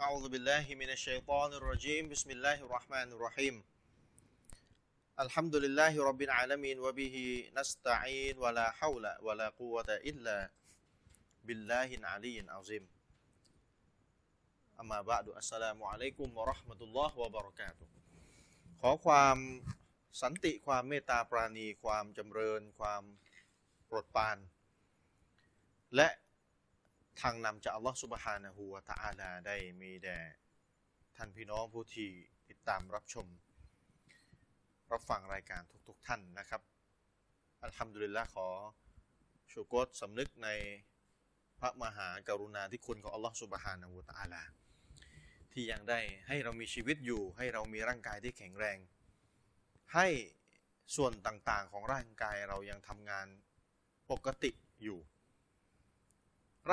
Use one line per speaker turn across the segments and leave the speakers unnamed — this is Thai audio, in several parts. أعوذ بالله من الشيطان الرجيم بسم الله الرحمن الرحيم الحمد لله رب العالمين وبه نستعين ولا حول ولا قوة إلا بالله العلي العظيم أما بعد السلام عليكم ورحمة الله وبركاته ขอความสันติความเมตตาปราณี ความจำเริญ ความโปรดปราน และทางนำจากอัลลอฮ์สุบฮานะฮูวะตะอาลาได้มีแด่ท่านพี่น้องผู้ที่ติดตามรับชม รับฟังรายการทุกๆท่านนะครับ อัลฮัมดุลิลละขอชูกตสำนึกในพระมหากรุณาธิคุณของอัลลอฮ์สุบฮานะฮูวะตะอาลา ที่ยังได้ให้เรามีชีวิตอยู่ ให้เรามีร่างกายที่แข็งแรง ให้ส่วนต่างๆของร่างกายเรายังทำงานปกติอยู่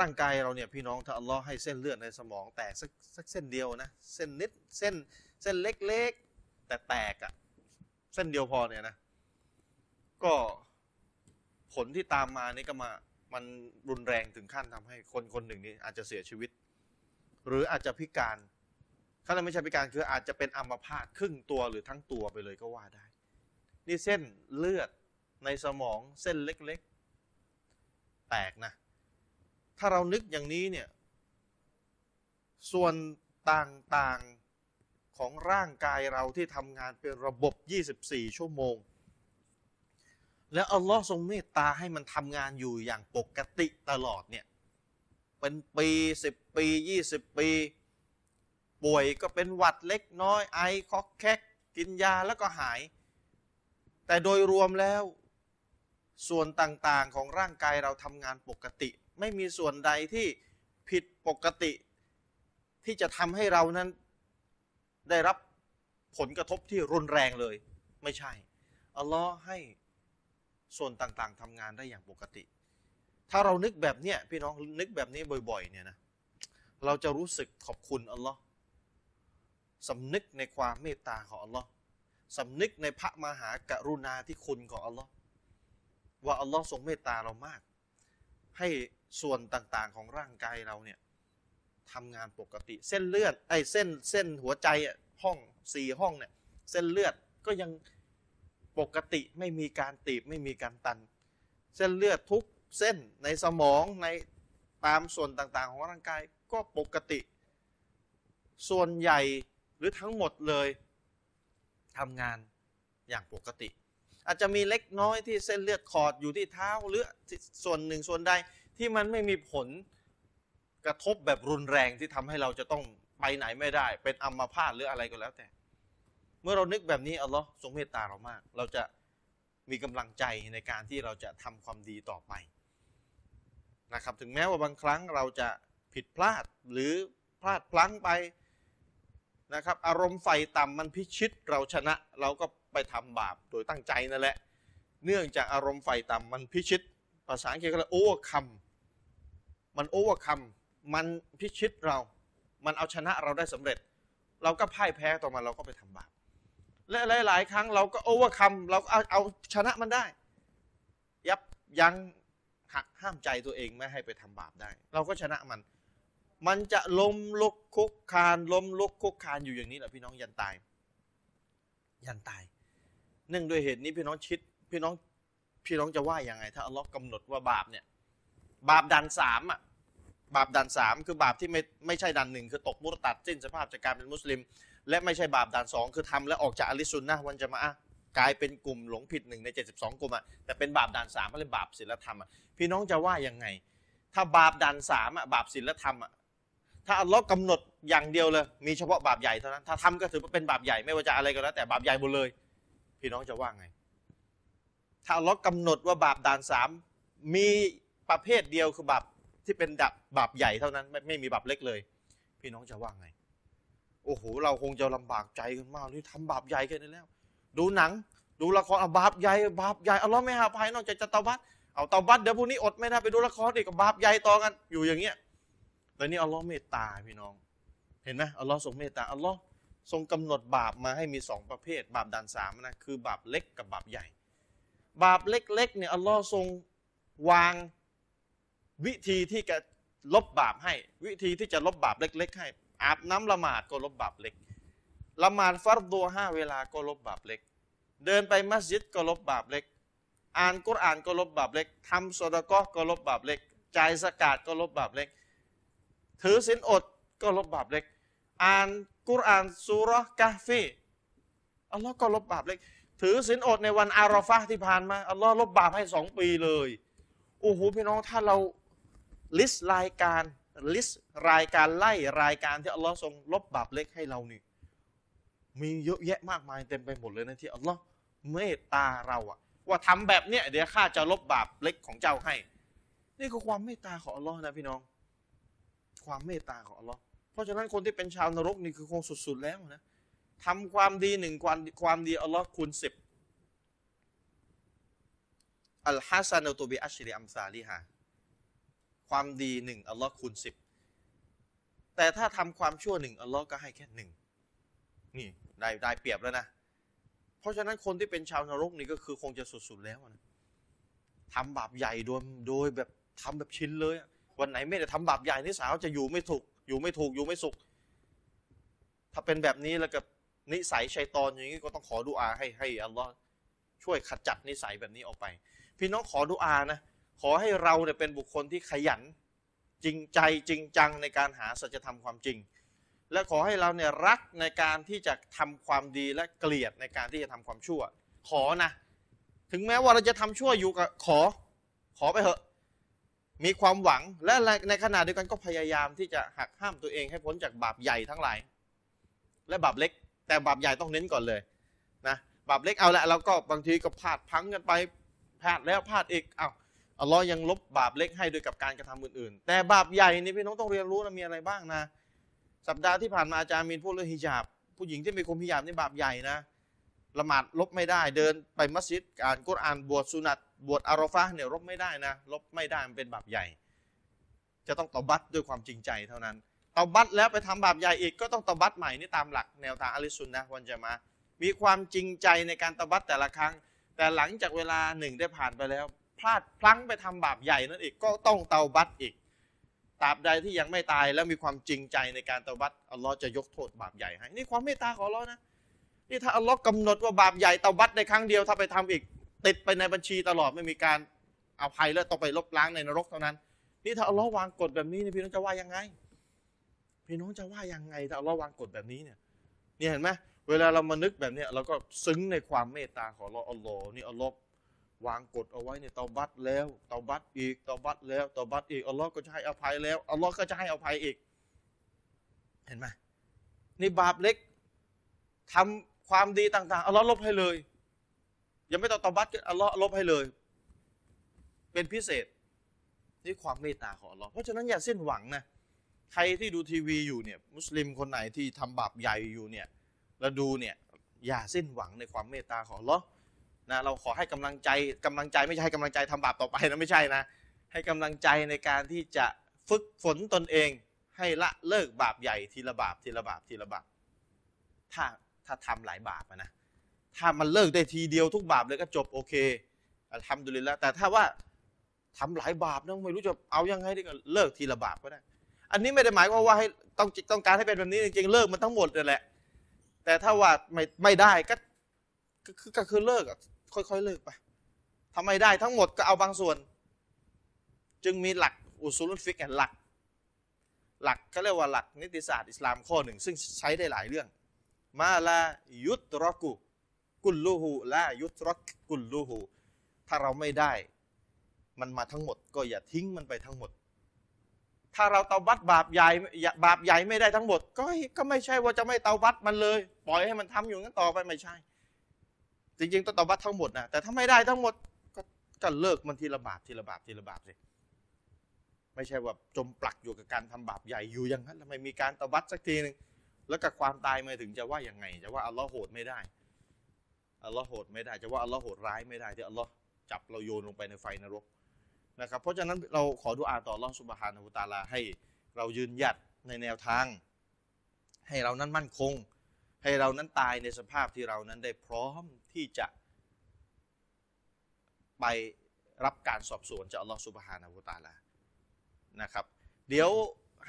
ร่างกายเราเนี่ยพี่น้องถ้าอัลลอฮ์ให้เส้นเลือดในสมองแตกสักสักเส้นเดียวนะเส้นนิดเส้นเส้นเล็กๆ แต่แตกอะเส้นเดียวพอเนี่ยนะ ก็ผลที่ตามมานี่ก็มามันรุนแรงถึงขั้นทำให้คนคนหนึ่งนี่อาจจะเสียชีวิต หรืออาจจะพิการถ้าเราไม่ใช่พิการคืออาจจะเป็นอัมพาตครึ่งตัวหรือทั้งตัวไปเลยก็ว่าได้ นี่เส้นเลือดในสมองเส้นเล็กๆ แตกนะ ถ้าเรานึกอย่างนี้เนี่ย ส่วนต่างๆของร่างกายเราที่ทำงานเป็นระบบ 24 ชั่วโมง และอัลลอฮ์ทรงเมตตาให้มันทำงานอยู่อย่างปกติตลอดเนี่ย เป็นปีสิบปียี่สิบปี ป่วยก็เป็นหวัดเล็กน้อยไอคอกแคกกินยาแล้วก็หาย แต่โดยรวมแล้ว ส่วนต่างๆของร่างกายเราทำงานปกติ ไม่มีส่วนใดที่ผิดปกติ ที่จะทำให้เรานั้น ได้รับผลกระทบที่รุนแรงเลย ไม่ใช่อัลลอฮ์ให้ส่วนต่างๆทำงานได้อย่างปกติ ถ้าเรานึกแบบเนี้ยพี่น้องนึกแบบนี้บ่อยๆเนี่ยนะเราจะรู้สึกขอบคุณอัลลอฮ์สำนึกในความเมตตาของอัลลอฮ์สำนึกในพระมหากรุณาธิคุณของอัลลอฮ์ว่าอัลลอฮ์ทรงเมตตาเรามาก ให้ส่วนต่างๆของร่างกายเราเนี่ยทำงานปกติ เส้นเลือดไอ้เส้นเส้นหัวใจอะห้องสี่ห้องเนี่ยเส้นเลือดก็ยังปกติไม่มีการตีบไม่มีการตัน เส้นเลือดทุกเส้นในสมองในตามส่วนต่างๆ ของร่างกายก็ปกติ ส่วนใหญ่หรือทั้งหมดเลยทำงานอย่างปกติ อาจจะมีเล็กน้อยที่เส้นเลือดขอดอยู่ที่เท้าหรือที่ส่วนหนึ่งส่วนใดที่มันไม่มีผลกระทบแบบรุนแรงที่ทำให้เราจะต้องไปไหนไม่ได้ เป็นอัมพาตหรืออะไรก็แล้วแต่ เมื่อเรานึกแบบนี้อัลลอฮ์ทรงเมตตาเรามาก เราจะมีกำลังใจในการที่เราจะทำความดีต่อไปนะครับ ถึงแม้ว่าบางครั้งเราจะผิดพลาดหรือพลาดพลั้งไปนะครับ อารมณ์ไฟต่ำมันพิชิตเราชนะ เราก็ไปทำบาปโดยตั้งใจนั่นแหละ เนื่องจากอารมณ์ไฟต่ำมันพิชิต ภาษาอังกฤษก็เรียกโอเวอร์คัมมันโอเวอร์คัมมันพิชิตเรา มันเอาชนะเราได้สำเร็จ เราก็พ่ายแพ้ต่อมันเราก็ไปทำบาป และหลาย ๆ ครั้งเราก็โอเวอร์คัมเราก็เอาเอาชนะมันได้ ยับยั้งหักห้ามใจตัวเองไม่ให้ไปทำบาปได้ เราก็ชนะมัน มันจะล้มลุกคุกคานล้มลุกคุกคานอยู่อย่างนี้แหละพี่น้องยันตาย ยันตาย เนื่องด้วยเหตุนี้พี่น้องชิด พี่น้องพี่น้องจะว่ายังไง ถ้าอัลลอฮ์กำหนดว่าบาปเนี่ย บาปดันสามอ่ะบาปดันสามคือบาปที่ไม่ไม่ใช่ดันหนึ่งคือตกมุรตัดสิ้นสภาพจากการเป็นมุสลิม และไม่ใช่บาปด่านสองคือทำและออกจากอะลิสซุนนะฮ์วันจะมาอะฮ์กลายเป็นกลุ่มหลงผิดหนึ่งใน 72 กลุ่มอ่ะแต่เป็นบาปด่านสามเขาเรียกบาปศีลธรรมอ่ะพี่น้องจะว่ายังไง ถ้าบาปด่านสามอ่ะบาปศีลธรรมอ่ะถ้าอัลลอฮ์กำหนดอย่างเดียวเลย มีเฉพาะบาปใหญ่เท่านั้นถ้าทำก็ถือว่าเป็นบาปใหญ่ไม่ว่าจะอะไรก็แล้ว แต่บาปใหญ่หมดเลย พี่น้องจะว่าไง ถ้าอัลลอฮ์กำหนดว่าบาปด่านสามมีประเภทเดียวคือบาปที่เป็นดับบาปใหญ่เท่านั้นไม่ไม่มีบาปเล็กเลย พี่น้องจะว่าไง โอ้โห เราคงจะลำบากใจกันมากนี่ทำบาปใหญ่กันแล้ว ดูหนัง ดูละครอ่ะบาปใหญ่บาปใหญ่อัลลอฮ์ไม่หาภัยนอกจากจะเตาบัตเอาเตาบัตเดี๋ยวพรุ่งนี้อดไม่ได้ไปดูละครอีกบาปใหญ่ต่อกันอยู่อย่างเงี้ยแต่นี่อัลลอฮ์เมตตาพี่น้อง เห็นไหมอัลลอฮ์ทรงเมตตาอัลลอฮ์ทรงกำหนดบาปมาให้มีสองประเภท บาปด่านสามนะคือบาปเล็กกับบาปใหญ่ บาปเล็กๆเนี่ยอัลลอฮ์ทรงวางวิธีที่จะลบบาปให้ วิธีที่จะลบบาปเล็ก ๆ ให้ ไอ อาบน้ำละหมาดก็ลบบาปเล็ก ละหมาดฟัรดัวห้าเวลาก็ลบบาปเล็ก เดินไปมัสยิดก็ลบบาปเล็ก อ่านกุรอานก็ลบบาปเล็กทำสดกอก็ลบบาปเล็กจ่ายสกาดก็ลบบาปเล็ก ถือศีลอดก็ลบบาปเล็ก อ่านกุรอานซูเราะห์กะฮ์ฟีอัลลอฮ์ก็ลบบาปเล็ก ถือศีลอดในวันอาราฟาที่ผ่านมาอัลลอฮ์ลบบาปให้สองปีเลยโอ้โหพี่น้องถ้าเราลิสต์รายการลิสต์รายการไล่รายการที่อัลลอฮ์ทรงลบบาปเล็กให้เรานี่มีเยอะแยะมากมายเต็มไปหมดเลยนะที่อัลลอฮ์เมตตาเราอะว่าทำแบบเนี้ยเดี๋ยวข้าจะลบบาปเล็กของเจ้าให้ นี่คือความเมตตาของอัลลอฮ์นะพี่น้อง ความเมตตาของอัลลอฮ์เพราะฉะนั้นคนที่เป็นชาวนรกนี่คือคงสุด ๆ แล้วนะทำความดีหนึ่งความความดีอัลลอฮ์คูณสิบอัลฮัสซานตุบิอัชริอัมซาลิฮาความดีหนึ่งอัลลอฮ์คูณสิบแต่ถ้าทำความชั่วหนึ่งอัลลอฮ์ก็ให้แค่หนึ่งนี่ได้ได้เปรียบแล้วนะ เพราะฉะนั้นคนที่เป็นชาวนรกนี่ก็คือคงจะสุด ๆ แล้วนะทำบาปใหญ่โดยโดยแบบทำแบบชินเลยอะ วันไหนไม่ได้ทำบาปใหญ่นี่สาวจะอยู่ไม่ถูก อยู่ไม่ถูกอยู่ไม่สุข ถ้าเป็นแบบนี้แล้วกับนิสัยชัยตอนอย่างนี้ก็ต้องขอดุอาให้ให้อัลลอฮ์ช่วยขจัดนิสัยแบบนี้ออกไป พี่น้องขอดุอานะ ขอให้เราเนี่ยเป็นบุคคลที่ขยัน จริงใจจริงจังในการหาสัจธรรมความจริง และขอให้เราเนี่ยรักในการที่จะทำความดีและเกลียดในการที่จะทำความชั่ว ขอนะ ถึงแม้ว่าเราจะทำชั่วอยู่กับขอ ขอไปเถอะ มีความหวังและในขณะเดียวกันก็พยายามที่จะหักห้ามตัวเองให้พ้นจากบาปใหญ่ทั้งหลาย และบาปเล็ก แต่บาปใหญ่ต้องเน้นก่อนเลยนะบาปเล็กเอาละเราก็บางทีก็พลาดพลังกันไปพลาดแล้วพลาดอีกเอา้าอัลลอฮ์ยังลบบาปเล็กให้โดวยกับการกระทำอื่นๆ แต่บาปใหญ่นี่พี่น้องต้องเรียนรู้นะมีอะไรบ้างนะ สัปดาห์ที่ผ่านมาอาจารย์มีนพูดเรื่องฮิญาบ ผู้หญิงที่มีคุมฮิญาบนี่บาปใหญ่นะละหมาดลบไม่ได้เดินไปมัสยิดอ่านกุรอานบวชสุนัตบวชอาราฟาเนี่ยลบไม่ได้นะลบไม่ได้มันเป็นบาปใหญ่ จะต้องตอบัตด้วยความจริงใจเท่านั้นตอบัตแล้วไปทำบาปใหญ่อีกก็ต้องตอบัตใหม่นี่ตามหลักแนวทางอะลิสุนนะฮ์วันจะมาอะฮ์มีความจริงใจในการตอบัตแต่ละครั้ง แต่หลังจากเวลาหนึ่งได้ผ่านไปแล้ว พลาดพลั้งไปทำบาปใหญ่นั่นอีกก็ต้องเตาบัตอีกตราบใดที่ยังไม่ตายแล้วมีความจริงใจในการตอบัตอัลลอฮ์จะยกโทษบาปใหญ่ให้นี่ความเมตตาของอัลลอฮ์นะนี่ถ้าอัลลอฮ์กำหนดว่าบาปใหญ่ตอบัตในครั้งเดียวถ้าไปทำอีก ติดไปในบัญชีตลอดไม่มีการเอาภัยแล้วต้องไปลบล้างในนรกเท่านั้น นี่ถ้าอัลลอฮ์วางกฎแบบนี้เนี่ยพี่น้องจะว่ายังไง พี่น้องจะว่ายังไงถ้าอัลลอฮ์วางกฎแบบนี้เนี่ยเนี่ยเห็นไหมเวลาเรามานึกแบบเนี้ยเราก็ซึ้งในความเมตตาของเราอัลลอฮ์นี่อัลลอฮ์วางกฎเอาไว้เนี่ยเตาบัตแล้วเตาบัตอีกเตาบัตแล้วเตาบัตอีกอัลลอฮ์ก็จะให้อภัยแล้วอัลลอฮ์ก็จะให้อภัยอีก เห็นไหมนี่บาปเล็กทำความดีต่างๆอัลลอฮ์ลบให้เลย ยังไม่ต้องตอบัตก็อัลลอฮ์ลบให้เลย เป็นพิเศษนี่ความเมตตาของอัลลอฮ์เพราะฉะนั้นอย่าสิ้นหวังนะใครที่ดูทีวีอยู่เนี่ยมุสลิมคนไหนที่ทำบาปใหญ่อยู่เนี่ยแล้วดูเนี่ยอย่าสิ้นหวังในความเมตตาของอัลลอฮ์นะเราขอให้กำลังใจกำลังใจไม่ใช่ให้กำลังใจทำบาปต่อไปนะไม่ใช่นะ ให้กำลังใจในการที่จะฝึกฝนตนเอง ให้ละเลิกบาปใหญ่ทีละบาปทีละบาปทีละบาปถ้าถ้าทำหลายบาปอะนะ ถ้ามันเลิกได้ทีเดียวทุกบาปเลยก็จบโอเคอัลฮัมดุลิลละแต่ถ้าว่าทำหลายบาปนะไม่รู้จะเอายังไงดีก็เลิกทีละบาปก็ได้ อันนี้ไม่ได้หมายความว่าให้ต้องต้องการให้เป็นแบบนี้จริงๆเลิกมันทั้งหมดเลยแหละ แต่ถ้าว่าไม่ไม่ได้ก็ก็คือก็คือเลิกอะค่อยๆเลิกไปทำไมได้ทั้งหมดก็เอาบางส่วน จึงมีหลักอุซูลุนฟิกหลัก หลักเขาเรียกว่าหลักนิติศาสตร์อิสลามข้อหนึ่ง ซึ่งใช้ได้หลายเรื่อง มาลายุตรอกุ กุลลูฮูลายุตรักกุลลูฮูถ้าเราไม่ได้ มันมาทั้งหมด ก็อย่าทิ้งมันไปทั้งหมด ถ้าเราเตาบัตบาปใหญ่อย่าบาปใหญ่ไม่ได้ทั้งหมด ก็ก็ไม่ใช่ว่าจะไม่เตาบัตมันเลย ปล่อยให้มันทำอยู่งั้นต่อไปไม่ใช่ จริงๆต้องเตาบัตทั้งหมดนะแต่ถ้าไม่ได้ทั้งหมดก็ก็เลิกมันทีละบาปทีละบาปทีละบาปสิไม่ใช่ว่าจมปลักอยู่กับการทำบาปใหญ่อยู่อย่างนั้นแล้วไม่มีการเตาบัตสักทีหนึ่งแล้วกับความตายมาถึงจะว่ายังไง จะว่าอัลลอฮ์โหดไม่ได้ อัลลอฮ์โหดไม่ได้จะว่าอัลลอฮ์โหดร้ายไม่ได้ที่อัลลอฮ์จับเราโยนลงไปในไฟนรกนะครับเพราะฉะนั้นเราขอดุอาต่ออัลลอฮ์สุบฮานาหูตะอาลาให้เรายืนหยัดในแนวทาง ให้เรานั้นมั่นคง ให้เรานั้นตายในสภาพที่เรานั้นได้พร้อมที่จะ ไปรับการสอบสวนจากอัลลอฮ์สุบฮานาหูตะอาลานะครับ เดี๋ยว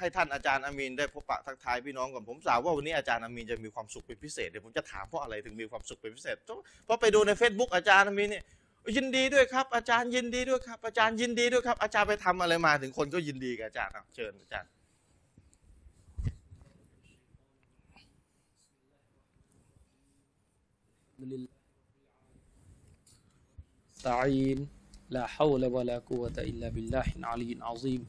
ให้ท่านอาจารย์อามีนได้พบปะทักทายพี่น้องก่อนผมสาวว่าวันนี้อาจารย์อามีนจะมีความสุขเป็นพิเศษเดี๋ยวผมจะถามเพราะอะไรถึงมีความสุขเป็นพิเศษเพราะไปดูใน Facebook อาจารย์อามีนเนี่ยยินดีด้วยครับ อาจารย์ยินดีด้วยครับ อาจารย์ยินดีด้วยครับ อาจารย์ไปทำอะไรมาถึงคนก็ยินดีกับอาจารย์อ่ะเชิญอาจารย์
الحمد لله استعين لا حول ولا قوة إلا بالله العلي العظيم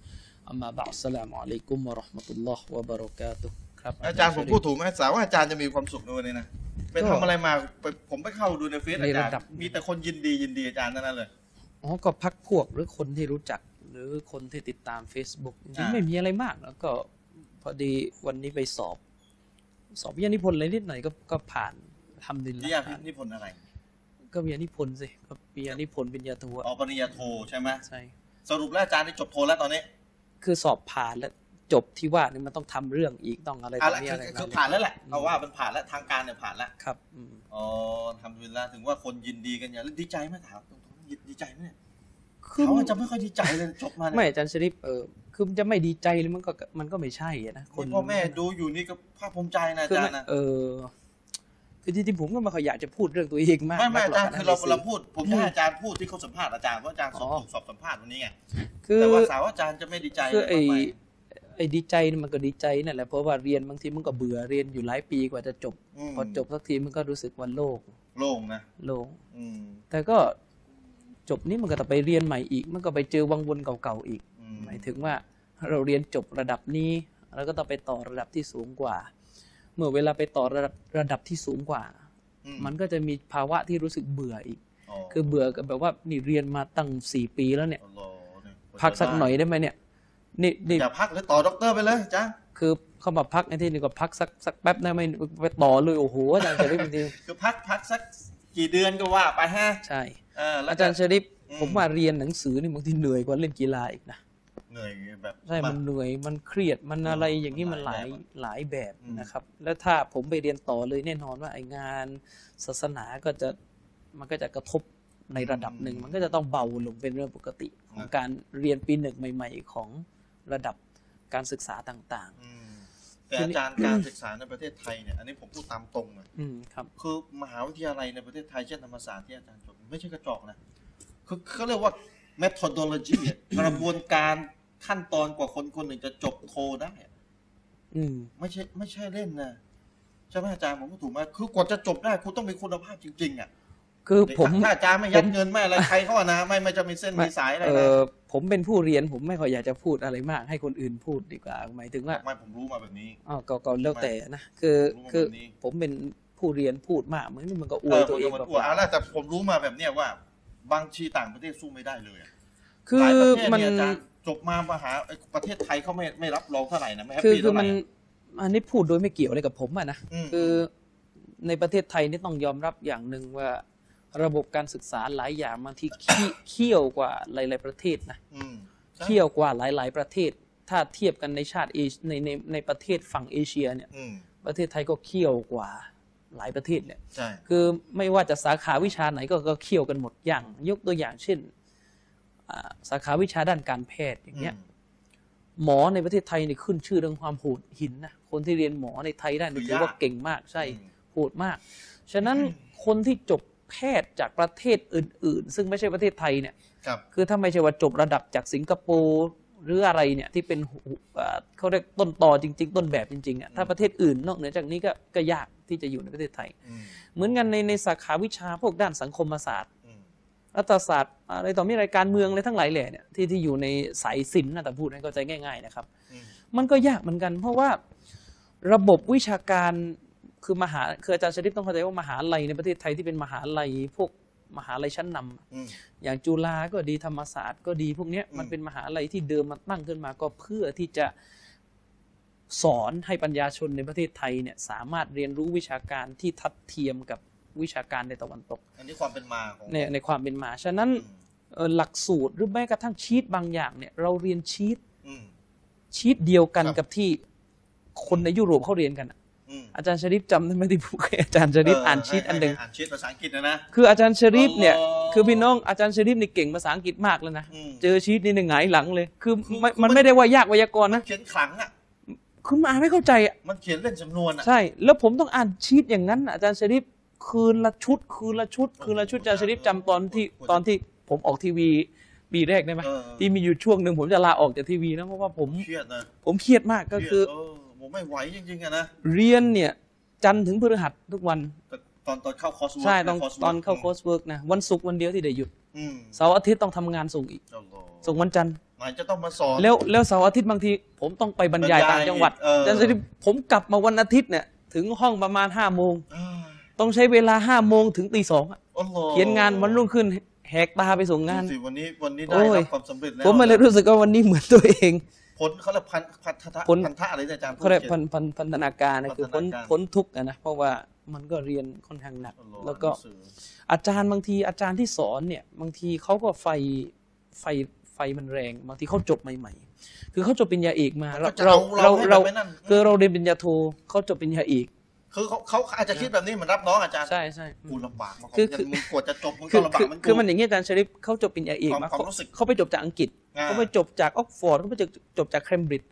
أما بعد السلام عليكم ورحمة الله وبركاته ครับ
อาจารย์ผมพูดถูกไหมสาวว่าอาจารย์จะมีความสุขในวันนี้นะไปทำอะไรมาไปผมไปเข้าดูในเฟซอาจาร
ในระดับ
ย์มีแต่คนยินดียินดีอาจารย์ทั้งนั้นเลย
อ๋อก็พักพวกหรือคนที่รู้จักหรือคนที่ติดตาม Facebook จริง
อ่า
ๆไม่มีอะไรมาก แล้วก็พอดีวันนี้ไปสอบ สอบวิทยานิพนธ์อะไรนิดหน่อยก็ก็ผ่านทำดิน
นิยามนิพนธ์อะไร
ก็วิทยานิพนธ์สิก็วิทยานิพนธ์ปริญญาโทอะ
อ๋อปริญญาโทใช่ไหม
ใช่
สรุปแล้วอาจารย์ได้จบโทแล้วตอนนี้
คือสอบผ่านแล้วจบที่ว่านี่มันต้องทำเรื่องอีกต้องอะไร
อ่ะ
ต่อ
ละ
มี
คื
อะ
อ
ไร
คือ
อะไร
ผ่านแล้วแหละเอาว่ามันผ่านแล้วทางการเนี่ยผ่านแล้ว
ครับอืม
อ๋อทำเวลาถึงว่าคนยินดีกันอย่างแล้วดีใจไหมถามตรงๆดีใจไหมเนี่ย
คือ
เขาอาจจะไม่ค่อยดีใจเลยจบมาเนี่ย
ไม่อาจารย์ชริปเออคือมันจะไม่ดีใจหรือมันก็มันก็ไม่ใช่อะนะ
คนพ่อแม่ดูอยู่นี่ก็ภาคภูมิใจนะอา
คือ
จาร
มัน
ย์นะ
เออคือจริงๆผมก็ไม่ค่อยอยากจะพูดเรื่องตัวเองมาก
ไม่ไม่
นั
อาจา
กหก
รย์คือเรา
นะในสื่
เราพูด ผมจะให้อาจารย์พูดที่เขาสัมภาษณ์อาจารย์เพราะอาจารย์สอบ
อ๋อ
สอบสัมภาษณ์วันนี้ไง
คือ
แต่ว่าสาวอาจารย์จะไม่ดีใจ
คือ
เลย
ไอ้
ทำไม
ไอ้ดีใจนี่มันก็ดีใจนั่นแหละเพราะว่าเรียนบางทีมันก็เบื่อเรียนอยู่หลายปีกว่าจะจบ
ม
พอจบสักทีมันก็รู้สึกวันโล่ง
โล่งนะ
โล่ง
อืม
แต่ก็จบนี่มันก็ต้องไปเรียนใหม่อีก มันก็ไปเจอวังวนเก่าๆอีก
อืม
หมายถึงว่าเราเรียนจบระดับนี้แล้วก็ต้องไปต่อระดับที่สูงกว่า เมื่อเวลาไปต่อระดับระดับที่สูงกว่า
อื
มันก็จะมีภาวะที่รู้สึกเบื่ออีก คือ
โ
เบื่อกับแบบว่านี่เรียนมาตั้งสี่ปีแล้วเนี่ย
อ้โหเนี่ย
พักสักหน่อยได้ไหมเนี่ยนี่นี่
อย่าพักเลยต่อด็อกเตอร์ไปเลยจ้ะ
คือเข้ามาพักในที่นี่ก็พักสักสักแป๊บได้ไหมไปต่อเลยโอ้โหอาจารย์เฉลิมจริง
คือพักพักสักกี่เดือนก็ว่าไปฮะ
ๆใช่
เออแล้ว
อาจารย์
จะ
เฉลิม
อืม
ผมว่าเรียนหนังสือนี่บางทีเหนื่อยกว่าเล่นกีฬาอีกนะ
เหนื่อยแบบ
ใช่
า
มั
ก
นเหนื่อยมันเครียดมันอะไร
อืม
อย่างนี้
มั
มัน น
ห
ห
ลา
ลาย ย
แบบ
หลายแบบ
อืม
นะครับ แล้วถ้าผมไปเรียนต่อเลยแน่นอนว่าไอ้งานศาสนาก็จะมันก็จะกระทบในระดับหนึ่ง
อืม
มันก็จะต้องเบาลงเป็นเรื่องปกติ ของ
ครับ
การเรียนปีหนึ่งใหม่ ๆ ของระดับการศึกษาต่าง
อืมแต่อาจารย์การศึกษาในประเทศไทยเนี่ยอันนี้ผมพูดตามตรงนะ
ๆ อืมครับ
คือมหาวิทยาลัยในประเทศไทยเช่นธรรมศาสตร์ที่อาจารย์จบไม่ใช่กระจอกนะคือเขาเรียกว่า methodology อะกระบวนการขั้นตอนกว่าคนคนหนึ่งจะจบโทได้อะ
อืม
ไม่ใช่ไม่ใช่เล่นนะใช่ไหมอาจารย์ผมก็ถูกไหมคือกว่าจะจบได้คุณต้องมีคุณภาพจริงๆอ่ะ
คือผม
ถ้าอาจารย์ไม่ยัดเงินไม่อะไรใครเขาอะนะไม่ไม่จะมีเส้น
ไม่
มีสายอะไร
เอ
นะ
อผมเป็นผู้เรียนผมไม่ค่อยอยากจะพูดอะไรมาก ให้คนอื่นพูดดีกว่า หมายถึงว่า
ไม่ผมรู้มาแบบนี้
อ๋อก็ก็แล้วแต่นะ คือ
รู้ว่า
คือ
แบบนี้
ผมเป็นผู้เรียนพูดมากเหมือนมันก็อ
เอ
วย
อผมก็
ตัวเอง
เหมือน
เป
อ้วน
ล่า
เอาละแต่ผมรู้มาแบบเนี้ยว่า บางทีต่างประเทศสู้ไม่ได้เลยอะ
ๆคื
ห
อ
ลายประเทศ
มัน
เนี่ยอาจารย์จบมามหาไอ้ประเทศไทยเขาไม่ไม่รับรองเท่าไหร่นะไม่แฮป
คือ
ปี้
คื
เท่า
อ
ไห
มั
ร่
น
อะ
อันนี้พูดโดยไม่เกี่ยวอะไรกับผมอะนะ
ม
คือในประเทศไทยนี่ต้องยอมรับอย่างหนึ่งว่าระบบการศึกษาหลายอย่างบางที ขี้เขี้ยวกว่าหลาย ๆ ประเทศนะ
มใช่
เขี้ยวกว่าหลาย ๆ ประเทศ ถ้าเทียบกันในชาติเอเชในในในประเทศฝั่งเอเชียเนี่ย
อืม
ประเทศไทยก็เขี้ยวกว่าหลายประเทศเนี่ย
ใช่
คือไม่ว่าจะสาขาวิชาไหนก็ก็เคี่ยวกันหมดอย่าง ยกตัวอย่างเช่นอ่าสาขาวิชาด้านการแพทย์อย่างเงี้ย
อืม
หมอในประเทศไทยเนี่ยขึ้นชื่อเรื่องความโหดหินนะคนที่เรียนหมอในไทยได้เนี่ยถือว่าเก่งมากใช่
อืม
โหดมาก ฉะนั้น
อืม
คนที่จบแพทย์จากประเทศอื่น ๆ ซึ่งไม่ใช่ประเทศไทยเนี่ย
ครับ
คือถ้าไม่ใช่ว่าจบระดับจากสิงคโปร์หรืออะไรเนี่ยที่เป็นหูอ่าเขาเรียกต้นตอจริง ๆ ต้นแบบจริงๆอ่ะถ้าประเทศอื่นนอกเหนือจากนี้ก็ก็ยากที่จะอยู่ในประเทศไทย
อืม
เหมือนกันในในสาขาวิชาพวกด้านสังคมศาสตร์
อืม
รัฐศาสตร์อะไรต่อมีอะไรการเมืองอะไรทั้งหลายแหล่เนี่ยที่ที่อยู่ในสายศิลป์นะแต่พูดให้เข้าใจง่ายๆนะครับ
อืม
มันก็ยากเหมือนกัน เพราะว่าระบบวิชาการคือมหาคืออาจารย์ชริปต้องเข้าใจว่ามหาลัยในประเทศไทยที่เป็นมหาลัยพวกมหาลัยชั้นนำ
อืม
อย่างจุฬาก็ดีธรรมศาสตร์ก็ดีพวกเนี้ย
อืม
มันเป็นมหาลัยที่เดิมมันตั้งขึ้นมาก็เพื่อที่จะสอนให้ปัญญาชนในประเทศไทยเนี่ยสามารถเรียนรู้วิชาการที่ทัดเทียมกับวิชาการในตะวันตก
อันนี้ความเป็นมาของ
ในในความเป็นมาฉะนั้น
อืม
เอ่อหลักสูตรหรือแม้กระทั่งชีตบางอย่างเนี่ยเราเรียนชีต
อืม
ชีตเดียวกัน
ครับ
กับที่คนในยุโรปเขาเรียนกันอะ
อืม
อาจารย์ชริปจำได้ไหมที่ผมเคยอาจารย์ชริปอ่านชีตอันหนึ่ง
อ่านชีตภาษาอังกฤษนะนะ
คืออาจารย์ชริปเนี่ย
อ๋อ
คือพี่น้องอาจารย์ชริปนี่เก่งภาษาอังกฤษมากแล้วนะ
อืม
เจอชีตนี่หนึ่งหงายหลังเลย คือ
คือ
ไม่
คือ
มัน
มัน
ไม่ได้ว่ายากไวยากรณ์นะ
เขียนขลังอ่ะ
คุณมาไม่เข้าใจอะ
มันเขียนเล่นสำนวนอ่ะ
ใช่ แล้วผมต้องอ่านชีตอย่างนั้นน่ะอาจารย์ชริปคืนละชุด คืนละชุด คืนละชุดอาจารย์ชริปจำตอนที่
โอ้โห
ตอนที่ผมออกทีวีปีแรกได้ไหม
เออ
ที่มีอยู่ช่วงหนึ่งผมจะลาออกจากทีวีนะเพราะว่าผม
เครียดนะ
ผมเครียดมากก็คือ
เครียดเผมไม่ไหวจริงๆอะนะ
เรียนเนี่ยจันทร์ถึงพฤหัสทุกวัน
แต่ตอนตอนเข้าคอร์สเวิร์ก
ใช่ตอน
คร์สวิร์ก
ตอนเข้าโค้ชเวิร์กนะวันศุกร์วันเดียวที่ได้หยุด
อืม
เสาร์อาทิตย์ต้องทำงานส่งอีก
อัลลอฮ์
ส่งวันจันทร์
ไหนจะต้องมาสอน
แล้วแล้วเสาร์อาทิตย์บางที ผมต้องไปบรรยาย
บรรยาย
ต่างจังหวัด
เออ
จันทร์สิริผมกลับมาวันอาทิตย์เนี่ยถึงห้องประมาณ5้าโมง
อ่า
ต้องใช้เวลา5้าโมงถึงตีสองอะ
อัลลอฮ์
เขียนงานวันรุ่งขึ้นแหกตาไปส่งงาน
ดูสิวันนี้วันนี้ได้
โอ้
รั
ย
บความสำเร็จแล้ว
ผมมาเลยรู้สึกว่าวันนี้เหมือนตัวเอง
ผลเขาเรียกพันพันธะ
ผล
พันธะอะไรนะอาจารย์
เขาเรียก
พูด
พันพันพันธนาการนะคือพ้
พัน
น
ธนาการ
พ้นทุกข์อะนะเพราะว่ามันก็เรียนค่อนข้างหนัก
อัลลอฮ์
แล้วก็
หนังสือ
อาจารย์บางทีอาจารย์ที่สอนเนี่ยบางทีเขาก็ไฟไฟไฟมันแรง บางทีเขาจบใหม่ ๆ คือเขาจบปริญญาเอกมา
มันก็จะเอาเราให้มันไปนั่น
คือเราเรียนปริญญาโทเขาจบปริญญาเอก
คือเขาเขาอาจจะคิดแบบนี้เหมือนรับน้องอาจารย์
ใช่ใช่
กูลำบากมาก
คือ
ยั
คือ
งมึงกว่าจะจบมึง
คื
ก็
อ
ลำบา
คื
กเห
อ
มันกู
คือมันอย่างนี้อาจารย์ชลิปเขาจบปริญญาเอกมา
ความ
เขา
รู้สึก
เขาไปจบจากอังกฤษ
อ่า
เขาไปจบจากออกฟอร์ดเขาไปจบจบจากเคมบริดจ์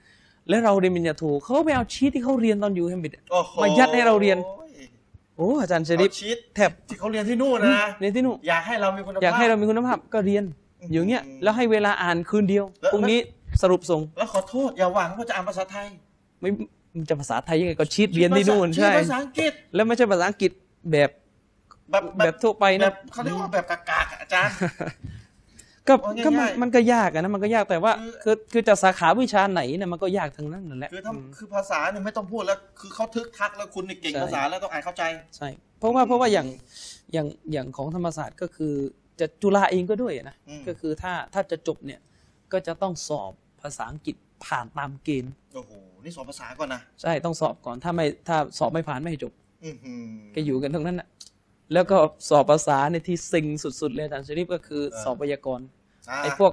และเราเรียนปริญญาโทเขาก็ไปเอาชีทที่เขาเรียนตอนอยู่เคมบริดจ์
โอ้โ
มายัดให้เราเรียน โอ้อาจารย์ช
เด
ลิป
ชีต
แทบ
ที่เขาเรียนที่นู่นนะ
เรียนที่นู่น
อยากให้เรามีคุณภาพ
อยากให้เรามีคุณภาพก็เรียนอยู่เงี้ย
อืม
แล้วให้เวลาอ่านคืนเดียว
แล้ว
พรุ่งนี้สรุปส่ง
แล้วขอโทษ อย่าหวังว่าจะอ่านภาษาไทย
ไม่มันจะภาษาไทยยังไงก็ชีดเรียนที่นู่น
ชีต
ใช่
ภาษาอังกฤษ
แล้วไม่ใช่ภาษาอังกฤษแบบ
แบบ
แบบทั่วไป
แบ
นะ
บเขาเรียกว่าแบบกากๆอะอาจารย์
ก็
เอาง่ายๆ
ก็มันมันก็ยากอะนะมันก็ยากแต่ว่า
คื
คือ อคือจะสาขาวิชาไหนนะมันก็ยากทั้งนั้นนั่นแหละ
คือถ้าคือภาษาเนี่ยไม่ต้องพูดแล้ว คือเขาทึกทักแล้วคุณเนี่ยเก่งภาษาแล้วต้องอ่านเข้าใจ
ใช่เพราะว่าเพราะว่าอย่างอย่างอย่างของธรรมศาสตร์ก็คือจะจุฬาเองก็ด้วยนะ
อืม
ก็คือถ้าถ้าจะจบเนี่ยก็จะต้องสอบภาษาอังกฤษผ่านตามเกณฑ์
โอ้โห นี่สอนภาษาก่อนนะ
ใช่ต้องสอบก่อนถ้าไม่ถ้าสอบไม่ผ่านไม่ให้จบ
อื้อหือ
ก็อยู่กันทั้งนั้นน่ะ แล้วก็สอบภาษาในยที่ซิงสุด ๆ เลยอาจารย์ชริปก็คือ
เออ
สอบไวยากรณ์
า
ไอ้พวก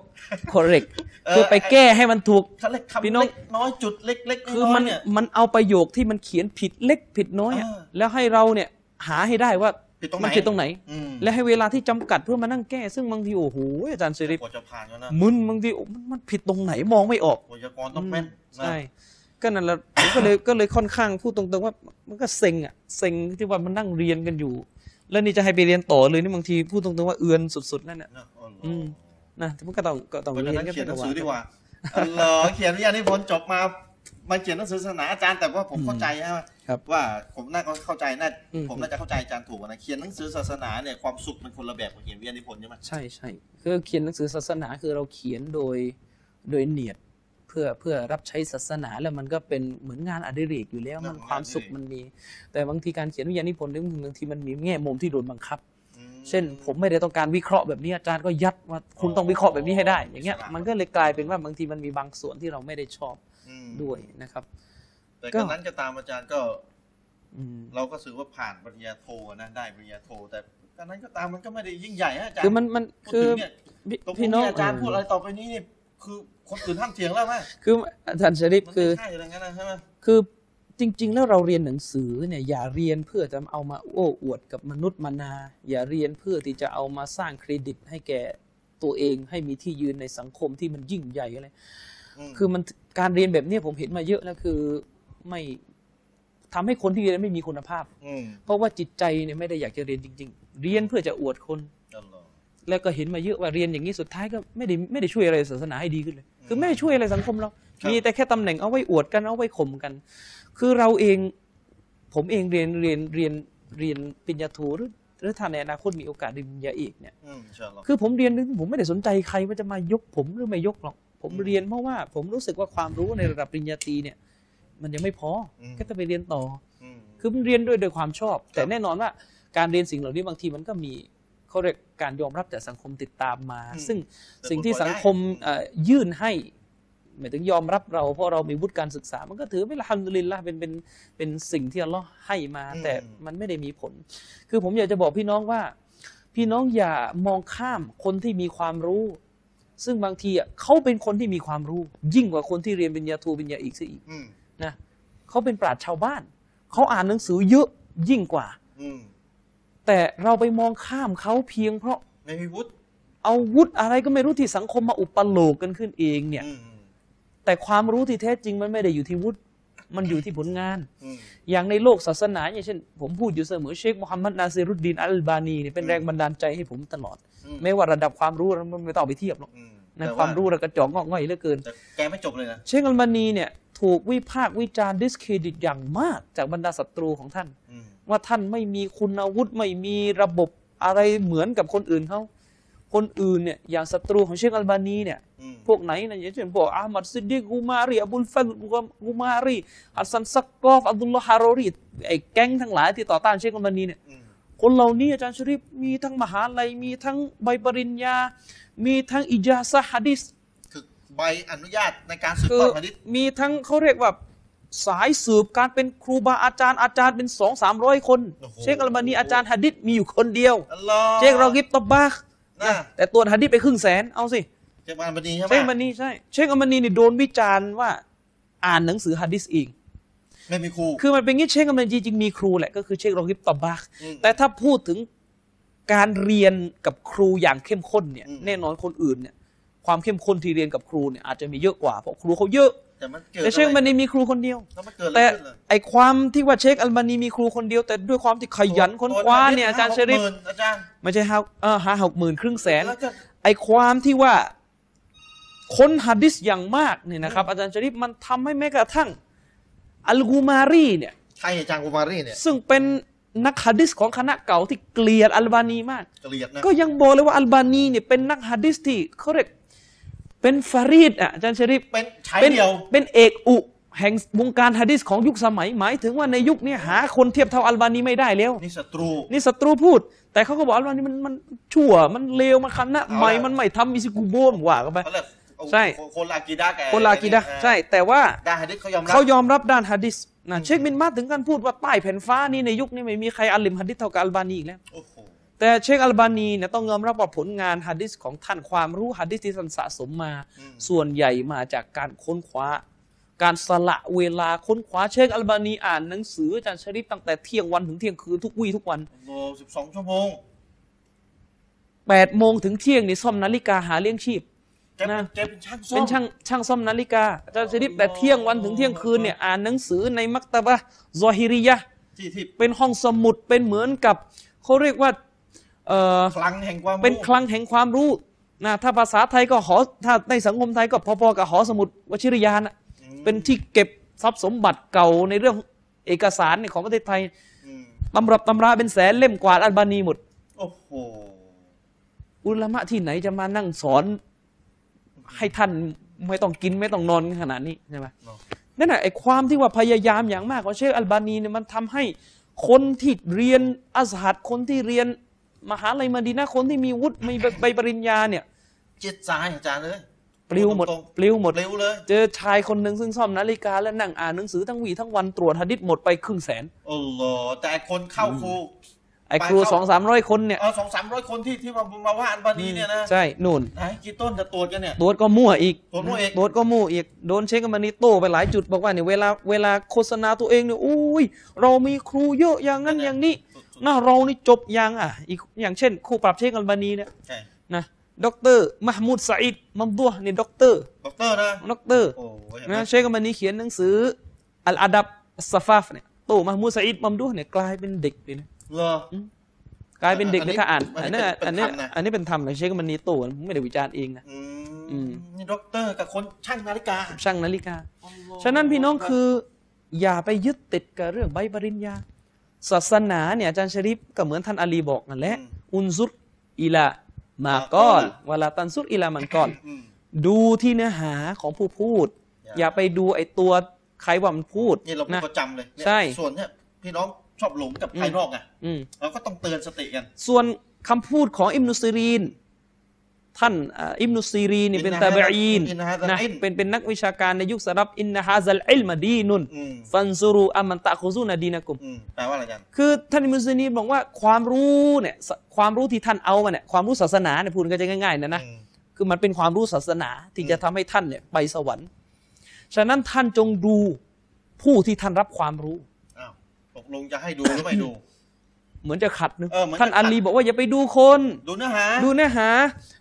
คอเรก
เออ
คือไปแก้ให้มันถูก
เขาเล็กคำ
พี่น้อง
เล็กน้อยจุดเล็กๆน้ยๆ
คือมัน
เนี่ย
มันเอาประโยคที่มันเขียนผิดเล็กผิดน้อยอะ
เออ
แล้วให้เราเนี่ยหาให้ได้ว่า
ผิดตรงไหน
มัผิดตรงไหน
อืม
และให้เวลาที่จำกัดเพื่อมานั่งแก้ ซึ่งบางทีโอ้โหอาจารย์ชริป
กว่าจะผ่านแล้วนะ
มึนบางทีโอ้มันมันผิดตรงไหนมองไม่ออก
ไวยากรณ์ต้องแม่นนะ
ใช่ ก็นั่นแหละ ผมก็เลยก็เลยค่อนข้างพูดตรงๆว่ามันก็เซ็งอ่ะเซ็งที่ว่ามันนั่งเรียนกันอยู่ แล้วนี่จะให้ไปเรียนต่อเลยนี่บางทีพูดตรงๆว่าเอือนสุดๆแล้วเนี่ย
นะอ๋อเหรออ
อืม นะแต่มันก็ต้องก็ต้อง
เพราะ
เรี
ฉะ
ยน
นั้น
กัน
เขียนหนัง
ไป
สือดีกว่าอ๋อเหรอเขียนวิทยานิพนธ์จบมามาเขียนหนังสือศาสนาอาจารย์แต่ว่าผมเข้าใจฮะ
ครับ
ว่าผมน่าเข้าใจน่า
อืม
ผมน่าจะเข้าใจอาจารย์ถูกนะเขียนหนังสือศาสนาเนี่ยความสุขมันคนละแบบกับเขียนวิทยานิพนธ์ใช่ไหม
ใช่ใช่คือเขียนหนังสือศาสนาคือเราเขียนโดยโดยเนียดเพื่อเพื่อรับใช้ศาสนาแล้วมันก็เป็นเหมือนงานอดิเรกอยู่แล้วมันความสุขมันมี แต่บางทีการเขียนวิทยานิพนธ์เนี่ยบางทีมันมีแง่มุมที่โดนบังคับ
อืม
เช่นผมไม่ได้ต้องการวิเคราะห์แบบนี้อาจารย์ก็ยัดว่าคุณต้องวิเคราะห์แบบนี้ให้ได้ อย่างเงี้ย
อิสระ
มันก็เลยกลายเป็นว่าบางทีมันมีบางส่วนที่เราไม่ได้ชอบ
อืม
ด้วยนะครับ
แต่ก็นั้นก็ตามอาจารย์ก็
อืม
เราก็ถือว่าผ่านปริญญาโทนะได้ปริญญาโท แต่ก็นั้นก็ตามมันก็ไม่ได้ยิ่งใหญ่ฮะอาจารย์
คือมันมัน
พูด
คือ
ถึงเนี่ย
พี่
ตรง
พี่
ที่
น้อง
อาจารย์พูดอะไรต่อไปนี้เนี่ยคือคนอื่นห้ามเถียงแล้วไหม
คืออาจารย์ชริป
มัน
คือ
ไม่ใช่อะไรงั้นนะใช่ไหม
คือจริง ๆ แล้วเราเรียนหนังสือเนี่ยอย่าเรียนเพื่อจะเอามาโอ้อวดกับมนุษย์มานา อย่าเรียนเพื่อที่จะเอามาสร้างเครดิตให้แก่ตัวเองให้มีที่ยืนในสังคมที่มันยิ่งใหญ่อะไร
ม
คือมันการเรียนแบบเนี้ยผมเห็นมาเยอะแล้วคือไม่ทำให้คนที่เรียนไม่มีคุณภาพ
ม
เพราะว่าจิตใจเนี่ยไม่ได้อยากจะเรียนจริง ๆ เรียนเพื่อจะอวดคน
อัลลอฮ์
แล้วก็เห็นมาเยอะว่าเรียนอย่างนี้สุดท้ายก็ไม่ได้ไม่ได้ช่วยอะไรศาสนาให้ดีขึ้นเลย คือไม่ได้ช่วยอะไรสังคมเรา มีแต่แค่ตำแหน่งเอาไว้อวดกันเอาไว้ข่มกัน คือเราเอง ผมเองเรียนเรียนเรียนเรียนปริญญาโทหรือหรือถ้าในอนาคตมีโอกาสเรียนปริญญาเอกเนี่ย
อืมอินชาอัลลอฮ์
คือผมเรียนผมไม่ได้สนใจใครว่าจะมายกผมหรือไม่ยกหรอก ผม
อืม
เรียนเพราะว่าผมรู้สึกว่าความรู้ในระดับปริญญาตรีเนี่ย มันยังไม่พออ
ม
ก็จะไปเรียนต่อ
อืม
คือมันเรียนด้วยโดยความชอบ แต่
ครับ
แน่นอนว่าการเรียนสิ่งเหล่านี้บางทีมันก็มีเขาเรียกการยอมรับจากสังคมติดตามมา ซึ่งสิ่งที่สังคมเอ่อยื่นให้หมายถึงยอมรับเราเพราะเรามีวุฒิการศึกษา มันก็ถือเป็นละฮัมดุลิลละเป็นเป็นเป็นสิ่งที่อัลลอฮ์ให้มา แต่มันไม่ได้มีผล คือผมอยากจะบอกพี่น้องว่า พี่น้องอย่ามองข้ามคนที่มีความรู้ ซึ่งบางทีอ่ะเขาเป็นคนที่มีความรู้ ยิ่งกว่าคนที่เรียนปริญญาโทปริญญาเอกซะอีก
อืม
นะเขาเป็นปราชญ์ชาวบ้าน เขาอ่านหนังสือเยอะยิ่งกว่า
อืม
แต่เราไปมองข้ามเขาเพียงเพราะ
ไม่มีวุฒิ
เอาวุฒิอะไรก็ไม่รู้ที่สังคมมาอุปโลกกันขึ้นเองเนี่ย
อืมอืม
แต่ความรู้ที่แท้จริงมันไม่ได้อยู่ที่วุฒิ มันอยู่ที่ผลงาน
อืม
อย่างในโลกศาสนาอย่างเช่น ผมพูดอยู่เสมอเชคมูฮัมหมัดนาซิรุดดีนอัลบานีเนี่ยเป็น
อืม
แรงบันดาลใจให้ผมตลอด
อืม
ไม่ว่าระดับความรู้เราไม่ต้องเอาไปเทียบหรอก
อืม
นะ
แต่
ความรู้เรากระจอกงอกง่อยเหลือเกิน
แต่แกไม่จบเลยนะ
เชคอัลบานีเนี่ยถูกวิพากษ์วิจารณ์ดิสเครดิตอย่างมากจากบรรดาศัตรูของท่าน
อืม
ว่าท่านไม่มีคุณอาวุธไม่มีระบบอะไรเหมือนกับคนอื่นเขาคนอื่นเนี่ยอย่างศัตรูของเชคอัลบานีเนี่ย
อืม
พวกไหนนะอย่างเช่นพวกอามัดซิดดิกกูมารีอับุลฟัดกูมารีอัสซันซักกอฟอับดุลลอฮ์ฮารอรีไอ้แก๊งทั้งหลายที่ต่อต้านเชคอัลบานีเนี่ย
อืม
คนเหล่านี้อาจารย์ชริฟมีทั้งมหาลัยมีทั้งใบปริญญา มีทั้งอิจาซะฮะดิษ
คือใบอนุญาตในการสืบ
คือ
ทอดมาดิษย์
มีทั้งเขาเรียกว่าสายสืบการเป็นครูบาอาจารย์อาจารย์เป็นสองสามร้อยคน เชคอัลบานีอาจารย์ฮะดิษมีอยู่คนเดียว
อัลลอฮ์
เชครอกิบตอบบาค
นะ
แต่ตัวฮะดิษไปครึ่งแสนเอาสิ
เชคอัลบานีใช่ไหม
เชคอัลบานีใช่เชคอัลบานีนี่โดนวิจารณ์ว่าอ่านหนังสือฮะดิษอีก
ไม่มีครู
คือมันเป็นงี้เชคอัลบานีจริงๆมีครูแหละก็คือเชครอกิบตอบบาค
อืม
แต่ถ้าพูดถึงการเรียนกับครูอย่างเข้มข้นเนี่ย
อืม
แน่นอนคนอื่นเนี่ยความเข้มข้นที่เรียนกับครูเนี่ยอาจจะมีเยอะกว่าเพราะครูเขาเยอะ
แต่มันเกิด
แต่เชคอัลบานีมีครูคนเดียว
แล้วมันเกิดอะไร
แต่
ขึ้นล่ะ
ไอความที่ว่าเชคอัลบานีมีครูคนเดียว แต่ด้วยความที่ขยันค้นคว้าเนี่ยอาจารย์เชริฟ
ตัวละนิดห้หกหมื่นอาจารย์
ไม่ใช่หาเออหาหกหมื่นครึ่งแสน
แล้วก็
ไอความที่ว่าค้นหัดดิสอย่างมากเนี่ยนะครับ อาจารย์เชริฟมันทำให้แม้กระทั่ง อัลกูมารีเนี่ย
ใครอาจารย์กูมารีเนี่ย
ซึ่งเป็นนักหัดดิสของคณะเก่าที่เกลียดอัลบานีมาก
เกลียดนะ
ก็ยังบอกเลยว่าอัลบานีเนี่ยเป็นนักหัดดิสที่เขาเรียกเป็นฟารีดอ่ะอาจารย์เชริฟ
เป็นใช้
เป็น
เดียว
เป็นเอกอุแห่งวงการฮะดิษของยุคสมัยหมายถึงว่าในยุคนี้หาคนเทียบเท่าอัลบานีไม่ได้แล้ว
นี่ศัตรู
นี่ศัตรูพูด แต่เขาก็บอกอัลบานีมันมันชั่วมันเลวมันคันนะ
เอาละ
ใหม่มันไม่ทำอิซิกูโบมว่ากันไป
เขาเลยเอา
ใช่
คนลากีด้าแก
คนลากีดะใช่ แต่ว่า
ดาฮะดิษเขายอมรับ
เขายอมรับด้านฮะดิษนะเชคบินมาสถึงกันพูดว่าใต้แผ่นฟ้านี้ในยุคนี้ไม่มีใครอัลลิมฮะดิษเท่ากับอัลบานีอีกแล้ว
โอ้โห
แต่เชคอัลบานีเนี่ยต้องยอมรับว่าผลงานฮะดิษของท่านความรู้ฮะดิษที่ท่านสะสมมา ส่วนใหญ่มาจากการค้นคว้า การสละเวลาค้นคว้าเชคอัลบานีอ่านหนังสืออาจารย์ชริปตั้งแต่เที่ยงวันถึงเที่ยงคืนทุกวี่ทุกวัน
โอ้สิบสองชั่วโมง
8ปดโมงถึงเที่ยงนี่ซ่อมนาฬิกาหาเลี้ยงชีพ
แกเป็
นะ
นแกเป็นช่างซ่อม
เป็นช่างช่างซ่อมนาฬิกาอาจารย์ชริปแต่เที่ยงวันถึงเที่ยงคืนเนี่ยอ่านหนังสือในมักตะบะซอฮิริยะห์
ที่ที่
เป็นห้องสมุดเป็นเหมือนกับเขาเรียกว่าเอ่อ
คลังแห่งความรู้
เป็นคลังแห่งความรู้นะถ้าภาษาไทยก็หอถ้าในสังคมไทยก็พอๆกับหอสมุดวชิรยานะ
อืม
เป็นที่เก็บทรัพย์สมบัติเก่าในเรื่องเอกสารของประเทศไทย
อืม
ตำรับตำราเป็นแสนเล่มกวาดอัลบานีหมด
โอ้โห
อุลามะที่ไหนจะมานั่งสอนให้ท่านไม่ต้องกินไม่ต้องนอนขนาดนี้ใช่ไหม
เนอะ
นั่นแหละไอ้ความที่ว่าพยายามอย่างมากของเชคอัลบานีเนี่ยมันทำให้คนที่เรียนอัสฮัดคนที่เรียนมหาลัยมดีนะห์คนที่มีวุฒิมีใบปริญญาเนี่ย
จิตใจอาจารย์เลย
ปลิวหมด
ตรง
ปลิวหมด
ๆปลิวเลย
เจอชายคนหนึ่งซึ่งซ่อมนาฬิกาและนั่งอ่านหนังสือทั้งวีทั้งวันตรวจหะดิษหมดไปครึ่งแสน
โอ้โหแต่คนเข้าครู
ไอ้ครู
ไปเข้า
สองสามร้อยคนเนี่ย
เอาสองสามร้อยคนที่ที่มามาว่าอันบานีเนี่ยนะ
ใช่นู่น
ไหนกี่ต้นจะตรวจกันเนี่ย
ตรวจก็มั่วอีก
ตรวจมั่วอีก
ตรวจก็มั่วอีกโดนเช็คกันมานี่โต้ไปหลายจุดบอกว่าเนี่ยเวลาเวลาโฆษณาตัวเองเนี่ยอุ้ยเรามีครูเยอะอย่างนั้นอย่างนี้นะเรานี่จบอย่างอ่ะอีกอย่างเช่นครูปรับเช็คกันบานีเนี่ย
ใช่
นะด็อกเตอร์มหมูดสาอิดมัมดัวเนี่ยด็อกเตอร์
ด็อกเตอร์นะ
ด็อกเตอร์
โอ้โหเห็นไหม
นะเชคกันมานี้เขียนหนังสืออัลอาดับอัสซาฟาฟเนี่ยโตมามูซาอิดมัมดูเนี่ยกลายเป็นเด็กไปนะ
เหรอ
กลายเป็นเด็ก
อัน
เล
นี้
ยถ้าอ่าน
อั
อั
น
น
นี้
นี้
เป็น
อันนี้
เป็นธรรมนะ
อันนี้เป็นธรรมนะเชคกันมานี้โตผมไม่ได้วิจารณ์เองนะ
อืม
อืม
นี่ด็อกเตอร์กับคนช่างนาฬิกา
ช่างนาฬิกา ฉะนั้นพี่น้องคืออย่าไปยึดติดกับเรื่องใบปริญญา ศาสนาเนี่ยอาจารย์ชริฟก็เหมือนท่านอาลีบอกนั่นแหละอุนซุรอิลามากอลวะลาตันซุรอิลามันกอล
อืม
ดูที่เนื้อหาของผู้พูด
อย่า
อย่าไปดูไอ้ตัวใครว่ามันพูด
นี่เราพูด
นะ
ประจำเลยเนี่ย
ใช่
ส่วนเนี่ยพี่น้องชอบหลงกับ
อืม
ภายนอกไง
อืม
เราก็ต้องเตือนสติกัน
ส่วนคำพูดของอิมนุซีรีน ท่านเอ่ออิมนุซีรีนเนี่ยเป็น
อินนะ
ตา
ฮะ
บะอีน
อินนะฮะ
นะ
อิน
เป็นเป็นนักวิชาการในยุคสลับอินนะฮะซัลอิลมาดีนุน
อืม
ฟันซูรูอามันตะคุซูนาดีนะกุม
อืมแปลว่าอะไรกัน
คือท่านอิมนุซีรีนบอกว่าความรู้เนี่ยสความรู้ที่ท่านเอามาเนี่ยความรู้ศาสนาเนี่ยพูดกันจะง่ายๆนะนะ
อืม
คือมันเป็นความรู้ศาสนาที่
อืม
จะทำให้ท่านเนี่ยไปสวรรค์ ฉะนั้นท่านจงดูผู้ที่ท่านรับความรู้
อ้าวตกลงจะให้ดูห รือไม่ดู
เหมือนจะขัดนะ
เออเหมือนจะ
ท่านอา
ขัด
ลีบอกว่าอย่าไปดูคน
ดูเนื้อหา
ดูเนื้อหา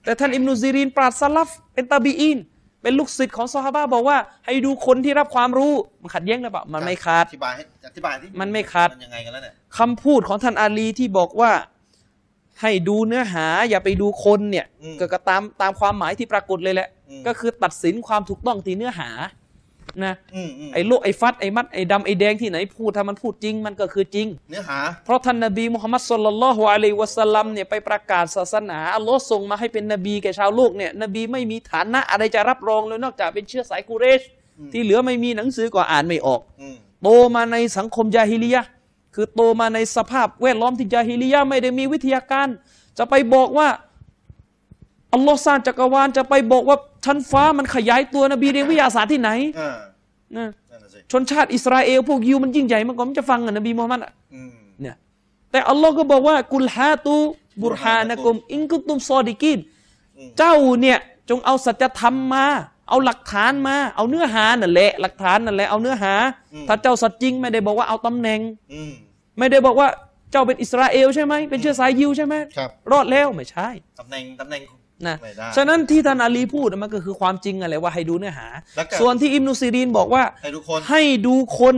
แต่ท่านอิมนุซีรีนปราศสลัฟเป็นตาบีอิน เป็นลูกศิษย์ของซอฮาบะห์บอกว่า ให้ดูคนที่รับความรู้มันขัดแย้งหรือเปล่ามันไม่ขาด
อธิบายให้อธิบายที่
มันไม่ขาด
มันยังไงกันแล้วเนี่ย
คำพูดของท่านอาลีที่บอกว่าให้ดูเนื้อหาอย่าไปดูคนเนี่ย
อืม
ก็ก็ตามตามความหมายที่ปรากฏเลยแหละ
อืม
ก็คือตัดสินความถูกต้องที่เนื้อหานะ
อืมอืม
ไอ้โลกไอ้ฟัดไอ้มัดไอ้ดำไอ้แดงที่ไหนพูดถ้ามันพูดจริงมันก็คือจริง
เนื้อหา
เพราะท่านนบีมุฮัมมัดสุลลัลลอฮุอะลัยฮิวะสัลลัมเนี่ยไปประกาศศาสนาอัลลอฮ์ส่งมาให้เป็นนบีแก่ชาวโลกเนี่ยนบีไม่มีฐานะอะไรจะรับรองเลยนอกจากเป็นเชื้อสายกุเรช
อืม
ที่เหลือไม่มีหนังสือก็อ่านไม่ออก
อืม
โตมาในสังคมยาฮิลียะห์คือโตมาในสภาพแวดล้อมที่ยาฮิลียะห์ไม่ได้มีวิทยาการ จะไปบอกว่าอัลลอฮ์สร้างจักรวาลจะไปบอกว่าชั้นฟ้ามันขยายตัวนบีเรียนวิทยาศาสตร์ที่ไหน
อ่า
นะ
นั่นน่ะสิ
ชนชาติอิสราเอลพวกยิวมันยิ่งใหญ่มันก็ไมันจะฟังอะนบีมูฮัมมัดอะ
อืม
เนี่ยแต่อัลลอฮ์ก็บอกว่ากุลฮาตูบุรฮานะกุมอิงกุตุมซอดิกิน
อืม
เจ้าเนี่ยจงเอาสัจธรรมมา เอาหลักฐานมา เอาเนื้อหานั่นแหละหลักฐานนั่นแหละเอาเนื้อหา ถ้าเจ้าสัจจริงไม่ได้บอกว่าเอาตำแหน่ง
อืม
ไม่ได้บอกว่าเจ้าเป็นอิสราเอลใช่ไหมเป็นเชื้อสายยิวใช่ไหม
ครับ
รอดแล้วไม่ใช่
ตำแหน่งตำแหน่ง
นะ
ไม่ได้
ฉะนั้นที่ท่านอาลีพูดมันก็คือความจริงอะไรว่าให้ดูเนื้อหา
แล้วก็
ส่วนที่อิมนุซีรีนบอกว่า
ให้ทุกคน
ให้ดูคน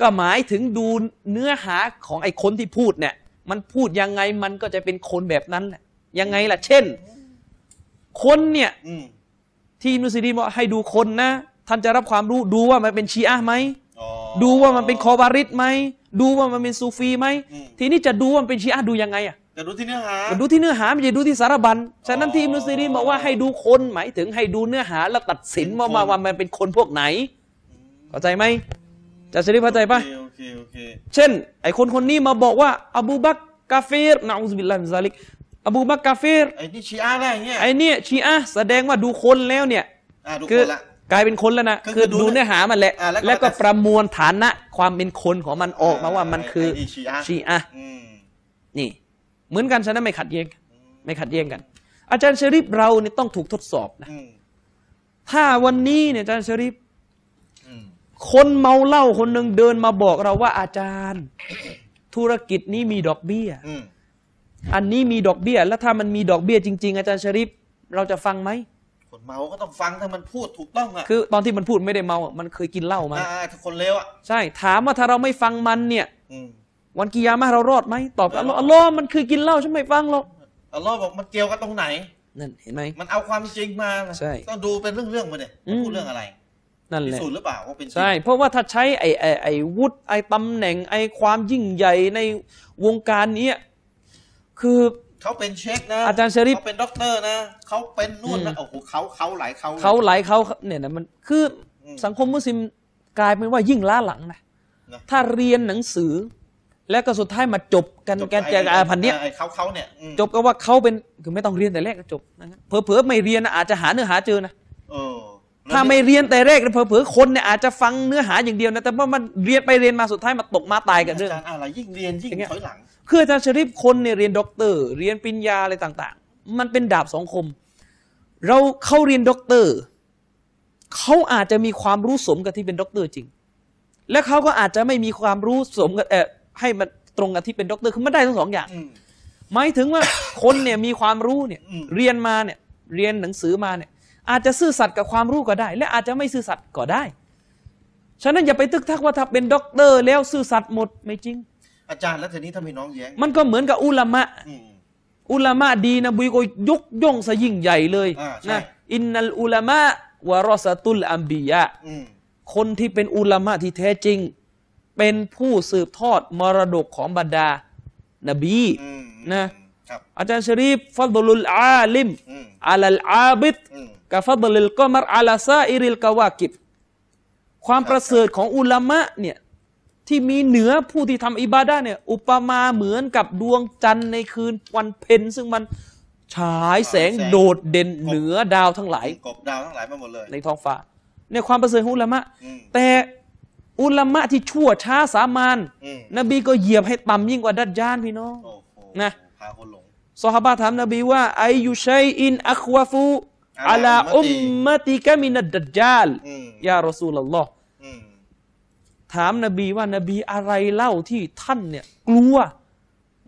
ก็หมายถึงดูเนื้อหาของไอ้คนที่พูดเนี่ย มันพูดยังไงมันก็จะเป็นคนแบบนั้นแหละยังไงล่ะ เช่น คนเนี่ย
อืม
ที่อิมนุซีรีนบอกให้ดูคนนะ ท่านจะรับความรู้ดูว่ามันเป็นชีอะห์ไหม
อ๋อ
ดูว่ามันเป็นคอบาริดไหม ดูว่ามันเป็นซูฟีไหม
อืม
ทีนี้จะดูว่ามันเป็นชีอะห์ดูยังไงอ่ะ
แต่ดูที่เนื้อหา
มันดูที่เนื้อหาไม่ใช่ดูที่สารบัญ ฉะนั้นที่อิมนุซีรีนบอกว่า
อ๋อ
ให้ดูคนหมายถึงให้ดูเนื้อหาแล้วตัดสินว่า
เป็นคน
มาว่ามันเป็นคนพวกไหน เข้าใจไหมจะสริเข้าใจปะ
โอเคโอเค
เช่น ไอ้คนคนนี้มาบอกว่า อบูบักรกาเฟรนะอูซบิลลาฮิมินซาลิก อบูบักรกาเฟร
ไอ้นี่ชีอาร์อะไรอย่างเงี้ย
ไอ้เนี่ยชีอะห์แสดงว่าดูคนแล้วเนี่ย
อ่าดูค
คือน
ละ
กลายเป็นคนแล้วนะ
ก็คื
คือ อ
ดู
ดูเนื้อหามันแหละ
อ่าแล้วก็
แล้วก็ประมวลฐานะความเป็นคนของมันออกมา
อ่า
ว่ามันคือ
ไอ้ชีอะห์
ชีอะห์
อืม
นี่ เหมือนกันฉะนั้นไม่ขัดแย้งกันไม่ขัดแย้งกัน อาจารย์ชริปเราเนี่ยต้องถูกทดสอบนะ
อืม
ถ้าวันนี้เนี่ยอาจารย์ชริป
อืม
คนเมาเหล้าคนหนึ่งเดินมาบอกเราว่าอาจารย์ ธุรกิจนี้มีดอกเบี้ย
อืม
อันนี้มีดอกเบี้ย แล้วถ้ามันมีดอกเบี้ยจริง ๆ อาจารย์ชริปเราจะฟังไหม
คนเมาก็ต้องฟังถ้ามันพูดถูกต้องอ่ะ
คือตอนที่มันพูดไม่ได้เมาอ่ะมันเคยกินเหล้ามา
อ่าถ้าคนเลวอ่ะ
ใช่ถามว่าถ้าเราไม่ฟังมันเนี่ย
อืม
วันกิยามะห์เรารอดไหมตอบอัลลอฮ์อัลลอฮ์มันคือกินเหล้าฉันไม่ฟังหรอก
อัลลอฮ์บอกมันเกี่ยวกันตรงไหน
นั่นเห็นไหม
มันเอาความจริงมา
ใช่
ต้องดูเป็นเรื่องๆมาเนี่ย
อืม
พูดเรื่องอะไร
นั่น
พิ
แหละ
สูจน์หรือเปล่าว่าเป็นจริง
ใช่เพราะว่าถ้าใช้ไอ้ไอ้ไอ้วุฒิไอ้ตำแหน่งไอ้ความยิ่งใหญ่ในวงการเนี้ยคือ
เขาเป็นเช็คนะ
อาจารย์ชริฟ
เขาเป็นด็อกเตอร์นะเขาเป็นนู่นนะ
อืม
โอ้โหเขาเขาหลายเขาลย
เขาไหลายเขาเนี่ยนะมันคืออ
ม
สังคมมุสลิมกลายเป็นว่ายิ่งล้าหลังนะ
นะ
ถ้าเรียนหนังสือ แล้วก็สุดท้ายมาจบกัน
จบ
แกนแจกอาพันเนี้ย
ไอ้เขาเขาเนี่ยอืม
จบก็ว่าเขาเป็นคือไม่ต้องเรียนแต่แรกก็จบนะครับเผลอๆไม่เรียนนะอาจจะหาเนื้อหาเจอนะ
เออ
ถ้าไม่เรียนแต่แรกเนี่ยเผลอๆคนเนี่ยอาจจะฟังเนื้อหาอย่างเดียวนะแต่ว่ามันเรียนไปเรียนมาสุดท้ายมาตกมาตายกัน
อา
เรื่อง
จารย์อะไรยิ่งเรียนยิ่ง
อย่างเงี้ย
ถอยหลัง
คืออาจารย์ชริปคนเนี่ยเรียนด็อกเตอร์ เรียนปริญญาอะไรต่างๆ มันเป็นดาบสองคม เราเข้าเรียนด็อกเตอร์เขาอาจจะมีความรู้สมกับที่เป็นด็อกเตอร์จริง และเขาก็อาจจะไม่มีความรู้สมกับเออให้มันตรงกับที่เป็นด็อกเตอร์คือมันได้ทั้งสองอย่าง
อืม
หมายถึงว่า คนเนี่ยมีความรู้เนี่ย
อืม
เรียนมาเนี่ยเรียนหนังสือมาเนี่ยอาจจะซื่อสัตย์กับความรู้ก็ได้ และอาจจะไม่ซื่อสัตย์ก็ได้ ฉะนั้นอย่าไปตึกทักว่าถ้าเป็นด็อกเตอร์ แล้วซื่อสัตย์หมดไม่จริง
อาจารย์แล้วทีนี้ถ้ามีน้องแย้ง
มันก็เหมือนกับอุลามะ
อืม
อุลามะดีนะบุยก็ยกย่องซะยิ่งใหญ่เลย
อ่าใช่
นะอินนัลอุลามะวะรอสตุลอัมบียะ
อืม
คนที่เป็นอุลามะที่แท้จริง เป็นผู้สืบทอดมรดกของบรรดา นบี
อืม
นะ
ครับ
อาจารย์ชรีฟฟัดลุลอาลิม
อืม
อาลัลอาบิด
อืม
กะฟัดลุลกอมรอาลาซาอิริลกาวากิบความประเสริฐของอุลามะเนี่ยที่มีเหนือผู้ที่ทำอิบาดะห์เนี่ยอุปมาเหมือนกับดวงจันทร์ในคืนวันเพ็ญซึ่งมันฉายแสงโดดเด่นเหนือดาวทั้งหลาย
กบดาวทั้งหลายมาหมดเลย
ในท้องฟ้าเนี่ยความประเสริฐของอุลามะ
อืม
แต่อุลามะที่ชั่วช้าสามาน
อืม
นบีก็เหยียบให้ต่ำยิ่งกว่าดัจญานพี่น้อง
โอ้โห
นะ
พาคนหลง
ซอฮาบะห์ถามนบีว่าไอยุชัยอินอัควาฟู
อะ
อา
ลา
ลา
อุ
อุ
ม
ม
มติ
มะติกะมินัดดัจญาล
อืม
ยารอซูลลลอฮ์
อืม
ถามนบีว่านบีอะไรเล่าที่ท่านเนี่ยกลัว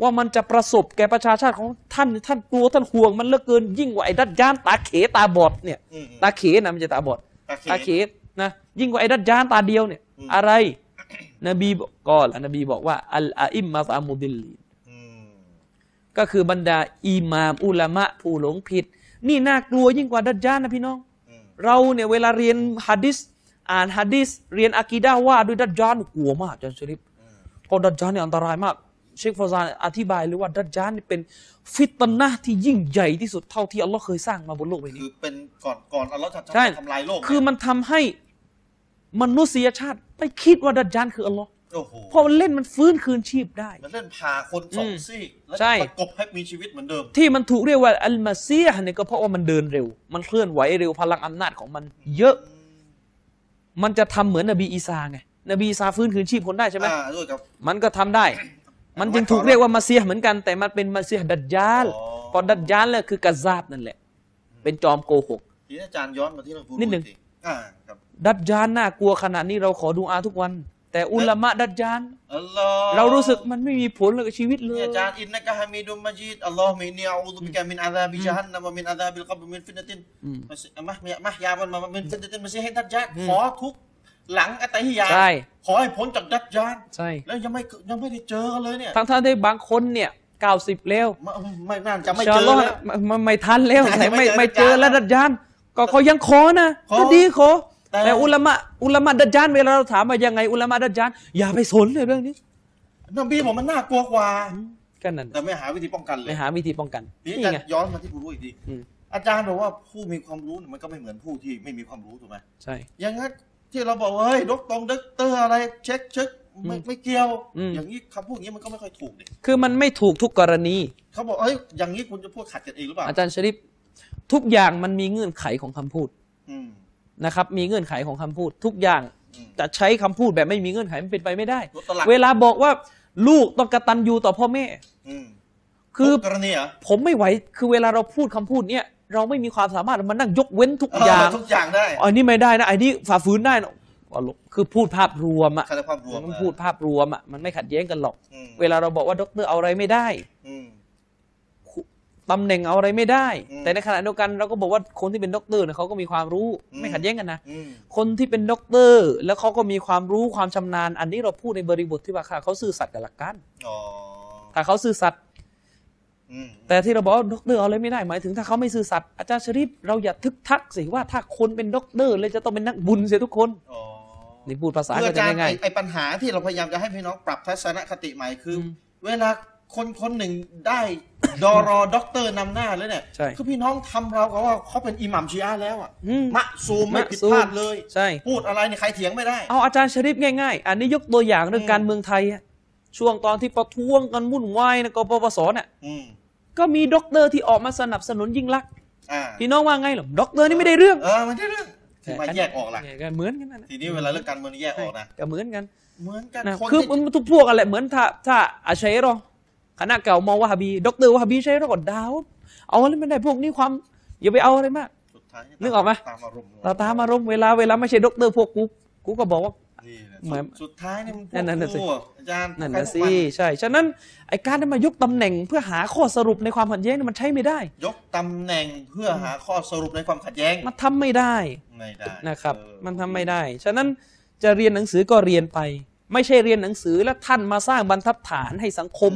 ว่ามันจะประสบแก่ประชาชาติของท่านท่านกลัวท่านห่วงมันเหลือเกินยิ่งกว่าไอ้ดัดยานตาเขตาบอดเนี่ย
อืม
ตาเขนะไม่ใช่ตาบอด
ๆ
ตาเขตนะยิ่งกว่าไอ้ดัดยานตาเดียวเนี่ย
อืม
อะไร นบีบอกก่อนนบีบอกว่าอัลอาอิมมาซามูดิลลีน
อืม
ก็คือบรรดาอิหมามอุลามะผู้หลงผิด นี่น่ากลัวยิ่งกว่าดัจญาลนะพี่น้อง
อืม
เราเนี่ยเวลาเรียนฮะดิษอ่านฮะดิษเรียนอะกีดาว่าด้วยดัจญาลกลัวมากอาจารย์ชริป
อืม
เพราะดัจญาลเนี่ยอันตรายมาก เชคฟอซานอธิบายเลยว่าดัจญาลเนี่ยเป็นฟิตนะห์ที่ยิ่งใหญ่ที่สุดเท่าที่อัลลอฮ์เคยสร้างมาบนโลกใบ
คื
นี้
อเป็นก่อนก่อนอัลเลอฮ์จะ
ใช่
ทำลายโลกเย
คือมันทำให้มนุษยชาติไปคิดว่าดัจญาลคืออัลลอฮ์
โอ้โห
เพราะมันเล่นมันฟื้นคืนชีพได้
มันเล่นพาคนสอง
อืม
ซีกแล้ว
ใช่
ประกบให้มีชีวิตเหมือนเดิม
ที่มันถูกเรียกว่าอัลมาซีฮ์เนี่ยก็เพราะว่ามันเดินเร็ว มันเคลื่อนไหวเร็วพลังอำนาจของมันเยอะ มันจะทำเหมือนนบีอีสาไง นบีอีสาฟื้นคืนชีพคนได้ใช่ไหม
อ่าด้วยกับ
มันก็ทำได้ มันจึงถูกเรียกว่ามาเซียเหมือนกัน แต่มันเป็นมาเซียดัดยาล
อ๋อ
เพอดัดยาลแล้วคือกะซาบนั่นแหละ เป็นจอมโกหก
ทีนี้อาจารย์ย้อนมาที่เรื่องฟู
นิดหนึ่ง
อีกอ่าครับ
ดัดยาลน่ากลัวขนาดนี้เราขอดูอาทุกวัน แต่อุลามะดัดยาล
อัลลอฮ์
เรารู้สึกมันไม่มีผลเลยกับชีวิตเล
นี่
ย
อาจารย์อินนะกะฮามิดุมมะจิดอัลลอฮุมะอินนีอาอูซุบิกะมินอาซาบิจะฮันนัมวะมินอาซาบิลกับรมินฟิตนะติน
อืม
มัสมะฮ์ยามะฮ์ยามันมามินฟิตนะตินมัสยิดดัจญาลขอทุกหลังอัตฮิยา
ใช่
ขอให้พ้นจากดัจญาล
ใช่
แล้วยังไม่เคยังไม่ได้เจอกันเลยเนี่ย
ทั้งท่านได้บางคนเนี่ยเก้าสิบแล้ว
ไม่ไม่น่าจะไม่
ชา
เจอ
ลอ
แล้ว
ไม่ไม่ไม่ทันแล้ว
ไม่
ไม่ไม่
ไม่
ไม่
เจ
เจ
อ
อ
แล้
แล้ว วดัจยานก็เขายังขอนะ
ขอ
ก็ดีขอ
แต่
แต่อุลามะอุลามะดัจยานเวลาเราถามว่ายังไงอุลามะดัจยานอย่าไปสนเลยเรื่องนี้
นบีบอกมันน่ากลัวกว่า
ก็นั่น
แต่ไม่หาวิธีป้องกันเล
ไป
ย
หาวิธีป้องกัน
ทีนี้
นี่
อา
ไง
จารย์ย้อนมาที่ผู้รู้อีกที
อืม
อาจารย์บอกว่าผู้มีความรู้เนี่ยมันก็ไม่เหมือนผู้ที่ไม่มีความรู้ถูกไหม
ใช่
อย่างนั้นที่เราบอกว่าเฮ้ยดกตรงด็กเตอร์อะไร เช็คเช็คไม่ไม่เกี่ยว อย่างนี้คำพูดอย่างนี้มันก็ไม่ค่อยถูกดิ
คือมันไม่ถูกทุกกรณี
เขาบอกเอ้ยอย่างนี้คุณจะพูดขัดกันเองหรือเปล่า
อาจารย์ชริปทุกอย่างมันมีเงื่อนไขของคำพูด
อืม
นะครับ มีเงื่อนไขของคำพูด ทุกอย่าง
อืม
จะใช้คำพูดแบบไม่มีเงื่อนไขมันเป็นไปไม่ได้
รถตลับ
เวลาบอกว่าลูกต้องกตัญญูต่อพ่อแม่
อืม
คือ
กรณีเหรอ
ผมไม่ไหว คือเวลาเราพูดคำพูดเนี่ย เราไม่มีความสามารถมานั่งยกเว้นทุก
เอ
อย่า
อง ทุกอย่างได้
อันนี้ไม่ได้นะอันนี้ฝ่าฝืนได้นะอ๋อคือพูดภาพรวมอะ
คณะความรวม
มันพูดภาพรวมอะมันไม่ขัดแย้งกันหรอก
อืม
เวลาเราบอกว่าด็อกเตอร์เอาอะไรไม่ได้
อืม
ตำแหน่งเอาอะไรไม่ได้
อืม
แต่ในขณะเดียวกันเราก็บอกว่าคนที่เป็นด็อกเตอร์เนี่ยเขาก็มีความรู้
อืม
ไม่ขัดแย้งกันนะ
อืม
คนที่เป็นด็อกเตอร์ แล้วเขาก็มีความรู้ความชำนาญ อันนี้เราพูดในบริบทที่ว่าค่ะเขาซื่อสัตย์กับหลักการ
อ๋อ
ถ้าเขาซื่อสัตย์
อืม
แต่ที่เราบอกว่าด็อกเตอร์เอาเลยไม่ได้หมายถึงถ้าเขาไม่ซื่อสัตย์อาจารย์ชริปเราอย่าทึกทักสิว่าถ้าคนเป็นด็อกเตอร์เลยจะต้องเป็นนักบุญเสียทุกคน
อ๋อ
นี่พูดภาษา
คือ
ก็
อา
จะ
จารย์
ง่าย
ไอ้ไอ้ปัญหาที่เราพยายามจะให้พี่น้องปรับทัศนคติใหม่คืออ
ม
เวลาคนคนหนึ่งได้ดอรอด็อกเตอร์นำหน้าแล้วเนี่ย
ใช่
คือพี่น้องทำเรากับว่าเขาเป็นอิหมัมชีอะห์แล้วอ่ะ
ๆอืม
มะซูมไม่ผิด
มะซูม
พลาดเลย
ใช่
พูดอะไรเนี่ยใครเถียงไม่ได้
เอาอาจารย์ชริปง่ายๆ อันนี้ยกตัวอย่างเรื่อง
อืม
การเมืองไทยอะช่วงตอนที่ประท้วงกันวุ่นวายนะกปปสน่ะ
อืม
ก็มีด็อกเตอร์ที่ออกมาสนับสนุนยิ่งลักษณ์
อ่า
พี่น้องว่าไงหรอด็อกเตอร์นี่ไม่ได้เรื่อง
เออมันได้เรื่องที่มาแยกออกล่ะ
เนี่ยเหมือนกันนะ
ทีนี้เวลาเรื่องการเมืองนี่แยกออกนะ
ก็เหมือนกัน
เหมือนกัน
นะ
คน
คือ
ที่
มันทุกพวกอะไรเหมือนถ้าถ้าอาชัยรอคณะเก่ามองว่าฮาบีดอกเตอร์ว่าฮาบีใช้รอดดาว เอาอะไรไม่ได้พวกนี้ความ อย่าไปเอาอะไรมาก
สุดท้ายเย
นึกออกไหม
ตามอารมณ์
เราตามอารมณ์เวลาเวลาไม่ใช่ดอกเตอร์พวกกูกูก็บอกว่า
นี่แหละ
เหมือน
สุดท้ายเนี่ยมัน
นั่นน่ะสิ
พูดอาจารย์
นั่นนะ
ใคร
สิ
บอกว่า
ใช่ฉะนั้นไอ้การที่มายกตำแหน่งเพื่อหาข้อสรุปในความขัดแย้งเนี่ยมันใช้ไม่ได้
ยกตำแหน่งเพื่อหาข้อสรุปในความขัดแย้ง
มันทำไม่ได้
ไม่ได้
นะครับ
เออ
มันทำไม่ได้ ฉะนั้นจะเรียนหนังสือก็เรียนไป ไม่ใช่เรียนหนังสือแล้วท่านมาสร้างบรรทัดฐานให้สังคม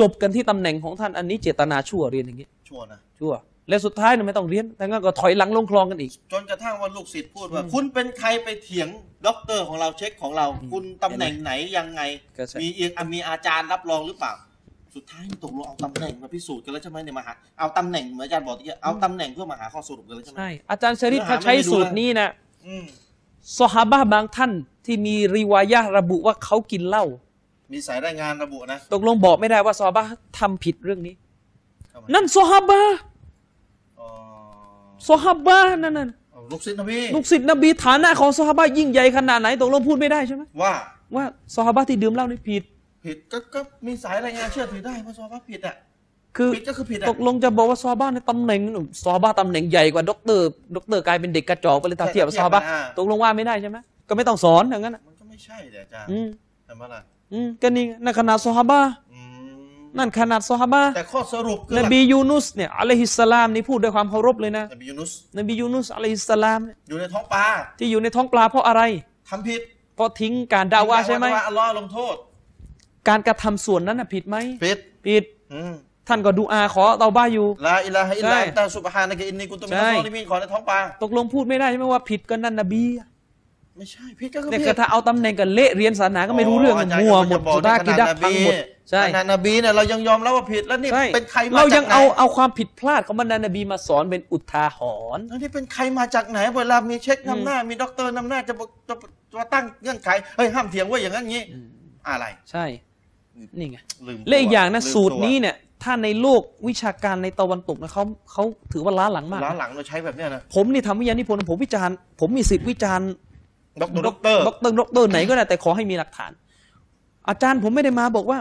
จบกันที่ตำแหน่งของท่านอันนี้เจตนาชั่วเรียนอย่างนี้
ชั่วนะ
ชั่วและสุดท้ายเนี่ยไม่ต้องเรียนแต่งั้นก็ถอยหลังลงคลองกันอีก
จนกระทั่งว่าลูกศิษย์พูดว่า คุณเป็นใครไปเถียงด็อกเตอร์ของเราเช็คของเรา คุณตำแหน่งไหนยังไง
ก็ใช่
มีเอียงอ่ะมีอาจารย์รับรองหรือเปล่า สุดท้ายตกลงเอาตำแหน่งมาพิสูจน์กันแล้วใช่ไหมเนี่ยมาหาเอาตำแหน่งเหมือนอาจารย์บอกที่เอาตำแหน่งเพื่อมาหาข้อสรุปกันแล้วใช่ไหม
ใช่อาจารย์ชริต
เนื้อหา
เขาใช้
ไม่ได้ดู
สูตรนี้นะ
อืม
สฮาบะห์บางท่านที่มีรีวายะห์ระบุว่าเขากินเหล้า
มีสายรายงานระบุนะ
ตกลงบอกไม่ได้ว่าสฮาบะห์ทำผิดเรื่องนี้
เข้ามา
นั่นสฮาบะห์
อ๋อ
สฮาบะห์นั่นน่ะ
เอาลูกศิษย์นะพี่
ลูกศิษย์นบีฐานะของสฮาบะห์ยิ่งใหญ่ขนาดไหนตกลงพูดไม่ได้ใช่ไหม
ว่า
ว่าสฮาบะห์ที่ดื่มเหล้านี่ผิด
ผิดก็ก็มีสายรายงานเชื่อถือได้ว่าสอบว่าผิดอ่ะ
คือ
ผิดก็คือผิดอ่ะ
ตกลงจะบอกว่าสฮาบะห์ในตำแหน่งสฮาบะห์ตำแหน่งใหญ่กว่าด็อกเตอร์ด็อกเตอร์กลายเป็นเด็กกระจอกไปเลยถ้าเทียบกับสฮาบะห์ตกลงว่าไม่ได้ใช่ไหมก็ไม่ต้องสอนอย่างนั้นน่ะ
มันก็ไม่ใช่เดี๋ยวอาจารย์
อืม
ใช่ไหมล่ะ
อืมก็นี่ไงในขณะซอฮาบะห์
อืม
นั่นขนาดซอฮาบะห์
แต่ข้อสรุปคือน หลัก
บียูนุสเนี่ยอะลัยฮิสสลามนี่พูดด้วยความเคารพเลยนะ
นบียูนุส
นบียูนุสอะลัยฮิสสลามเนี่ย
อยู่ในท้องปลา
ที่อยู่ในท้องปลาเพราะอะไร
ทำผิด
เพราะทิ้งการดาวาใช่ไหม
ว่าอัลลอฮ์ลงโทษ
การกระทำส่วนนั้นน่ะผิดไหม
ผิด
ผิด
อืม
ท่านก็ดูอาขอเตาบ้าอยู่
ลาอิลาฮะอิลลา
ใช่
อันตะซุบฮานะกะอินนีกุนตุมินัส
ใช่
ซอลิมีนขอในท้องปลา
ตกลงพูดไม่ได้ใช่ไหมว่าผิดก็นั่นนบีอะ
ไม่ใช่ผิดก็คือ
เนี่ย
ผิ
ก็
ด
ถ้าเอาตำแหน่งกันเละเรียนศาสนาก็ไม่รู้เรื่อง
าจาย์
มัวหม
ก็
ด
จะบอก
สุดากิดาพังหมดใช่
ขนาดนบีเนี่ยเรายังยอมรับว่าผิดแล้วนี่
ใช่
เป็นใครมา
เรา
จา
ยั
ก
ง
ไหน
เอาเอาความผิดพลาดของบรรดานบีมาสอนเป็นอุทาหรณ์
แล้วนี่เป็นใครมาจากไหนเวลามีเช็คนำหน้ามีด็อกเตอร์นำหน้าจะบอกจะจะตั้งเงื่อนไขเฮ้ยห้ามเถียงเว่าอย่างนั้นอย่างนี้
อืม
อะไร
ใช่ นี่ไง
ลืมตัว
และอีกอย่างนะ
ลืม
สูตร
ว
นี้เนี่ย ถ้าในโลกวิชาการในตะวันตกนะเขาเขาถือว่าล้าหลังมาก
ล้า
นะ
หลังเราใช้แบบเนี้ยนะ
ผมนี่ทำวิทยานิพนธ์ผมวิจารณ์ผมมีสิทธิ์วิจารณ์
ด็อกเตอร์ด็อกเตอร์
ด็อกเตอร์ด็อกเตอร์ไหนก็ได้แต่ขอให้มีหลักฐาน อาจารย์ผมไม่ได้มาบอกว่า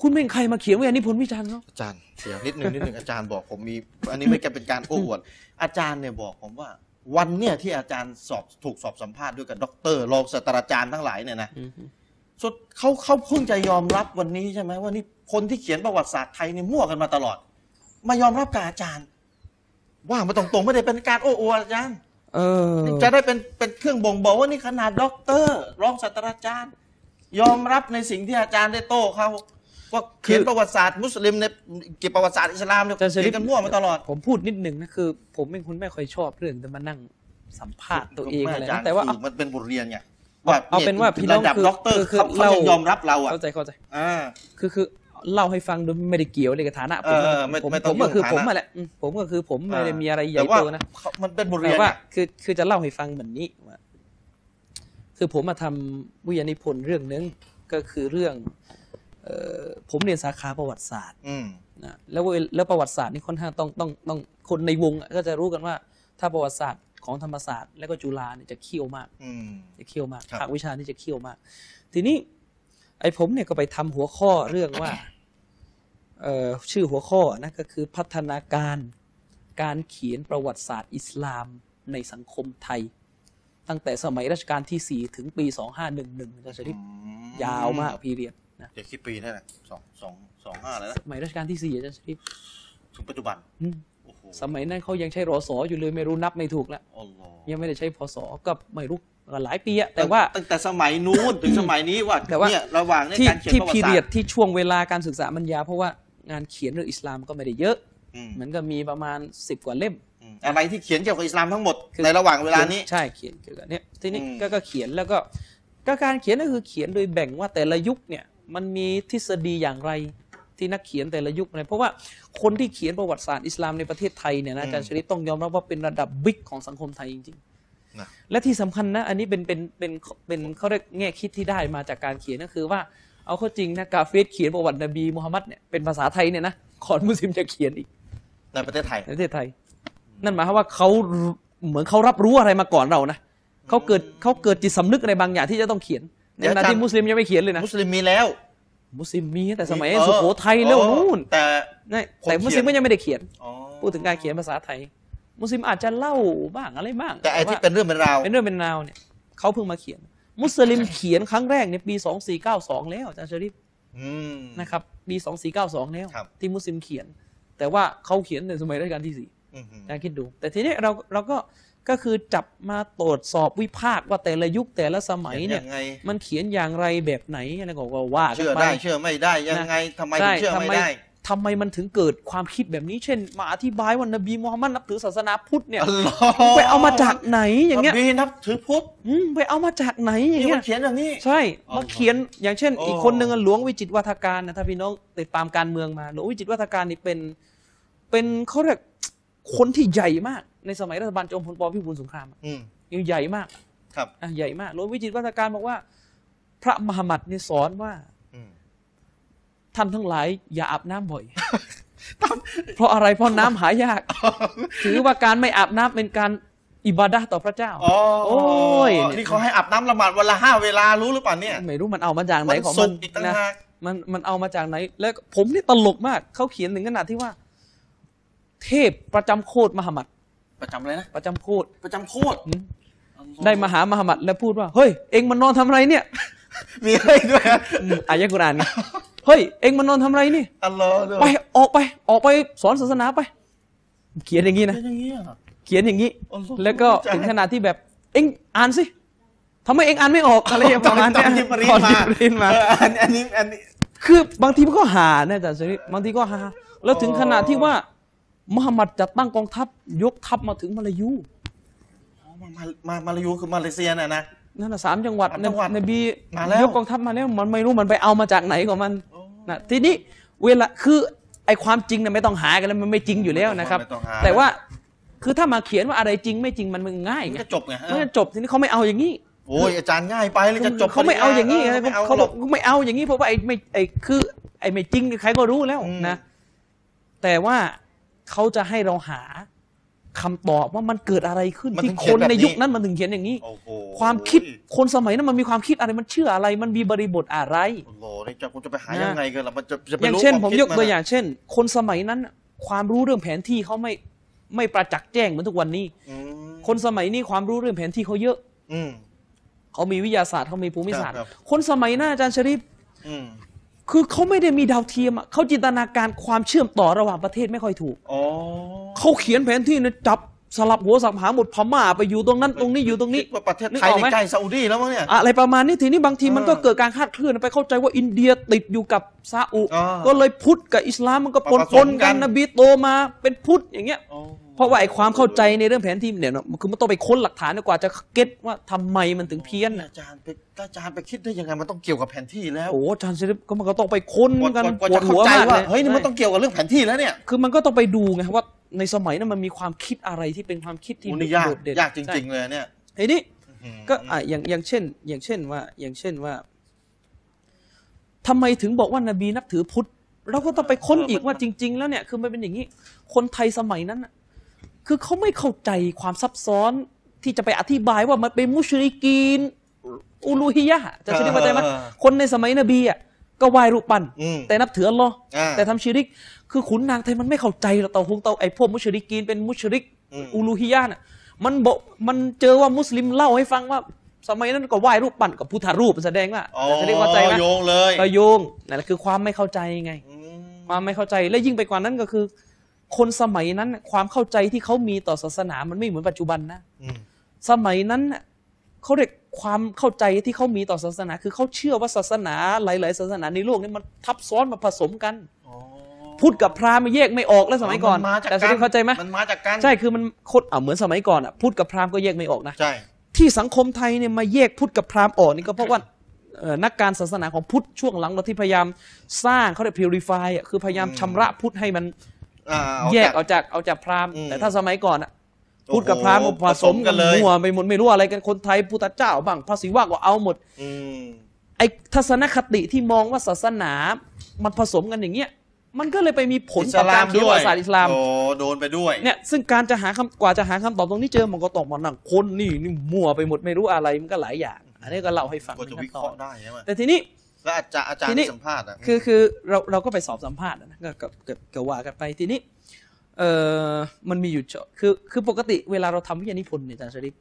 คุณเป็นใครมาเขียนวิทยานิพนธ์วิจารณ์เขา
อาจารย์เดี๋ยวนิดนึงนิดนึงอาจารย์บอกผมมี อันนี้ไม่แกเป็นการโอ้อวด อาจารย์เนี่ยบอกผมว่า วันเนี่ยที่อาจารย์สอบถูกสอบสัมภาษณ์ด้วยกับด็อกเตอร์รองศาสตราจารย์ทั้งหลายเนี่ยนะสุดเขาเขาเพิ่งจะยอมรับวันนี้ใช่ไหมว่านี่คนที่เขียนประวัติศาสตร์ไทยเนี่ยมั่วกันมาตลอด มายอมรับกับอาจารย์ ว่ามาตรงๆไม่ได้เป็นการโอ้อวดอาจารย์
เออ
จะได้เป็นเป็นเครื่องบ่งบอกว่านี่ขนาดด็อกเตอร์รองศาสตราจารย์ ยอมรับในสิ่งที่อาจารย์ได้โต้เขาว่าเขียน
คือ
ประวัติศาสตร์มุสลิมในเกี่ยวกับประวัติศาสตร์อิสลามเนี่ย
อาจารย์เสรี
เขียนกันมั่วมาตลอด
ผมพูดนิดหนึ่งนะคือ ผมเป็นคนไม่ค่อยชอบเรื่องจะมานั่งสัมภาษณ์ตัวเองอะไร
ไม่าจาร
นะ
ย์
แต่ว่า
คือมันเป็นบทเรียนไง
เอาเอาเป็นว่าพี่น้อง
ระดับ
คือ
ด็อกเตอร์
คือ
เขาเขา
เรา
ยังยอมรับเราอ่ะ
เข้าใจเข้าใจ
อ่า
คือคือเล่าให้ฟังโดยไม่ได้เกี่ยวเลยกับฐานะผม
เออไม่
ผม
ไม่ต้
ผ
อง
มก็คือ
ยุ่งฐาม นะ
ผมาแหละอืมผมก็คือผมไม่ได้มีอะไรใหญ่
แต่ว่า
โตนะ
เขามันเป็นบทเรีย
แต่
น
ว่า
ไง
คือคือจะเล่าให้ฟังแบบนี้ว่าคือผมมาทำวิทยานิพนธ์เรื่องหนึงก็คือเรื่องเออผมเรียนสาขาประวัติศาสตร์
อืม
นะแล้วเวลแล้วประวัติศาสตร์นี่ค่อนข้างต้องต้องต้องคนในวงอะก็จะรู้กันว่า ถ้าประวัติศาสตร์ของธรรมศาสตร์ และก็จุฬาเนี่ยจะเคี่ยวมาก
อืม
จะเคี่ยวมาก
ครับ
ภาควิชานี่จะเคี่ยวมาก ทีนี้ ไอ้ผมเนี่ยก็ไปทำหัวข้อเรื่องว่าเอ่อชื่อหัวข้อนะก็คือพัฒนาการการเขียนประวัติศาสตร์อิสลามในสังคมไทย ตั้งแต่สมัยรัชกาลที่ 4 ถึงปี 2511อาจารย์ชริปยาวมากพีเรียดนะ
เดี๋ยวคิดปีนั่นแหละสองสองสองห้าแล้วนะ
สมัยรัชกาลที่ 4อาจารย์ชริป
ถึงปัจจุบัน
อืม
โอ้โห
สมัยนั้นเขายังใช้รอสออยู่เลยไม่รู้นับไม่ถูกแล้ว
อัลลอฮ์
ยังไม่ได้ใช้พศก็ไม่รู้ก็หลายปีอะแต่ว่า
ตั้งแต่สมัยนู้ น ถึงสมัยนี้ว่า
แต่ว่า
เนี่ยระหว่างเนี่ย
ที่
การเขียน
ที่
ประวั
พี
ติศา
เรี
ส
ย
ต
ด
ร์
ที่ช่วงเวลาการศึกษามันยาวเพราะว่างานเขียนเรื่องอิสลามก็ไม่ได้เยอะ
อืม
มันก็มีประมาณ 10 กว่าเล่ม
อืมอะไรที่เขียนเกี่ยวกับอิสลามทั้งหมด
คือ
ในระหว่างเวลานี้
ใช่เขียนเกี่ยวกับเนี้ยทีนี้
อืม
ก็ก็เขียนแล้วก็ก็การเขียนก็คือเขียนโดยแบ่งว่าแต่ละยุคเนี่ยมันมีทฤษฎีอย่างไรที่นักเขียนแต่ละยุคเนี่ยเพราะว่าคนที่เขียนประวัติศาสตร์อิสลามในประเทศไทยเนี่ยนะอาจารย์ชลิตต้องยอมรับว่าเป็นระดับบิ๊กของสังคมไทยจริง
นะ
ๆ และที่สำคัญนะอันนี้เป็นเป็นเป็นเป็นเขาเรียกแง่คิดที่ได้มาจากการเขียนก็คือว่าเอาเข้าจริงนะกาเฟสเขียนประวัตินบีมูฮัมมัดเนี่ยเป็นภาษาไทยเนี่ยนะขอนมุสลิมจะเขียนอีก
ในประเทศไทย
ในประเทศไทย นั่นหมายความว่าเขาเหมือนเขารับรู้อะไรมาก่อนเรานะเขาเกิดเขาเกิดจิตสำนึกอะไรบางอย่างที่จะต้องเขียน
เดี๋ย
ใน
ว
ขณะ
อาจารย์
ที่มุสลิมยังไม่เขียนเลยนะ
มุสลิมมีแล้ว
มุสลิมมีตั้งแต่สมัย
เออ
สุโขทัยแล้ว
เออ
นู่น
แต่
นี่
คนเขียน
แต่มุสลิมก็ยังไม่ได้เขียน
อ๋อ
พูดถึงการเขียนภาษาไทย มุสลิมอาจจะเล่าบ้างอะไรบ้าง
แต่ไอ้ที่
ว่า
เป็นเรื่องเป็นราว
เป็นเรื่องเป็นราวเนี่ยเขาเพิ่งมาเขียน มุสลิมเขียนครั้งแรกในปี 2492 แล้วอาจารย์ชริฟ
อืม
นะครับปี2492 แล้ว
ครับ
ที่มุสลิมเขียน แต่ว่าเขาเขียนในสมัยรัชกาลที่สี่
อืมอืม
อาจารย์คิดดู แต่ทีนี้เราเราก็ก็คือจับมาตรวจสอบวิพากษ์ว่าแต่ละยุคแต่ละสมัย
เขียน
เนี่ย
ยังไง
มันเขียนอย่างไรแบบไหนอะไรก็ว่ากัน
เชื่อ
ไป
ได้เชื่อไม่ได้ยังไงทำไมถึงเชื่อ
ใช่
ไม่
ทำไม
ได้
ทำไมมันถึงเกิดความคิดแบบนี้ เช่น มาอธิบายว่านบีมูฮัมมัดนับถือศาสนาพุทธเนี่ย
อัลลอฮ์
ไปเอามาจากไหนอย่างเงี้ย
นบีนับถือพุทธ
อืมไปเอามาจากไหนอย่าง
นี่
เงี้
มั
ย
นเขียนอย่างนี้
ใช่
อ๋อ
มาเขียนอย่างเช่น
อ๋ออี
อีกคนหนึ่งอะหลวงวิจิตรวัฒการนะถ้าพี่น้องติดตามการเมืองมาหลวงวิจิตรวัฒการนี่เป็น เป็นเขาเรียกคนที่ใหญ่มากในสมัยรัฐบาลจอมพลปพิบูลสงครามอะ
อืม
ยังใหญ่มาก
ครับ
อ่ะใหญ่มากหลวงวิจิตรวัฒการบอกว่า พระมหามัดเนี่ยสอนว่า
อืม
ท่านทั้งหลายอย่าอาบน้ำบ่อย เพราะอะไรเพราะน้ำหายาก ถือว่าการไม่อาบน้ำเป็นการอิบาดะห์ต่อพระเจ้า
อ๋อ
โอ้ย
นี่เขาให้อาบน้ำละหมาดวันละห้าเวลารู้หรือเปล่าเนี่ย
ไม่รู้มันเอามาจากไหน
วัน
ของ
ศุ
มั
ก
น
ร์อีกต่าง
นะ
หาก
มันมันเอามาจากไหน แล้วผมนี่ตลกมากเขาเขียนถึงขนาดที่ว่า เทพประจำโคดมหามัด
ประจำเลยนะ
ประจำโคด
ประจำโคตร
อืมได้มาหามหามัดแล้วพูดว่าเฮ้ยเอ็งมันนอนทำอะไรเนี่ย
มีให้ด้วยนะ
อืมอายะกุรอานไง เฮ้ย เองมานอนทำไรนี่
อัลลอฮ์เลย
ไปออกไปออกไปสอนศาสนาไป เขียนอย่างนี้นะ
เป็นอย่างนี้ย
เขียนอย่างนี้
อัลลอฮ์
แล้วก็ถึงขนาดที่แบบ เองอ่านสิทำไมเองอ่านไม่ออกอะไรอย่างประมาณ
ต
เนี้
อนยิบรีน
ตอน
มา
ยิบรีนมา
เอออันอันนี้อันนี้
คือบางทีมันก็หานะอาจารย์เสรีบางทีก็หา แล้วถึงขนาดที่ว่ามหามัดจัดตั้งกองทัพยกทัพมาถึงมาลายู
อ๋อมามามาลายูคือมาเลเซียน่ะนะ
นั่นนะสามจังหวัด
สามจังหวัด
นบี
มาแล้ว
ยกกองทัพมาแล้วมันไม่รู้มันไปเอามาจากไหนของมันนะทีนี้เวลาคือไอความจริงเนี่ยไม่ต้องหากันแล้วมันไม่จริงอยู่แล้วนะครับ
ไม่ต้องห
แต่ว่าคือถ้ามาเขียนว่าอะไรจริงไม่จริงมันมันง่าย
มัน
ไง
ก็จบไง
มันจะจบทีนี้เขาไม่เอาอย่างนี้
โอ้ยอาจารย์ง่ายไปเลยจะจบ
เขาไม่เอาอย่างนี้
เ
นะ
ไม่เอา
เขา
ห
บ
ร
อ
อก ก
ไม่เอาอย่างนี้เพราะว่าไอ้ไม่ไอ้คือ ไอ้ไม่จริงใครก็รู้แล้ว
อืม
นะ แต่ว่าเขาจะให้เราหาคำตอบว่ามันเกิดอะไรขึ้น ที่คนในยุคนั้นมันถึงเขียนอย่างนี้
โอ้โห
ความคิดคนสมัยนั้นมันมีความคิดอะไรมันเชื่ออะไร มันมีบริบทอะไร
โอ้โหนี่จะผมจะไปหายังไงกันล่ะมันจะจะไป
อย่าง
รู้
เช่น
ค
ผ
วาม คิด
ยกตัว
นะ
อย่าง เช่น คนสมัยนั้นน่ะความรู้เรื่องแผนที่เขาไม่ไม่ประจักษ์แจ้งเหมือนทุกวันนี้
อืม
คนสมัยนี้ความรู้เรื่องแผนที่เขาเยอะ
อืม
เขามีวิทยาศาสตร์เขามีภูมิศาสตร์
ครับ
คนสมัยหน้าอาจารย์ชริป
อืม
คือเขาไม่ได้มีดาวเทียมอะเขาจินตนาการความเชื่อมต่อระหว่างประเทศไม่ค่อยถูก
อ๋อ
เขาเขียนแผนที่เนี่ยจับสลับหัวสับหางหมดพม่าไปอยู่ตรงนั้นตรงนี้อยู่ตรงนี้
คิดว่าประเทศ
นึก
ไทย
ออกไหม
ในใกล้ซาอุดีแล้วมั้งเนี่ย
อะไรประมาณนี้ทีนี้บางทีมันก็
เออ
เกิดการคลาดเคลื่อนไปเข้าใจว่าอินเดียติดอยู่กับซาอุ
อ่า
ก็เลยพุทธกับอิสลามมันก็ปน
มาผ
ป
ส
น
ม
กั
กัน น
นบีโตมาเป็นพุทธอย่างเงี้ย
อ๋อ
เพราะว่าไอ้ความเข้าใจในเรื่องแผนที่เนี่ยนะคือมันต้องไปค้นหลักฐานกว่าจะเก็ตว่าทำไมมันถึงเพี้ยนน่ะ
อาจารย์ไปอาจารย์ไปคิดได้ยังไงมันต้องเกี่ยวกับแผนที่แล้ว
โอ้โหอาจารย์เชลิปก็มันก็ต้องไปค้น
กว่า
กัน
กว่า
ปว
จะ
ดหั
เข้าว ใจ
มาก
ว่า
เลย
เฮ้ยนี่มันต้องเกี่ยวกับเรื่องแผนที่แล้วเนี่ย
คือมันก็ต้องไปดูไงว่าในสมัยนั้นมันมีความคิดอะไรที่เป็นความคิดที่
โอ้นี่ยาก
โดดเด่น
ยากจริง ๆ เลยเนี่ย
ๆไอ้นี่
อืม
ก็อ่ะอย่างอย่างเช่น อย่างเช่นว่า อย่างเช่นว่าทำไมถึงบอกว่านบีนับถือพุทธเราก็ต้องไปค้นอีกว่าจริง ๆ แล้วเนี่ยคือมันเป็นอย่างนี้ คนไทยสมัยนั้นน่ะคือเขาไม่เข้าใจความซับซ้อนที่จะไปอธิบายว่ามันเป็นมุชริกีน อูลูฮิยะห์จะใช่ไหมใจไหมคนในสมัยนบีอ่ะก็ไหว้รูปปั้น
อืม
แต่นับถืออัลลอฮ์
อ่า
แต่ทำชิริก คือขุนนางไทยมันไม่เข้าใจหรอกเตาหงเตาไอ้พวกมุชริกีนเป็นมุชริก
อืม
อูลูฮิยาน่ะมันบอกมันเจอว่ามุสลิมเล่าให้ฟังว่า สมัยนั้นก็ไหว้รูปปั้นกับพุทธรูปแสดงว่า
อ๋อ
จะเรียกว่าใจนะ
โยงเลย
ก็โยงนั่นแหละคือความไม่เข้าใจไง
อืม
ความไม่เข้าใจและยิ่งไปกว่านั้นก็คือ คนสมัยนั้นน่ะความเข้าใจที่เขามีต่อศาสนามันไม่เหมือนปัจจุบันนะ
อืม
สมัยนั้นน่ะเขาเรียกความเข้าใจที่เขามีต่อศาสนา คือเขาเชื่อว่าศาสนาหลาย ๆ ศาสนาในโลกนี้มันทับซ้อนมาผสมกัน พุทธกับพราหมณ์มันแยกไม่ออกแล้วสมัยก่อน
มันมาจาก
แต่สมัยเข้าใจไหม
มันมาจากการ
ใช่คือมันคนอ่าเหมือนสมัยก่อนอ่ะพุทธกับพราหมณ์ก็แยกไม่ออกนะ
ใช่
ที่สังคมไทยเนี่ยมาแยกพุทธกับพราหมณ์ออกนี่ก็เพราะว่าเอ่อนักการศาสนาของพุทธช่วงหลังเราที่พยายามสร้างเขาเรียก purify อ่ะคือพยายามชำระพุทธให้มัน
อ่าเอา
แยก
จาก
เอาจากเอาจากพราหมณ์
อืม
แต่ถ้าสมัยก่อนอ่ะ พุทธกับพราหมณ์
โอ้โห
ผสมกัน
เลย
มั่วไปหมดไม่รู้อะไรกันคนไทยพุทธเจ้าบ้างพระศิวะก็เอาหมด
อืม
ไอ้ทัศนคติที่มองว่าศาสนา มันผสมกันอย่างเงี้ยมันก็เลยไปมีผลต่อการเขียนประวัติศาสตร์อิสลาม
โอ้โดนไปด้วย
เนี่ยซึ่งการจะหาคำกว่าจะหาคำตอบตรงนี้เจอมันก็ตอบมาหนังคนนี่นี่มั่วไปหมดไม่รู้อะไรมันก็หลายอย่าง อันนี้ก็เล่าให้ฟัง
ก็จะ
เป็นขั้
วิเค
นตอ
ราะ
น
ห์ได้ใช่ไหม
แต่ทีนี้
แล้วอาจารย์อาจารย์
ทีนี้
ที่สัมภาษณ์อ่ะ
คือคือเราเราก็ไปสอบสัมภาษณ์นะก็ก็ก็ก็ว่ากันไปทีนี้เออมันมีอยู่เจาะคือคือปกติเวลาเราทำวิทยานิพนธ์เนี่ยอาจารย์ชริป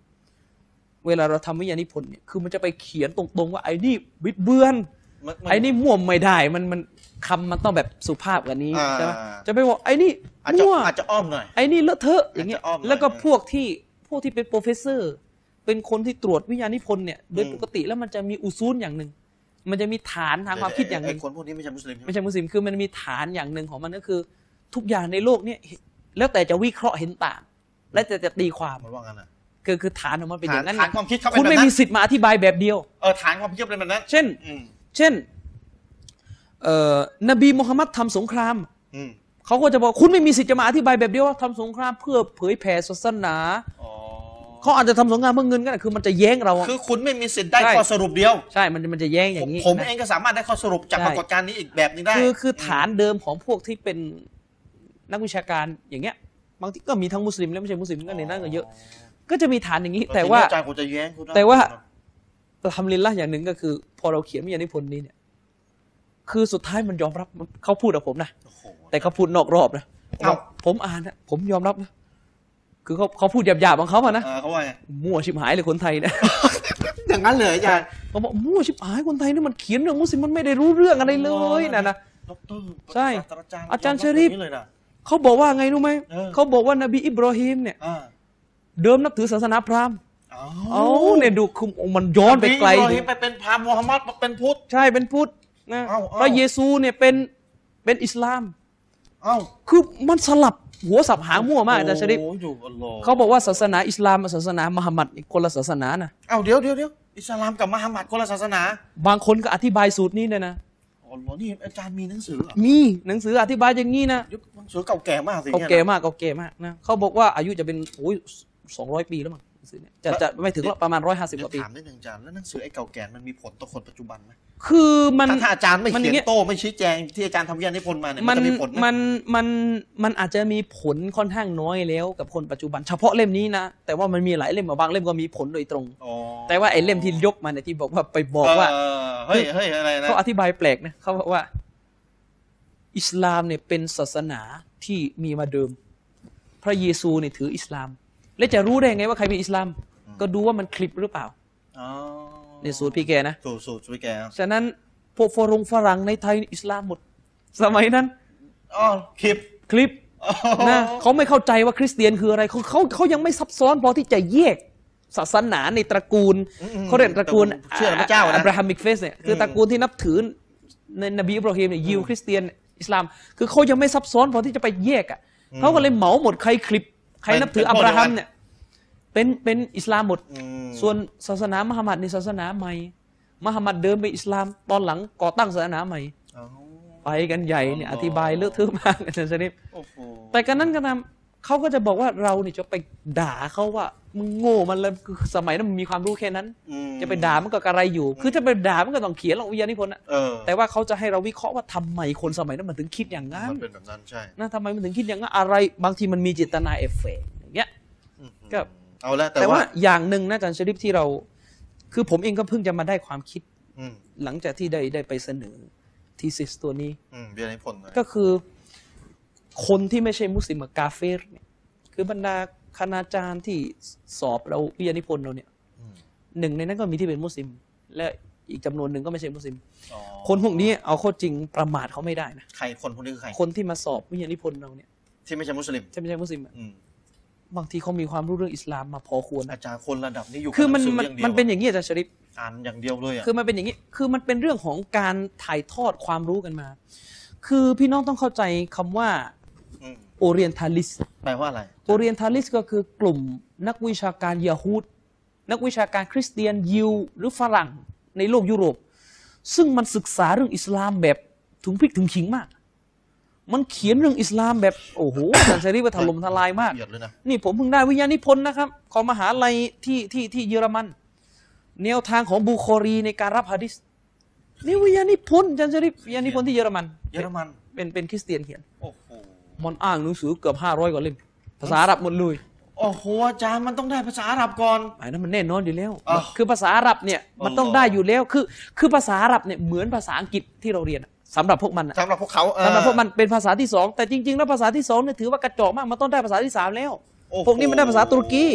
เวลาเราทำวิทยานิพนธ์เนี่ยคือมันจะไปเขียนตรงๆว่าไอ้นี่บิดเบือน
มัมั
ไอ้นี่ม่วไม่ได้มันมันคำมันต้องแบบสุภาพกว่านี้
อ่า
ใช่ไหมจะไปบอกไอ้นี่
อาจจะ
มั่ว
อาจจะอ้อมหน่อย
ไอ้นี่เลอะเทอะอย่างเงี้ย
อาจจะอ้อมหน่อย
แล้วก็
นะ
พวกที่พวกที่เป็นโปรเฟสเซอร์เป็นคนที่ตรวจวิทยานิพนธ์เนี่ยโดย
อืม
ปกติแล้วมันจะมีอุซูลอย่างหนึ่งมันจะมีฐานทางความคิดอย่างหนึ่ง
ไคนพวกนี้ไม่ใช่มุสลิมใช่ไหม
ไม่ใช่มุสลิมคือมันมีฐานอย่างหนึ่งของมันก็คือ ทุกอย่างในโลกเนี่ยเห็นแล้วแต่จะวิเคราะห์เห็นต่าง และแต่จะตีความ
มันว่างั้นอ่ะ
คือคือฐานของมันเป็นอ
ฐาน
ย่างนั้น
ฐานความคิดเขาเป็
คุ
น
ณ
แบบ
ไม่
นั้
มี
น
สิทธิ์มาอธิบายแบบเดียว
เออฐานความคิดเป็นแบบนั้น
เช่น
อืม
เช่นเอ่อนบีมูฮัมมัดทำสงคราม
อืม
เขาก็จะบอกคุณไม่มีสิทธิ์จะมาอธิบายแบบเดียวว่าทำสงครามเพื่อเผยแผ่ศาสนา
อ๋อ
เขาอาจจะทำสงครามเพื่อเงินก็ได้คือมันจะแย้งเราอะ
คือคุณไม่มีสิทธิ์ได้
ใช่
ข้อสรุปเดียว
ใช่มันมันจะแย้งอย่างนี้
ผม
นะ
เองก็สามารถได้ข้อสรุปจาก
ใช่
ปรากฏการณ์นี้อีกแบบหนึงได้
คือคือฐานเดิมของพวกที่เป็นนักวิชาการอย่างเงี้ยบางทีก็มีทั้งมุสลิมและไม่ใช่มุสลิมก็ในนั้นก็เยอะ ก็จะมีฐานอย่างนี้
เออ
แต่ว่า
ทีนี้อาจารย์คงจะแย้งคุณนะ
แต่ว่า ทำลินละอย่างหนึ่งก็คือ พอเราเขียนวิทยานิพนธ์นี้เนี่ย คือสุดท้ายมันยอมรับมันเขาพูดกับผมนะ
โอ้โห
แต่เขาพูดนอกรอบนะ
เอ้า
ผมอ่านนะผมยอมรับนะคือเขาเขาพูดหยาบๆของเขาอะนะ
เออเขาว่าไง
มั่วชิบหายเลยคนไทยเนี่ย
ยัง อย่างนั้นเลยอาจารย์
เขาบอกมู่วชิบหายคนไทยนี่มันเขียนเรื่องมุสลิมมันไม่ได้รู้เรื่องอะไรเลยนะนะ
ดอกเตอร์
ใช่
ศสตจารย์
อาจารย์เชอรี่
มบแบบนี้เลยนะ
เขาบอกว่าไงรู้ไหม
เออ
เขาบอกว่านบีอิบราฮิมเนี่ย
อ่า
เดิมนับถือศาสนาพราหมณ์
เอ้า
เอ้าเนี่ยดูคุมมันย้อนไปไกล
อิบรา
ถึ
ฮิ
ง
มไปเป็นพราหมณ์มูฮัมมัดมาเป็นพุทธ
ใช่เป็นพุทธนะ
เอ้าเอ้า
พระเยซูเนี่ยเป็นเป็นอิสลาม
เอ้า
คือมันสลับหัวสับหางมั่วมากอาจารย์ชริฟ
โอ้อยู่อัลลอฮ์
เขาบอกว่าศาสนาอิสลามกับศาสนามุฮัมมัดนี่คนละศาสนานะ
เอ้าเดี๋ยวเดี๋ยวเดี๋ยวอิสลามกับมหามัดคนละศาสนา
บางคนก็อธิบายสูตรนี้เนี่ยนะ
อัลลอฮ์นี่อาจารย์มีหนังสือเหรอ
มีหนังสืออธิบายอย่างนี้นะ
ยุคหนังสือเก่าแก่มากสิ
เขา
นี่ยนะ
เก๋มากเขาเก๋มากนะเขาบอกว่าอายุจะเป็นโอ้ยสองร้อยปีแล้วมั้งหนังสือเนี่ยจะจะไม่ถึงหรอกประมาณร้อยห้าสิบ
เดี๋ย
กว่าว ปี
ถามได้หนึ่งอาจารย์แล้วหนังสือไอ้เก่าแก่มันมีผลต่อคนปัจจุบันไหม
คือมัน
ถ้าอาจารย์ไม่
มันอ
เขีย
ย่านงเงี้ย
โต้ไม่ชี้แจงที่อาจารย์ทำวิทยานิพนธ์มาเนี่ยมั
มั
น นจะมีผลไหม
มันมันมันอาจจะมีผลค่อนข้างน้อยแล้วกับคนปัจจุบัน เฉพาะเล่มนี้นะ แต่ว่ามันมีหลายเล่มอะบางเล่มก็มีผลโดยตรง
อ๋อ
แต่ว่าไอ้เล่มที่ยกมาเนี่ยที่บอกว่าไปบอกว่า
เเฮ้ยเฮ้ยอะไรนะ
เขาอธิบายแปลกนะเขาบอกว่า อิสลามเนี่ยเป็นศาสนาที่มีมาเดิม พระเยซูเนี่ยถืออิสลาม และจะรู้ได้ไงว่าใครเป็นอิสลาม ก็ดูว่ามันคลิปหรือเปล่า
อ๋อ
ในสูตรพี่แกนะ
สูตรสูตรพี่แก
ฉะนั้นพวกฝรงฝรั่งในไทยอิสลามหมด สมัยนั้น
อ๋อคลิป
คลิป
อ๋อ
นะเขาไม่เข้าใจว่าคริสเตียนคืออะไรเขาเขาเขายังไม่ซับซ้อนพอที่จะแยกศาสนาในตระกูลเขาเรียกตระกูล
เชื่อพระเจ้า
อั
นะ
บราฮัมิกเฟสเนี่ยคือตระกูลที่นับถือในนบีอิบราฮิมเนี่ยยิวคริสเตียนอิสลาม คือเขายังไม่ซับซ้อนพอที่จะไปแยกอ่ะเขาก็เลยเหมาหมดใครคลิป ใครนับถืออับราฮัมเนี่ยเป็นเป็นอิสลามหมด
อืม
ส่วนศาสนามหามัดในศาสนาใหม่มหามัดเดิมเป็นอิสลาม ตอนหลังก่อตั้งศาสนาใหม่
อ๋อ
ไปกันใหญ่เนี่ยอธิบายเลอะเทอะมากอาจารย์ชริฟ
โอ้โห
แต่การนั้นก็ตามเขาก็จะบอกว่าเราเนี่ยจะไปด่าเขาว่ามึงโง่มันเลยคือสมัยนั้นมันมีความรู้แค่นั้น
อืม
จะไปด่ามันก็กระไรอยู่ คือจะไปด่ามันก็ต้องเขียนลงวิญญานิพนธ์อะ
เออ
แต่ว่าเขาจะให้เราวิเคราะห์ว่าทำไมคนสมัยนั้นมันถึงคิดอย่างนั้น
มันเป็นแบบนั้นใช่
นะทำไมมันถึงคิดอย่างนั้นอะไร บางทีมันมีเจิตนาเอฟเฟกต์อย่างเงี้ย
อืม
ก็
เอาละแต่
แต่ว่า
ว่า
อย่างหนึ่งนะอาจารย์ชริฟที่เรา คือผมเองก็เพิ่งจะมาได้ความคิด
อืม
หลังจากที่ได้ได้ไปเสนอทีซิสตัวนี้
อืมวิทยานิพนธ์นะ
ก็คือคนที่ไม่ใช่มุสลิมกับกาเฟรเนี่ยคือบรรดาคณาจารย์ที่สอบเราวิทยานิพนธ์เราเนี่ย
อืม
หนึ่งในนั้นก็มีที่เป็นมุสลิม และอีกจำนวนหนึ่งก็ไม่ใช่มุสลิม
อ๋อ
คนพวกนี้เอาเข้อจริงประมาทเขาไม่ได้นะ
ใครคนพวกนี้คือใคร
คนที่มาสอบวิทยานิพนธ์เราเนี่ย
ที่ไม่ใช่มุสลิม
ใช่ไม่ใช่มุสลิมอะ
อืม
บางทีเขามีความรู้เรื่องอิสลามมาพอควรนะ
อาจารย์คนระดับนี้อยู่กับ
คือมัน
หงสื
มัน
ย่างดียว
มันเป็นอย่างนี้อาจารย์ชริป
อ่านอย่างเดียวเลยอ่ะ
คือมันเป็นอย่างนี้ คือมันเป็นเรื่องของการถ่ายทอดความรู้กันมา คือพี่น้องต้องเข้าใจคำว่า
ม
orientalist
แปลว่าอะไร
โอเรียนทัลิสก็คือกลุ่มนักวิชาการยาฮูดนักวิชาการคริสเตียนยิวหรือฝรั่งในโลกยุโรป ซึ่งมันศึกษาเรื่องอิสลามแบบถึงพริกถึงขิงมาก มันเขียนเรื่องอิสลามแบบโอ้โห อาจารย์เสรีว่าถล่มทลายมาก
เหยียดเลยนะ
นี่ผมเพิ่งได้วิญญานิพนธ์นะครับ ของมหาลัยที่ที่ที่เยอรมัน แนวทางของบุคอรีในการรับฮะดิษนี่วิญญานิพนธ์อาจารย์เสรีวิญญานิพนธ์ที่เยอรมัน
เยอรมัน
เป็นเป็นคริสเตียนเขียน
โอ้โห
มันอ้างหนังสือเกือบ500กว่าเล่มภาษาอาหรับหมดเลย
โอ้โห อาจารย์มันต้องได้ภาษาอาหรับก่อน
อันนั้นมันแน่นอนอยู่แล้ว
อ้าว
คือภาษาอาหรับเนี่ยมันต้อง
อัลลอฮ์
ได้อยู่แล้ว คือ คือภาษาอาหรับเนี่ยเหมือนภาษาอังกฤษที่เราเรียนอะสำหรับพวกมันอะ
สำหรับพวกเขาเออ
สำหรับพวกมันเป็นภาษาที่สองแต่จริงๆแล้วภาษาที่สองเนี่ยถือว่ากระจอกมากมันต้องได้ภาษาที่สามแล้ว
โอ้โห
พวกนี้มันได้ภาษาตุรกี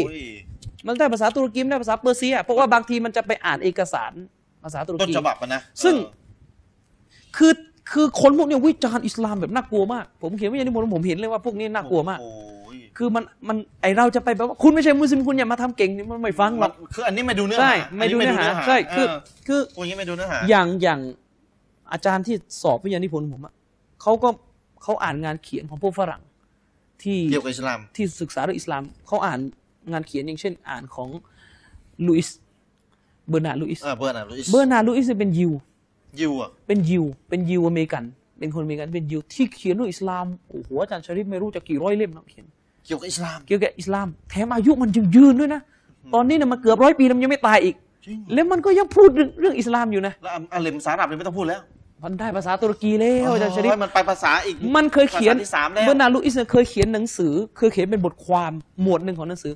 มันได้ภาษาตุรกีมันได้ภาษาเปอร์เซีย เพราะว่าบางทีมันจะไปอ่านเอกสารภาษาตุร
ต้น
กี
ฉบับมันนะ
ซึ่ง คือคือคนพวกเนี้วิจารณ์อิสลามแบบน่ากลัวมาก ผมเขียนวิญญาณนิพนธ์ผมเห็นเลยว่าพวกนี้น่ากลัวมาก
โอ้ย
คือมันมันไอเราจะไปแบบว่าคุณไม่ใช่มุสลิมคุณอย่ามาทำเก่งนี่มันไม่ฟังหรอก
คืออันนี้ไม่ดูเนื้อหา
ใช่ไม่ดูเนื้อหาใช่คือคือ
พวกนี้ไม่ดูเนื้อหา
อย่างอย่างอาจารย์ที่สอบวิทยานิพนธ์ผมอะเขาก็เขาอ่านงานเขียนของพวกฝรั่งที่
เกี่ยวกับอิสลาม
ที่ศึกษาเรื่องอิสลามเขาอ่านงานเขียนอย่างเช่น อ่านของลุอิสเบอร์นาร์ดลุอิส
เออเบอร์นาร์ดลูอิส
เบอร์นาร์ดลุอิสเนี่ยเป็นยิว
ยิวอ่ะ
เป็นยิว เป็นยิวอเมริกัน เป็นคนอเมริกันเป็นยิวที่เขียนเรื่องอิสลามโอ้โหอาจารย์ชริฟไม่รู้จะกี่ร้อยเล่มแล้วเขียน
เกี่ยวกับอิสลาม
เกี่ยวกับอิสลามแถมอายุมันยังยืนด้วยนะตอนนี้เนี่ยมันเกือบร้อยปีแล้วมันยังไม่ตายอีก
จริง
แล้วมันก็ยังพูดเรื่องเรื่องอิสลามอยู่นะ
แล้วอันอันเลมภาษาอาหรับเนี่ยไม่ต้องพูดแล้ว
มันได้ภาษาตุรกีแล้วอาจารย์ชริฟ
มันไปภาษาอีก
มันเคยเขียน
ภาษาที่สามแล้ว
เบอร์นาร์ดลูอิสเนี่ยเคยเขียนหนังสือ เคยเขียนเป็นบทความหมวดหนึ่งของหนังสือ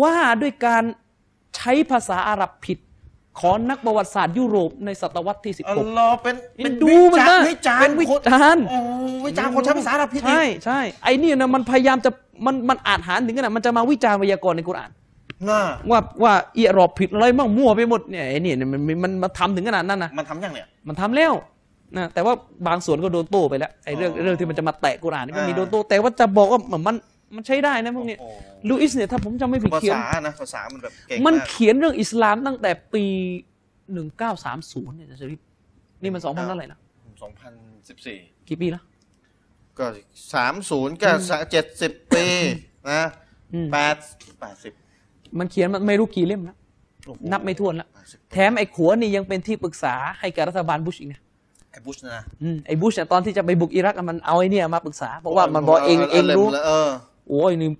ว่าด้วยการใช้ภาษาอาหรับผิด ของนักประวัติศาสตร์ยุโรปในศตวรรษที่
อัล
16
ลอฮ์เป็นเป็น
ดูมันนะ
วิจารณ์
เป็นวิ
คน
จารณ์
โอ้วิจารณ์คนใช้ภาษาอาหรับผิดอีก
ใช่ใช่ไอ้นี่นะมันพยายามจะมันมันอาจหารถึงขนาดมันจะมาวิจารณ์ไวยากรณ์ในกุรอาน
น่า
ว่าว่าอิหรอบผิดอะไรบ้างมั่วไปหมดเนี่ยไอ้นี่เนี่ยมันมันมันมาทำถึงขนาดนั้นนะ
มันทำยังเนี่ย
มันทำแล้วนะแต่ว่าบางส่วนก็โดนโต้ไปแล้วไอ้เรื่อง
อ๋อ
เรื่องที่มันจะมาแตะกุรอานนี่ก็มี
อ่า
โดนโต้แต่ว่าจะบอกว่ามันมันมันใช้ได้นะพวกเนี้ย
โอ้โห
ลูอิสเนี่ยถ้าผมจำไม่ผิด
ภา
เขียน
ษานะภาษามันแบบเก่ง
มัน
าก
เขียนเรื่องอิสลามตั้งแต่ปี 1930เนี่ยจะริบนี่มัน
19
2,000เท่าไหร่นะ
2014
กี่ปีแล้ว
ก็ 30ก็70 ปีนะ
อืม
แปด80
มันเขียนมันไม่รู้กี่เล่มแล้ว
โอ้โห
นับไม่ถ้วนแล้ว
80
แถมไอ้ขัวนี่ยังเป็นที่ปรึกษาให้กับรัฐบาลบุชอีกนะ
ไอ้บุชนะ
อืมไอ้บุชเนี่ยตอนที่จะไปบุกอิรักอะมันเอาไอ้เนี่ยมาปรึกษาเพราะว่ามันบอกเองเองรู้
เออ
โอ้ยนี่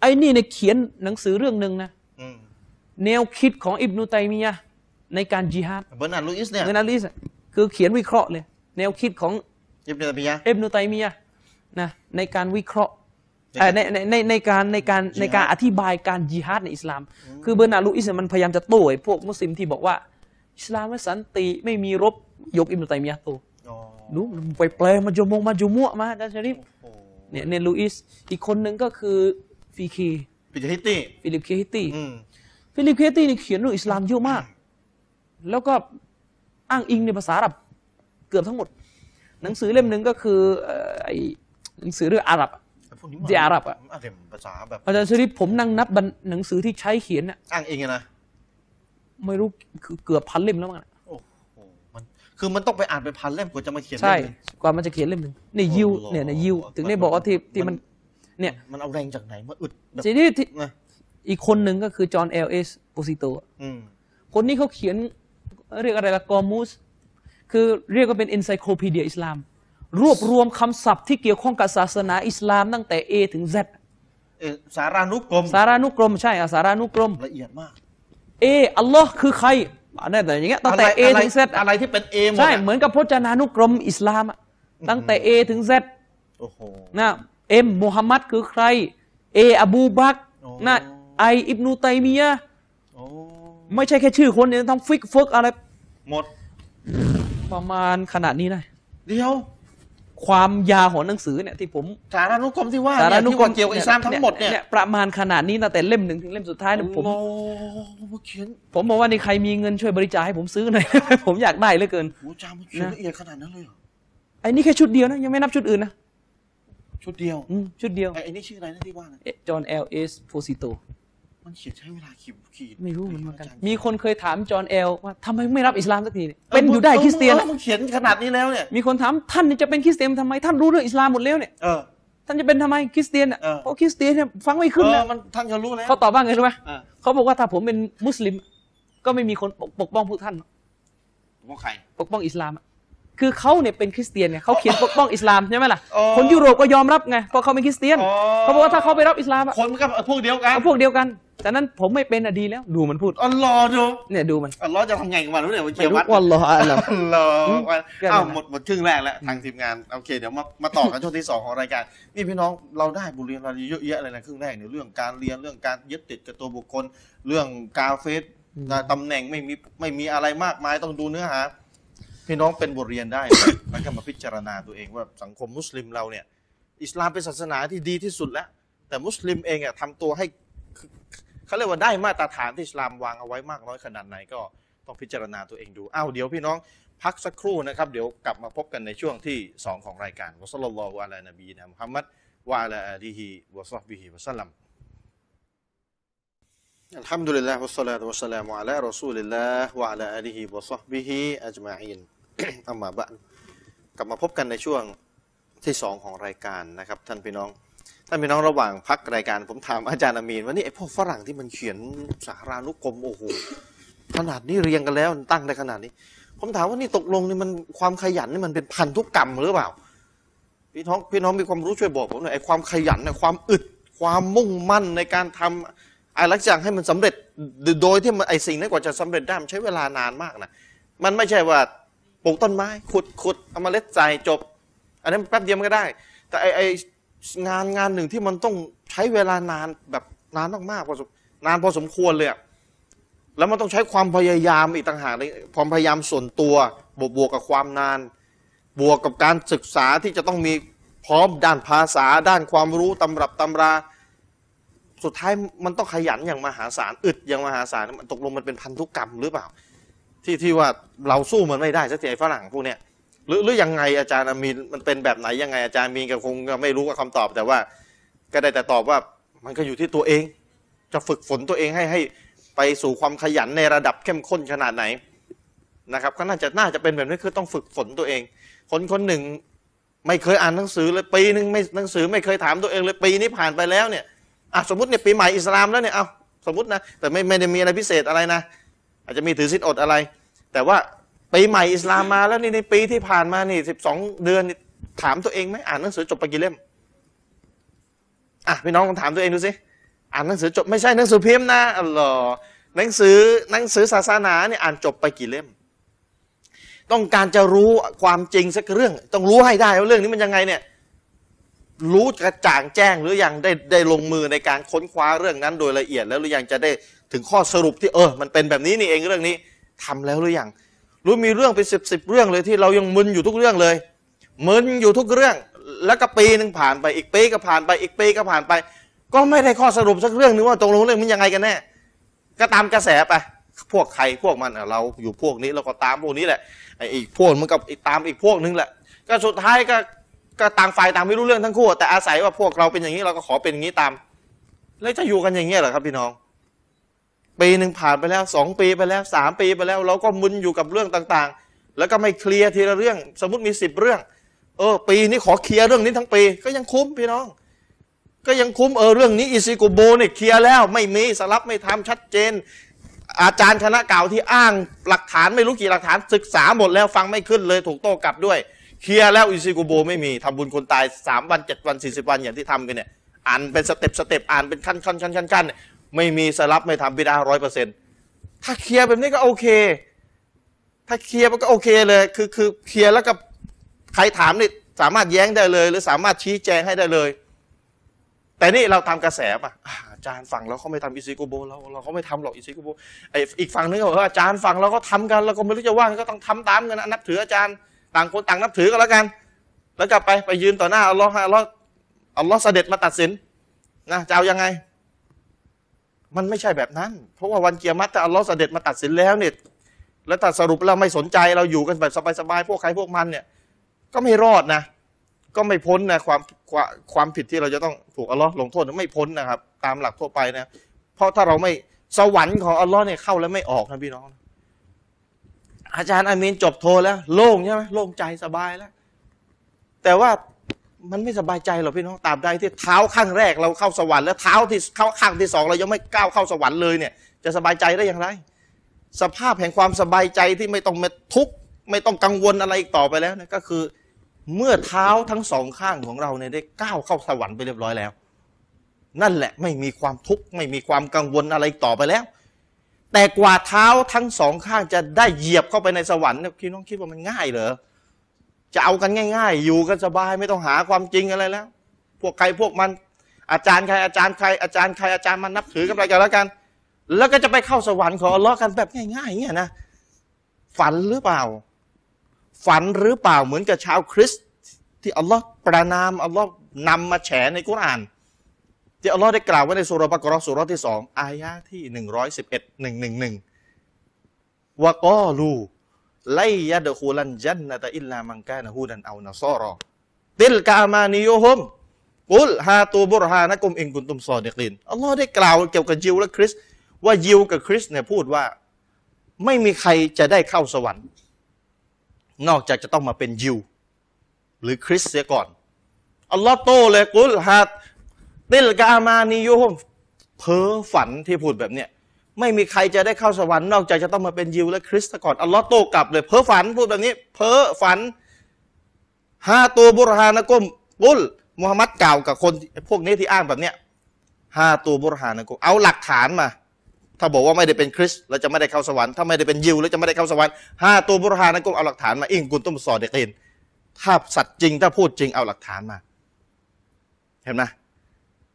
ไอ้นี่เนี่ยเขียนหนังสือเรื่องหนึ่งนะ
อืม
แนวคิดของอิบนุตัยมียะห์ในการจิฮาด
เบอร์นาร์ดลูอิสเนี่ย
เนอนาลิสอะคือเขียนวิเคราะห์เลย แนวคิดของ
ยิบเนตาปิยะ
อิบนุตัยมียะห์นะในการวิเคราะห์เอ่อในในในในการในการในการอธิบายการจิฮาดในอิสลาม คือเบอร์นาร์ดลูอิสเนี่ยมันพยายามจะโต้ไอ้พวกมุสลิมที่บอกว่า อิสลามไม่สันติไม่มีรบยกอิบนุตัยมียะห์โต้
อ๋อ
รู้มันไปแปลมาจมงมาจุมัวมาอาจารย์ชะริฟ
โอ้โห
เนี่ยเนยลูอิสอีกคนหนึ่งก็คือฟีคี
ปิจิฮิตตี้
ฟิลิปเคฮิตตี
อืม
ฟิลิปเคตี้นี่เขียนเรื่องอิสลามเยอะมาก แล้วก็อ้างอิงในภาษาอาหรับเกือบทั้งหมด หนังสือเล่มหนึ่งก็คือเอ่อไอหนังสือเรื่องอาหรับ
แต่พวกนี้
ที่อาหรับอะ
อ่ะเดี๋ยวภาษาแบบ
อาจารย์ชริปผมนั่งนับบรรหนังสือที่ใช้เขียนน่ะ
อ้างเองอะนะ
ไม่รู้คือเกือบพันเล่มแล้วมั้งน่ะ
โอ้โหมันคือมันต้องไปอ่านไปพันเล่มกว่าจะมาเขียน
ใช่
เล่มหนึ่ง
กว่ามันจะเขียนเล่มหนึ่งเนี่ยยิว
โอ้โห
เนี่ยเนี่ยยิว
มัน
ถึงได้บอกว่าที่ที่มันเนี่ย
มันเอาแรงจากไหนมาอึดแบบ
ทีนี้ที่
นะ
อีกคนหนึ่งก็คือจอห์นเอลเอสโปซิโต
อืม
คนนี้เขาเขียนเรียกอะไรละกอมูส คือเรียกว่าเป็น encyclopedia อิสลาม รวบรวมคำศัพท์ที่เกี่ยวข้องกับศาสนาอิสลามตั้งแต่ A ถึง Z
เอ่อสารานุกรม
สารานุกรม ใช่อะสารานุกรม
ละเอียดมาก
A อัลลอฮ์คือใครอันนั้นแต่อย่างเงี้ยตั้งแต่
อะไร
A
อะไร
ถึง Z อะ
อะไรที่เป็นเอหมด
ใช่
อะ
เหมือนกับพจนานุกรมอิสลามอะตั้งแต่ A ถึง Z
โอ้โห
นะ M มูฮัมมัดคือใคร A อบูบักร
โอ้
นะ I อิบนูตัยมียะห์
โอ้
ไม่ใช่แค่ชื่อคนเนี่ยทั้งฟิกเฟิกอะไร
หมด
ประมาณขนาดนี้นะ
เดียว
ความยาวของหนังสือเนี่ยที่ผม
สารานุกรมที่ว่าเนี่ยที่ว่าเกี่ยวกับอิสลามทั้งหมดเนี่ย
ประมาณขนาดนี้นะแต่เล่มหนึ่งถึงเล่มสุดท้ายเนี่ยผม
โอ้โหเขียน
ผมบอกว่านี่ใครมีเงินช่วยบริจาคให้ผมซื้อหน่อย ผมอยากได้เหลือเกิน
โอ้จามเขียนละเอียดขนาดนั้นเลยเหรอ
ไอ้นี่แค่ชุดเดียวนะยังไม่นับชุดอื่นนะ
ชุดเดียว
อืมชุดเดียว
ไอ้ไอ้นี่ชื่ออะไรนะที่ว่านะ
จอห์นเอลเอสโฟซิโต
มันเขียนใช้เวลาขีดขีด
ไม่รู้เหมือนกัน
อาจาย์
มีคนเคยถามจอห์นเอลว่าทำไมไม่รับอิสลามสักทีเนี่ยเป็นอยู่ได้คริสเตียน
อ
อะ
อมึงเขียนขนาดนี้แล้วเนี่ย
มีคนถามท่านเนี่ยจะเป็นคริสเตียนทำไมท่านรู้เรื่องอิสลามหมดแล้วเนี่ย
เออ
ท่านจะเป็นทำไมคริสเตียนอ่ะ
เออ
เพราะคริสเตียนเนี่ยฟังไม่ขึ้น
เอ
นะ
อมันท่านก็รู้แล้ว
เขาตอบว่าไงรู้ไหม
อ่ะ
เขาบอกว่าถ้าผมเป็นมุสลิม ก็ไม่มีคนปกปกป้องพวกท่าน
ว่าใคร
ปกป้องอิสลามอะคือเขาเนี่ยเป็นคริสเตียนไงเขาเขียนปกป้องอิสลามใช่ไหมล่ะ
อ๋อ
คนยุโรปก็ยอมรับไงเพราะเขาเป็นคริสเตียน
อ๋อ
เขาบอกว่าถ้าเขาไปรับอิสลามอะ
คนก็พวกเดียวกัน
ก็พวกเดียวกันฉะนั้นผมไม่เป็นอะดีแล้ว ดูมันพูด
อัลลอฮ์ดู
เนี่ยดูมัน
อัลลอฮ์จะทำไงกับมันรู้เนี่ยมัน
ไม่
เขียน
รู้
วัด
ว่าหรอ อะไร
อัลลอฮ์อัล
แก้
ลอฮ์
ปัญหา
อ้าวหมดหมดครึ่งแรกแล้วทางทีมงานโอเคเดี๋ยวมามาต่อกันช่วงที่สองของรายการนี่พี่น้องเราได้บทเรียนอะไรเยอะแยะเลยนะครึ่งแรกเนี่ยเรื่องการเรียนเรื่องการยึดติดกับตัวบุคคล เรื่องกาเฟสนะตำแหน่งไม่มีไม่มีอะไรมากมายต้องดูเนื้อหา พี่น้องเป็นบทเรียนได้ นะ แล้วก็มาพิจารณาตัวเองว่าสังคมมุสลิมเราเนี่ย อิสลามเป็นศาสนาที่ดีที่สุดแล้ว แต่มุสลิมเองอ่ะทำตัวให้คือเขาเรียกว่าได้มาตรฐานที่อิสลามวางเอาไว้มากน้อยขนาดไหนก็ต้องพิจารณาตัวเองดูอ้าวเดี๋ยวพี่น้องพักสักครู่นะครับ เดี๋ยวกลับมาพบกันในช่วงที่ 2 ของรายการวะซัลลัลลอฮุอะลานบีนะมุฮัมมัดวะอะลาอาลีฮิวะซอฮบิฮิวะสัลลัม الحمد لله والصلاة والسلام على رسول الله وعلى آله وصحبه أجمعين อามาบะกลับมาพบกันในช่วงที่สองของรายการนะครับ ท่านพี่น้อง ท่านพี่น้องระหว่างพักรายการผมถามอาจารย์อามีนว่านี่ไอ้พวกฝรั่งที่มันเขียนสารานุกรมโอ้โหขนาดนี้เรียงกันแล้วตั้งได้ขนาดนี้ ผมถามว่านี่ตกลงนี่มันความขยันนี่มันเป็นพันธุกกรรมหรือเปล่า พี่น้องพี่น้องมีความรู้ช่วยบอกผมหน่อยไอ้ความขยันน่ะความอึดความมุ่งมั่นในการทำอะไรสักอย่างให้มันสำเร็จโดยที่มันไอ้สิ่งนั้นกว่าจะสำเร็จได้มันใช้เวลานานมากนะมันไม่ใช่ว่า ปลูกต้นไม้ขุดขุดเอาเมาเล็ดใส่จบ อันนั้นแป๊บเดียวมันก็ได้ แต่ไอไองานงานหนึ่งที่มันต้องใช้เวลานานแบบนานมากๆพอสมนานพอสมควรเลยอะแล้วมันต้องใช้ความพยายามอีกต่างหากเลยความพยายามส่วนตัวบวกบวกกับความนาน บวกกับการศึกษาที่จะต้องมีพร้อมด้านภาษา ด้านความรู้ตำรับตำรา สุดท้ายมันต้องขยันอย่างมหาศาลอึดอย่างมหาศาลมันตกลงมันเป็นพันธุกรรมหรือเปล่า ที่ที่ว่าเราสู้มันไม่ได้สักทีไอ้ฝรั่งพวกเนี้ยหรือหรือยังไงอาจารย์อามีนมันเป็นแบบไหนยังไงอาจารย์มีนก็คงก็ไม่รู้กับคำตอบแต่ว่า ก็ได้แต่ตอบว่ามันก็อยู่ที่ตัวเอง จะฝึกฝนตัวเองให้ให้ไปสู่ความขยันในระดับเข้มข้นขนาดไหนนะครับก็น่าจะน่าจะเป็นแบบนี้คือต้องฝึกฝนตัวเอง คนคนหนึ่งไม่เคยอ่านหนังสือเลยปีหนึ่งไม่หนังสือไม่เคยถามตัวเองเลยปีนี้ผ่านไปแล้วเนี่ยอ่ะสมมติเนี่ยปีใหม่อิสลามแล้วเนี่ยเอาสมมตินะแต่ไม่ไม่ได้มีอะไรพิเศษอะไรนะ อาจจะมีถือศีลอดอะไร แต่ว่าปีใหม่อิสลามมาแล้วนี่ในปีที่ผ่านมานี่สิบสองเดือนนี่ถามตัวเองไหมอ่านหนังสือจบไปกี่เล่มอ่ะพี่น้องลองถามตัวเองดูสิอ่านหนังสือจบไม่ใช่หนังสือพิมพ์นะอ๋อหนังสือหนังสือศาสนาเนี่ยอ่านจบไปกี่เล่ม ต้องการจะรู้ความจริงสักเรื่อง ต้องรู้ให้ได้ว่าเรื่องนี้มันยังไงเนี่ย รู้กระจ่างแจ้งหรือยังได้ได้ลงมือในการค้นคว้าเรื่องนั้นโดยละเอียด แล้วหรือยังจะได้ถึงข้อสรุปที่เออ มันเป็นแบบนี้นี่เองเรื่องนี้ทำแล้วหรือยังรู้มีเรื่องเป็นสิบสิบเรื่องเลยที่เรายังมึนอยู่ทุกเรื่องเลยมึนอยู่ทุกเรื่อง แล้วก็ปีหนึ่งผ่านไปอีกปีก็ผ่านไปอีกปีก็ผ่านไป ก็ไม่ได้ข้อสรุปสักเรื่องนึงว่าตกลงเรื่องมันยังไงกันแน่ ก็ตามกระแสไป พวกใครพวกมันอ่ะเราอยู่พวกนี้เราก็ตามพวกนี้แหละไอ้อีกพวกมันก็ไอ้ตามอีกพวกนึงแหละ ก็สุดท้ายก็ก็ต่างฝ่ายต่างไม่รู้เรื่องทั้งคู่ แต่อาศัยว่าพวกเราเป็นอย่างนี้เราก็ขอเป็นอย่างนี้ตาม แล้วจะอยู่กันอย่างเงี้ยเหรอครับพี่น้อง ปีหนึ่งผ่านไปแล้วสองปีไปแล้วสามปีไปแล้ว เราก็มึนอยู่กับเรื่องต่างๆ แล้วก็ไม่เคลียร์ทีละเรื่อง สมมติมีสิบเรื่อง เออ ปีนี้ขอเคลียร์เรื่องนี้ทั้งปี ก็ยังคุ้มพี่น้อง ก็ยังคุ้มเออเรื่องนี้อิซิโกโบเนี่ยเคลียร์แล้วไม่มีสลับไม่ทำชัดเจน อาจารย์คณะเก่าที่อ้างหลักฐานไม่รู้กี่หลักฐานศึกษาหมดแล้วฟังไม่ขึ้นเลยถูกโต้กลับด้วย เคลียร์แล้วอิซิโกโบไม่มีทำบุญคนตาย 3 วัน 7 วัน 40 วันอย่างที่ทำกันเนี่ย อ่านเป็นสเต็ปสเต็ปอ่านเป็นขั้นขั้นขั้นขั้นขั้นเนี่ยไม่มีสลับไม่ทำบิดาร้อยเปอร์เซ็นต์ถ้าเคลียร์แบบนี้ก็โอเค ถ้าเคลียร์มันก็โอเคเลยคือคือเคลียร์แล้วก็ใครถามนี่สามารถแย้งได้เลย หรือสามารถชี้แจงให้ได้เลย แต่นี่เราทำกระแสป่ะอ่าอาจารย์ฝั่งเราเขาไม่ทำอิซิโกโบเราเราเขาไม่ทำหรอกอิซิโกโบไออีกฝั่งนึงก็บอกว่าอาจารย์ฝั่งเราก็ทำกันเราก็ไม่รู้จะว่าไงก็ต้องทำตามกันนะนับถืออาจารย์ต่างคนต่างนับถือก็แล้วกัน แล้วกลับไปไปยืนต่อหน้าอัลลอฮ์ให้อัลลอฮ์อัลลอฮ์เสด็จมาตัดสินนะจะเอายังไง มันไม่ใช่แบบนั้น เพราะว่าวันเกียรติถ้าอัลลอฮ์เสด็จมาตัดสินแล้วเนี่ยแล้วถ้าสรุปเราไม่สนใจเราอยู่กันแบบสบายๆพวกใครพวกมันเนี่ย ก็ไม่รอดนะ ก็ไม่พ้นนะความความความผิดที่เราจะต้องถูกอัลลอฮ์ลงโทษไม่พ้นนะครับ ตามหลักทั่วไปนะ เพราะถ้าเราไม่สวรรค์ของอัลลอฮ์เนี่ยเข้าแล้วไม่ออกนะพี่น้อง อาจารย์อามีนจบโทแล้ว โล่งใช่ไหมโล่งใจสบายแล้ว แต่ว่ามันไม่สบายใจหรอกพี่น้องตามใดที่เท้าข้างแรกเราเข้าสวรรค์แล้วเท้าที่เข้าข้างที่สองเรายังไม่ก้าวเข้าสวรรค์เลยเนี่ย จะสบายใจได้อย่างไร สภาพแห่งความสบายใจที่ไม่ต้องมาทุกข์ไม่ต้องกังวลอะไรอีกต่อไปแล้วนะก็คือ เมื่อเท้าทั้งสองข้างของเราเนี่ยได้ก้าวเข้าสวรรค์ไปเรียบร้อยแล้ว นั่นแหละไม่มีความทุกข์ไม่มีความกังวลอะไรอีกต่อไปแล้ว แต่กว่าเท้าทั้งสองข้างจะได้เหยียบเข้าไปในสวรรค์เนี่ยพี่น้องคิดว่ามันง่ายเหรอจะเอากันง่าย ๆ อยู่กันสบายไม่ต้องหาความจริงอะไรแล้ว พวกใครพวกมัน อาจารย์ใครอาจารย์ใครอาจารย์ใครอาจารย์มันนับถือกันไปกันแล้วกัน แล้วก็จะไปเข้าสวรรค์ของอัลเลอฮ์กันแบบง่ายๆเนี่ยนะฝันหรือเปล่า ฝันหรือเปล่าเหมือนกับชาวคริสต์ที่อัลลอฮ์ประนามอัลลอฮ์นำมาแฉในกุรอาน ที่อัลลอฮ์ได้กล่าวไว้ในสุรบากรอสุรที่สองอายะที่หนึ่งร้อยสิบเอ็ดหนึ่งหนึ่งหนึ่งวะกอลูไลยะดะคูลันจันนะตะอิลลามังกานะฮูดันเอานะซอรอติลกามานิยุฮุมกุลฮาตูบุรฮานะกุมอินกุนตุมซอดิกินอัลลอฮ์ได้กล่าวเกี่ยวกับยิวและคริสต์ว่ายิวกับคริสต์เนี่ยพูดว่า ไม่มีใครจะได้เข้าสวรรค์ นอกจากจะต้องมาเป็นยิว หรือคริสต์เสียก่อน อัลลอฮ์โตเลยกุลฮัดติลกามานิยุฮุมเพ้อฝันที่พูดแบบเนี้ยไม่มีใครจะได้เข้าสวรรค์นอกจากจะต้องมาเป็นยิวและคริสต์ก่อนอัลลอฮ์โตกลับเลย เพ้อฝันพูดแบบนี้ เพ้อฝันฮาตัวบุรฮานะกุมกุลมุฮัมมัดกล่าวกับคนพวกนี้ที่อ้างแบบเนี้ยฮาตัวบุรฮานะกุมเอาหลักฐานมา ถ้าบอกว่าไม่ได้เป็นคริสต์แล้วจะไม่ได้เข้าสวรรค์ถ้าไม่ได้เป็นยิวแล้วจะไม่ได้เข้าสวรรค์ฮาตัวบุรฮานะกุมเอาหลักฐานมาอิงกุนตุมซอเดกิน ถ้าสัตว์จริงถ้าพูดจริงเอาหลักฐานมา เห็นไหม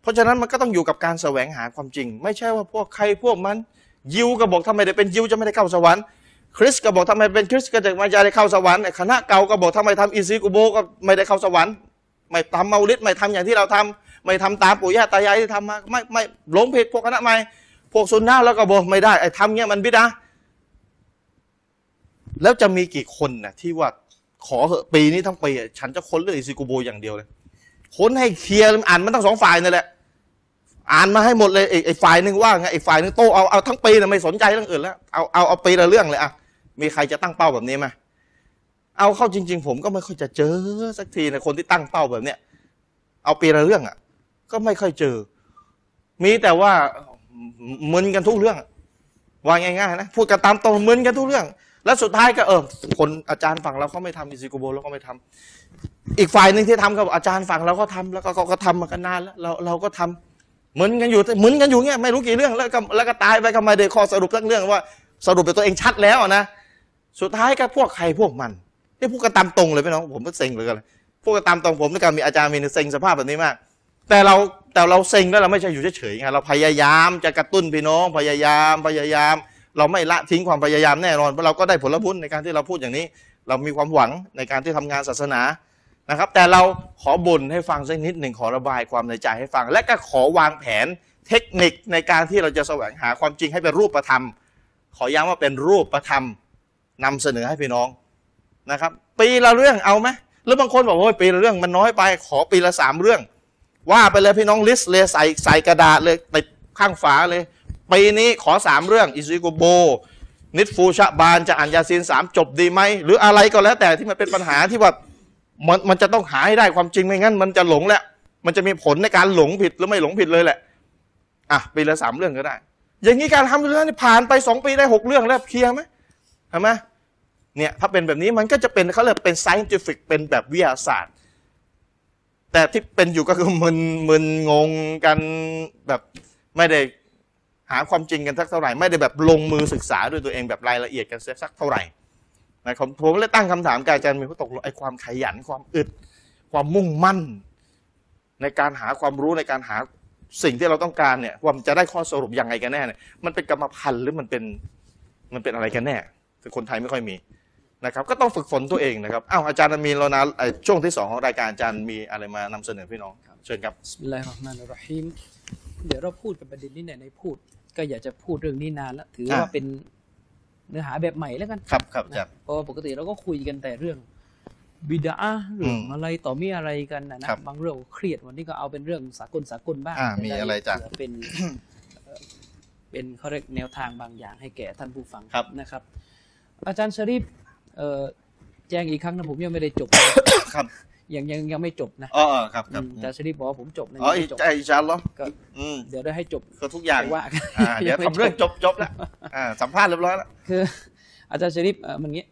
เพราะฉะนั้นมันก็ต้องอยู่กับการแสวงหาความจริง ไม่ใช่ว่าพวกใครพวกมันยิวก็บอกถ้าไม่ได้เป็นยิวจะไม่ได้เข้าสวรรค์คริสก็บอกถ้าไม่เป็นคริสก็จะไม่ได้เข้าสวรรค์ไอ้คณะเก่าก็บอกถ้าไม่ทำอีซีกูโบก็ไม่ได้เข้าสวรรค์ ไม่ทำเมาลิดไม่ทำอย่างที่เราทำ ไม่ทำตามปู่ย่าตายายที่ทำมาไม่ไม่หลงผิดพวกคณะใหม่พวกซุนนะห์แล้วก็บอกไม่ได้ไอ้ทำเงี้ยมันบิดาแล้วจะมีกี่คนนะที่ว่าขอเหอะปีนี้ทั้งปีอะฉันจะค้นเรื่องอิซิกุโบอย่างเดียวเลยค้นให้เคลียร์อ่านมันทั้งสองฝ่ายนั่นแหละ อ่านมาให้หมดเลยไอ้ไอ้ฝ่ายหนึ่งว่าไงไอ้ฝ่ายหนึ่งโตเอาเอาทั้งปีนะไม่สนใจเรื่องอื่นแล้วเอาเอาเอาปีละเรื่องเลยอะมีใครจะตั้งเป้าแบบนี้ไหมเอาเข้าจริง ๆ ผมก็ไม่ค่อยจะเจอสักทีนะคนที่ตั้งเป้าแบบเนี้ยเอาปีละเรื่องอะก็ไม่ค่อยเจอ มีแต่ว่ามึนกันทุกเรื่องอะว่าง่ายๆนะพูดกันตามตรงมึนกันทุกเรื่อง แล้วสุดท้ายก็เออคนอาจารย์ฝั่งเราเขาไม่ทำอิซิกุโบเราก็ไม่ทำอีกฝ่ายหนึ่งที่ทำกับอาจารย์ฝั่งเราก็ทำแล้วก็ก็ก็ทำมากันนานแล้วเราเราก็ทำ เหมือนกันอยู่เหมือนกันอยู่เงี้ยไม่รู้กี่เรื่องแล้วก็แล้วก็ตายไปก็ไม่ได้ข้อสรุปสักเรื่องว่าสรุปเป็นตัวเองชัดแล้วอะนะสุดท้ายก็พวกใครพวกมันนี่พูดกันตามตรงเลยพี่น้องผมก็เซ็งเหลยกันพูดกันตามตรงผมแล้วก็มีอาจารย์มีหนงเซ็งสภาพแบบนี้มาก แต่เราแต่เราเซ็งแล้วเราไม่ใช่อยู่เฉยๆไงเราพยายามจะกระตุ้นพี่น้องพยายามพยายาม เราไม่ละทิ้งความพยายามแน่นอนเพราะเราก็ได้ผลบุญในการที่เราพูดอย่างนี้ เรามีความหวังในการที่ทำงานศาสนา นะครับแต่เราขอบ่นให้ฟังสักนิดหนึ่งขอระบายความในใจให้ฟัง และก็ขอวางแผนเทคนิคในการที่เราจะแสวงหาความจริงให้เป็นรูปธรรม ขอย้ำว่าเป็นรูปธรรมนำเสนอให้พี่น้องนะครับ ปีละเรื่องเอาไหมหรือบางคนบอกว่าโอ้ยปีละเรื่องมันน้อยไปขอปีละสามเรื่อง ว่าไปเลยพี่น้องลิสต์เลยใส่ใส่กระดาษเลยติดข้างฝาเลยปีนี้ขอสามเรื่องอิซิโกโบ นิดฟูชะบานจะอ่านยาซีนสามจบดีไหมหรืออะไรก็แล้วแต่ที่มันเป็นปัญหาที่ว่า มันมันจะต้องหาให้ได้ความจริงไม่งั้น มันจะหลงแหละ มันจะมีผลในการหลงผิดหรือไม่หลงผิดเลยแหละ อ่ะปีละสามเรื่องก็ได้ อย่างนี้การทำเรื่องนี่ผ่านไปสองปีได้หกเรื่องแล้วเคลียร์ไหมเห็นไหมเนี่ยถ้าเป็นแบบนี้มันก็จะเป็นเขาเรียกเป็น scientific เป็นแบบวิทยาศาสตร์ แต่ที่เป็นอยู่ก็คือมึน มึนงงกันแบบไม่ได้หาความจริงกันสักเท่าไหร่ ไม่ได้แบบลงมือศึกษาด้วยตัวเองแบบรายละเอียดกันสักเท่าไหร่ นะครับผมเลยตั้งคำถามกับอาจารย์มีผู้ตกลงไอ้ความขยันความอึด ความมุ่งมั่น ในการหาความรู้ในการหาสิ่งที่เราต้องการเนี่ยว่ามันจะได้ข้อสรุปยังไงกันแน่เนี่ยมันเป็นกรรมพันธุ์หรือมันเป็นมันเป็นอะไรกันแน่แต่คนไทยไม่ค่อยมีนะครับ ก็ต้องฝึกฝนตัวเองนะครับอ้าวอาจารย์มีนเรานะไอ้ช่วงที่สองของรายการอาจารย์มีอะไรมานำเสนอพี่น้องเชิญครับ
บิสมิลลาฮิรเราะห์มานิรเราะฮีมเดี๋ยวเราพูดเป็นประเด็นนี้ไหนในพูด ก็อยากจะพูดเรื่องนี้นานแล้วถือว่า
อ่ะ
เป็นเนื้อหาแบบใหม่แล้วกัน
ครับครับอาจารย์
เพราะว่าปกติเราก็คุยกันแต่เรื่องบิดาเรื่อง
อืม
อะไรต่อมีอะไรกันนะนะครับ บางเรื่องก็เครียดวันนี้ก็เอาเป็นเรื่องสากลสากลบ้าง
อ่ะ
จด้
มีอะไรจ้ะ
เผื่เป็น เอ่อเป็นเขาเรียกแนวทางบางอย่างให้แก่ท่านผู้ฟัง
ครับ
นะครับ อาจารย์ชริฟเอ่อแจ้งอีกครั้งนะผมยังไม่ได้จบ
ครับ
ยังยังยังไม่จบนะ
อ๋ออ๋อครับครับ
อืมอาจารย์ชริฟบอกว่าผมจบนะ
อ๋อ
ยัง
อี
ไม่จบ
ใจอินชาอัลลอฮ์
ก็
อืม
เดี๋ยวได้ให้จบ
ก็ทุกอย่าง
ว่ากัน
อ่าเดี๋ยวทำเรื่องจบจบแล้วอ่าสัมภาษณ์เรียบร้อยแล้ว
คือ อาจารย์ชริปเอ่อมันเงี้ย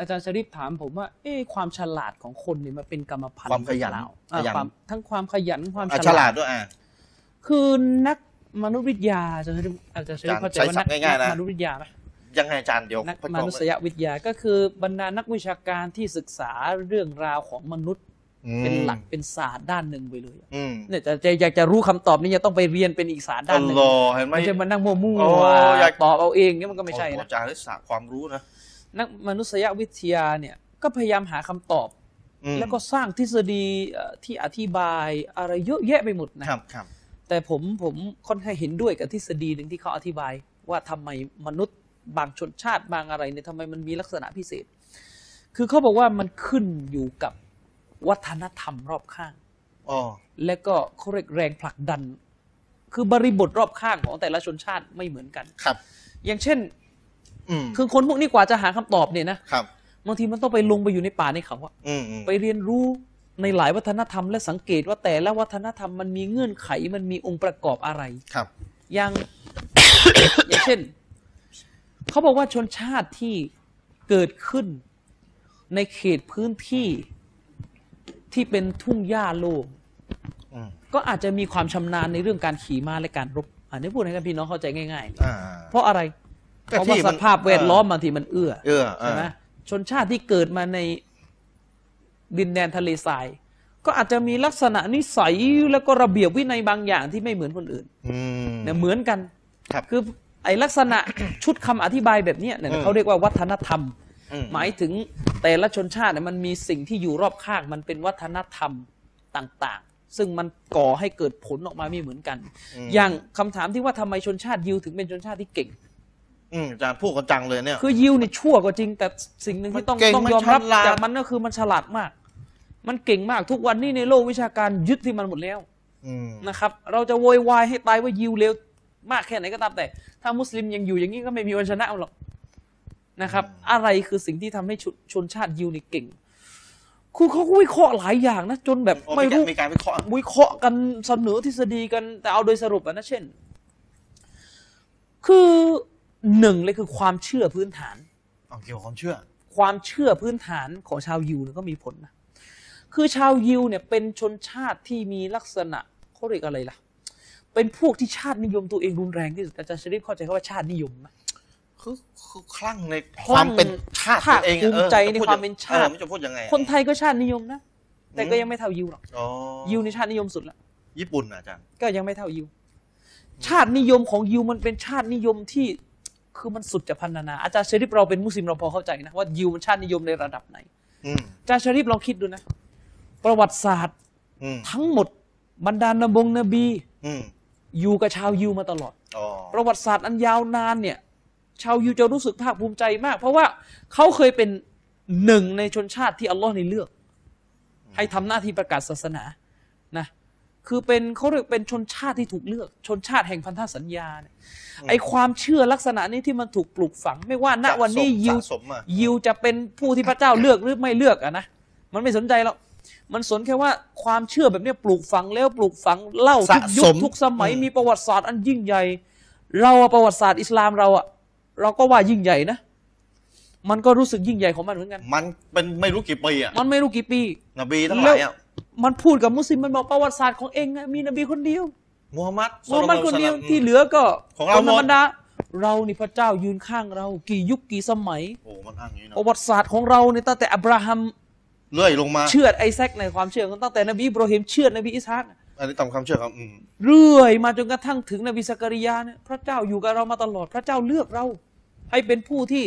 อาจารย์ชริปถามผมว่า เอ๊ะความฉลาดของคนเนี่ยมันเป็นกรรมพันธุ์
ความขยัน
หรือเปล่าอ่ะ
ขยัน
ความทั้งความขยันความ
อ่ะ
ฉ
ฉ
ลา
ลา
ด
ดด้วยอ่า
คือนักมนุษยวิทยาอาจารย์ชริปอาจารย์ชริปเข้าใจว่า
ใช้ศั
นั
พท์ง่ายๆนะ
มนุษยวิทยาไหม
ยังไงอาจารย์เดี๋ยว
นัก
พระ
ม
เจ้า
นุษยวิทยาก็คือบรรดานักวิชาการที่ศึกษาเรื่องราวของมนุษย์เป็นหลักเป็นศาสตร์ด้านหนึ่งไปเลย
อืม
เนี่ยจะจะอยากจะรู้คำตอบนี่จะต้องไปเรียนเป็นอีกศาสตร์ด้านหนึ่ง
รอเห็นไหม
ไม่ใช่มานั่งมั่ว
โอ้
ๆ
อยาก
ตอบเอาเองเนี่ยมันก็ไม่ใช่
โอ้โห
นะ
อาจารย์ได้ศาสตร์ความรู้นะ
นักมนุษยวิทยาเนี่ยก็พยายามหาคำตอบ
อืม
แล้วก็สร้างทฤษฎีเอ่อที่อธิบายอะไรเยอะแยะไปหมดนะครับ
ครับ
แต่ผมผมค่อนข้างเห็นด้วยกับทฤษฎีหนึ่งที่เขาอธิบาย ว่าทำไมมนุษย์บางชนชาติบางอะไรเนี่ยทำไมมันมีลักษณะพิเศษ คือเขาบอกว่ามันขึ้นอยู่กับวัฒนธรรมรอบข้าง
อ๋อ
และก็เขาเรียกแรงผลักดัน คือบริบทรอบข้างของแต่ละชนชาติไม่เหมือนกัน
ครับ
อย่างเช่น
อืม
คือคนพวกนี้กว่าจะหาคำตอบเนี่ยนะครับ บางทีมันต้องไปลงไปอยู่ในป่าในเขาอะ
อืมอืม
ไปเรียนรู้ในหลายวัฒนธรรมและสังเกตว่าแต่ละวัฒนธรรมมันมีเงื่อนไขมันมีองค์ประกอบอะไร
ครับ
อย่าง อย่างเช่น เขาบอกว่าชนชาติที่เกิดขึ้นในเขตพื้นที่ที่เป็นทุ่งหญ้าโล่ง
อืม
ก็อาจจะมีความชำนาญในเรื่องการขี่ม้าและการรบอันนี้พูดให้กันพี่น้องเข้าใจง่ายๆ
อ่า
เพราะอะไร
ก็
เพราะ
ที่
ว่า
มั
ส
น
ภาพแวดล้อมบางทีมันเอื้อ
เออเอ
ใช่
อ
ไหมชนชาติที่เกิดมาในดินแดนทะเลทราย ก็อาจจะมีลักษณะนิสัยแล้วก็ระเบียบวินัยบางอย่างที่ไม่เหมือนคนอื่น
อืม
เนี่ยเหมือนกัน
ครับ
อไอ้ลักษณะ ชุดคำอธิบายแบบเนี้ยเนี่ย
อืม
เขาเรียกว่าวัฒนธรรม
อื
หมายถึงแต่ละชนชาติเนี่ยมันมีสิ่งที่อยู่รอบข้าง มันเป็นวัฒนธรรมต่าง ซึ่งมันก่อให้เกิดผลออกมาไม่เหมือนกัน อย่างคำถามที่ว่าทำไมชนชาติยิวถึงเป็นชนชาติที่เก่ง
อืมอาจารย์พูดกันจังเลยเนี่ย
คือยิวเนี่ยชั่วก็จริง แต่สิ่งหนึ่งที่ต้อง
มันเก่ง
ต้องยอมรับ
มันฉลาด
จากมันก็คือมันฉลาดมาก มันเก่งมากทุกวันนี้ในโลกวิชาการยึดที่มันหมดแล้ว
ม
นะครับ เราจะโวยวายให้ตายว่ายิวเลวมากแค่ไหนก็ตามแต่ ถ้ามุสลิมยังอยู่อย่างนี้ก็ไม่มีวันชนะมันหรอกนะครับ อะไรคือสิ่งที่ทำให้ชนชนชาติยิวนี่เก่งคือเขาก็วิเคราะห์หลายอย่างนะจนแบบ
โอ้
ไม่รู้
มีการวิเคราะห์
วิเคราะห์กันเสนอทฤษฎีกันแต่เอาโดยสรุปอะนะเช่น คือหนึ่งเลยคือความเชื่อพื้นฐาน
เอาเกี่ยวกับความเชื่อ
ความเชื่อพื้นฐานของชาวยิวเนี่ยก็มีผลนะคือชาวยิวเนี่ยเป็นชนชาติที่มีลักษณะเขาเรียกอะไรล่ะ เป็นพวกที่ชาตินิยมตัวเองรุนแรงที่สุดอาจารย์ชริปเข้าใจคำว่าชาตินิยมไหม
คือคือคลั่งในความเป็นชาติตัวเองอะ
ภาคภูมิใจใน
ออ
ความเป็นชา
อ
ติ
อมันจะพูดยังไงอะ
คนไทยก็ชาตินิยมนะแต่ก็ยังไม่เท่ายิวหรอก
อ๋อ
ยิวในชาตินิยมสุดละ
ญี่ปุ่นน่ะอาจารย์
ก็ยังไม่เท่ายิว ชาตินิยมของยิวมันเป็นชาตินิยมที่คือมันสุดจะพันนานา อาจารย์ชริปเราเป็นมุสลิมเราพอเข้าใจนะว่ายิวมันชาตินิยมในระดับไหน
อืม
อาจารย์ชริปลองคิดดูนะ ประวัติศาสตร์
อืม
ทั้งหมดบรรดานบงนบี
อืม
อยู่กับชาวยิวมาตลอด
อ๋อ
ประวัติศาสตร์อันยาวนานเนี่ย ชาวยิวจะรู้สึกภาคภูมิใจมาก เพราะว่าเขาเคยเป็นหนึ่งในชนชาติที่อัลลอฮ์ในเลือก ให้ทำหน้าที่ประกาศศาสนานะคือเป็นเขาเรียกเป็นชนชาติที่ถูกเลือก ชนชาติแห่งพันธสัญญาเนี่ยไอความเชื่อลักษณะนี้ที่มันถูกปลูกฝัง ไม่ว่าณวันนี้
สะสม
ยิว
สะสมอะ
ยิวจะเป็นผู้ที่พระเจ้าเลือกหรือไม่เลือกอะนะมันไม่สนใจหรอกมันสนแค่ว่าความเชื่อแบบเนี้ยปลูกฝังแล้วปลูกฝังเล่าทุกยุ
สะส
ค
ม
ทุกสมัย
อืม
มีประวัติศาสตร์อันยิ่งใหญ่ เราอะประวัติศาสตร์อิสลามเราอะเราก็ว่ายิ่งใหญ่นะ มันก็รู้สึกยิ่งใหญ่ของมันเหมือนกัน
มันเป็นไม่รู้กี่ปีอะ
มันไม่รู้กี่ปี
นบีทั้งหลายอะ
มันพูดกับมุสลิมมันบอกประวัติศาสตร์ของเองอะมีนบีคนเดียว
มูฮัมหมัด
มูฮัมมัดคนเดียว
ศ็อลลัลลอฮุอะลัยฮิวะซัลลัม
ที่เหลือก็
ของเรา
คนธร
ห
ร
ม
ม
ด
ดาเรานี่พระเจ้ายืนข้างเรา กี่ยุคกี่สมัย
โอ้มันอ้างอย่างนี้
ประ
เนาะ
วัติศาสตร์ของเราเนี่ยตั้งแต่อับราฮัม
เลื่อยลงมา
เชื่อดไอแซคในความเชื่อของตั้งแต่นบีอิบราฮิมเชื่อดนบีอิสฮัก
อันนี้ตามความเชื่อครับอืม
เรื่อยมาจนกระทั่งถึงนบีสักริยาเนี่ยพระเจ้าอยู่กับเรามาตลอดพระเจ้าเลือกเรา ให้เป็นผู้ที่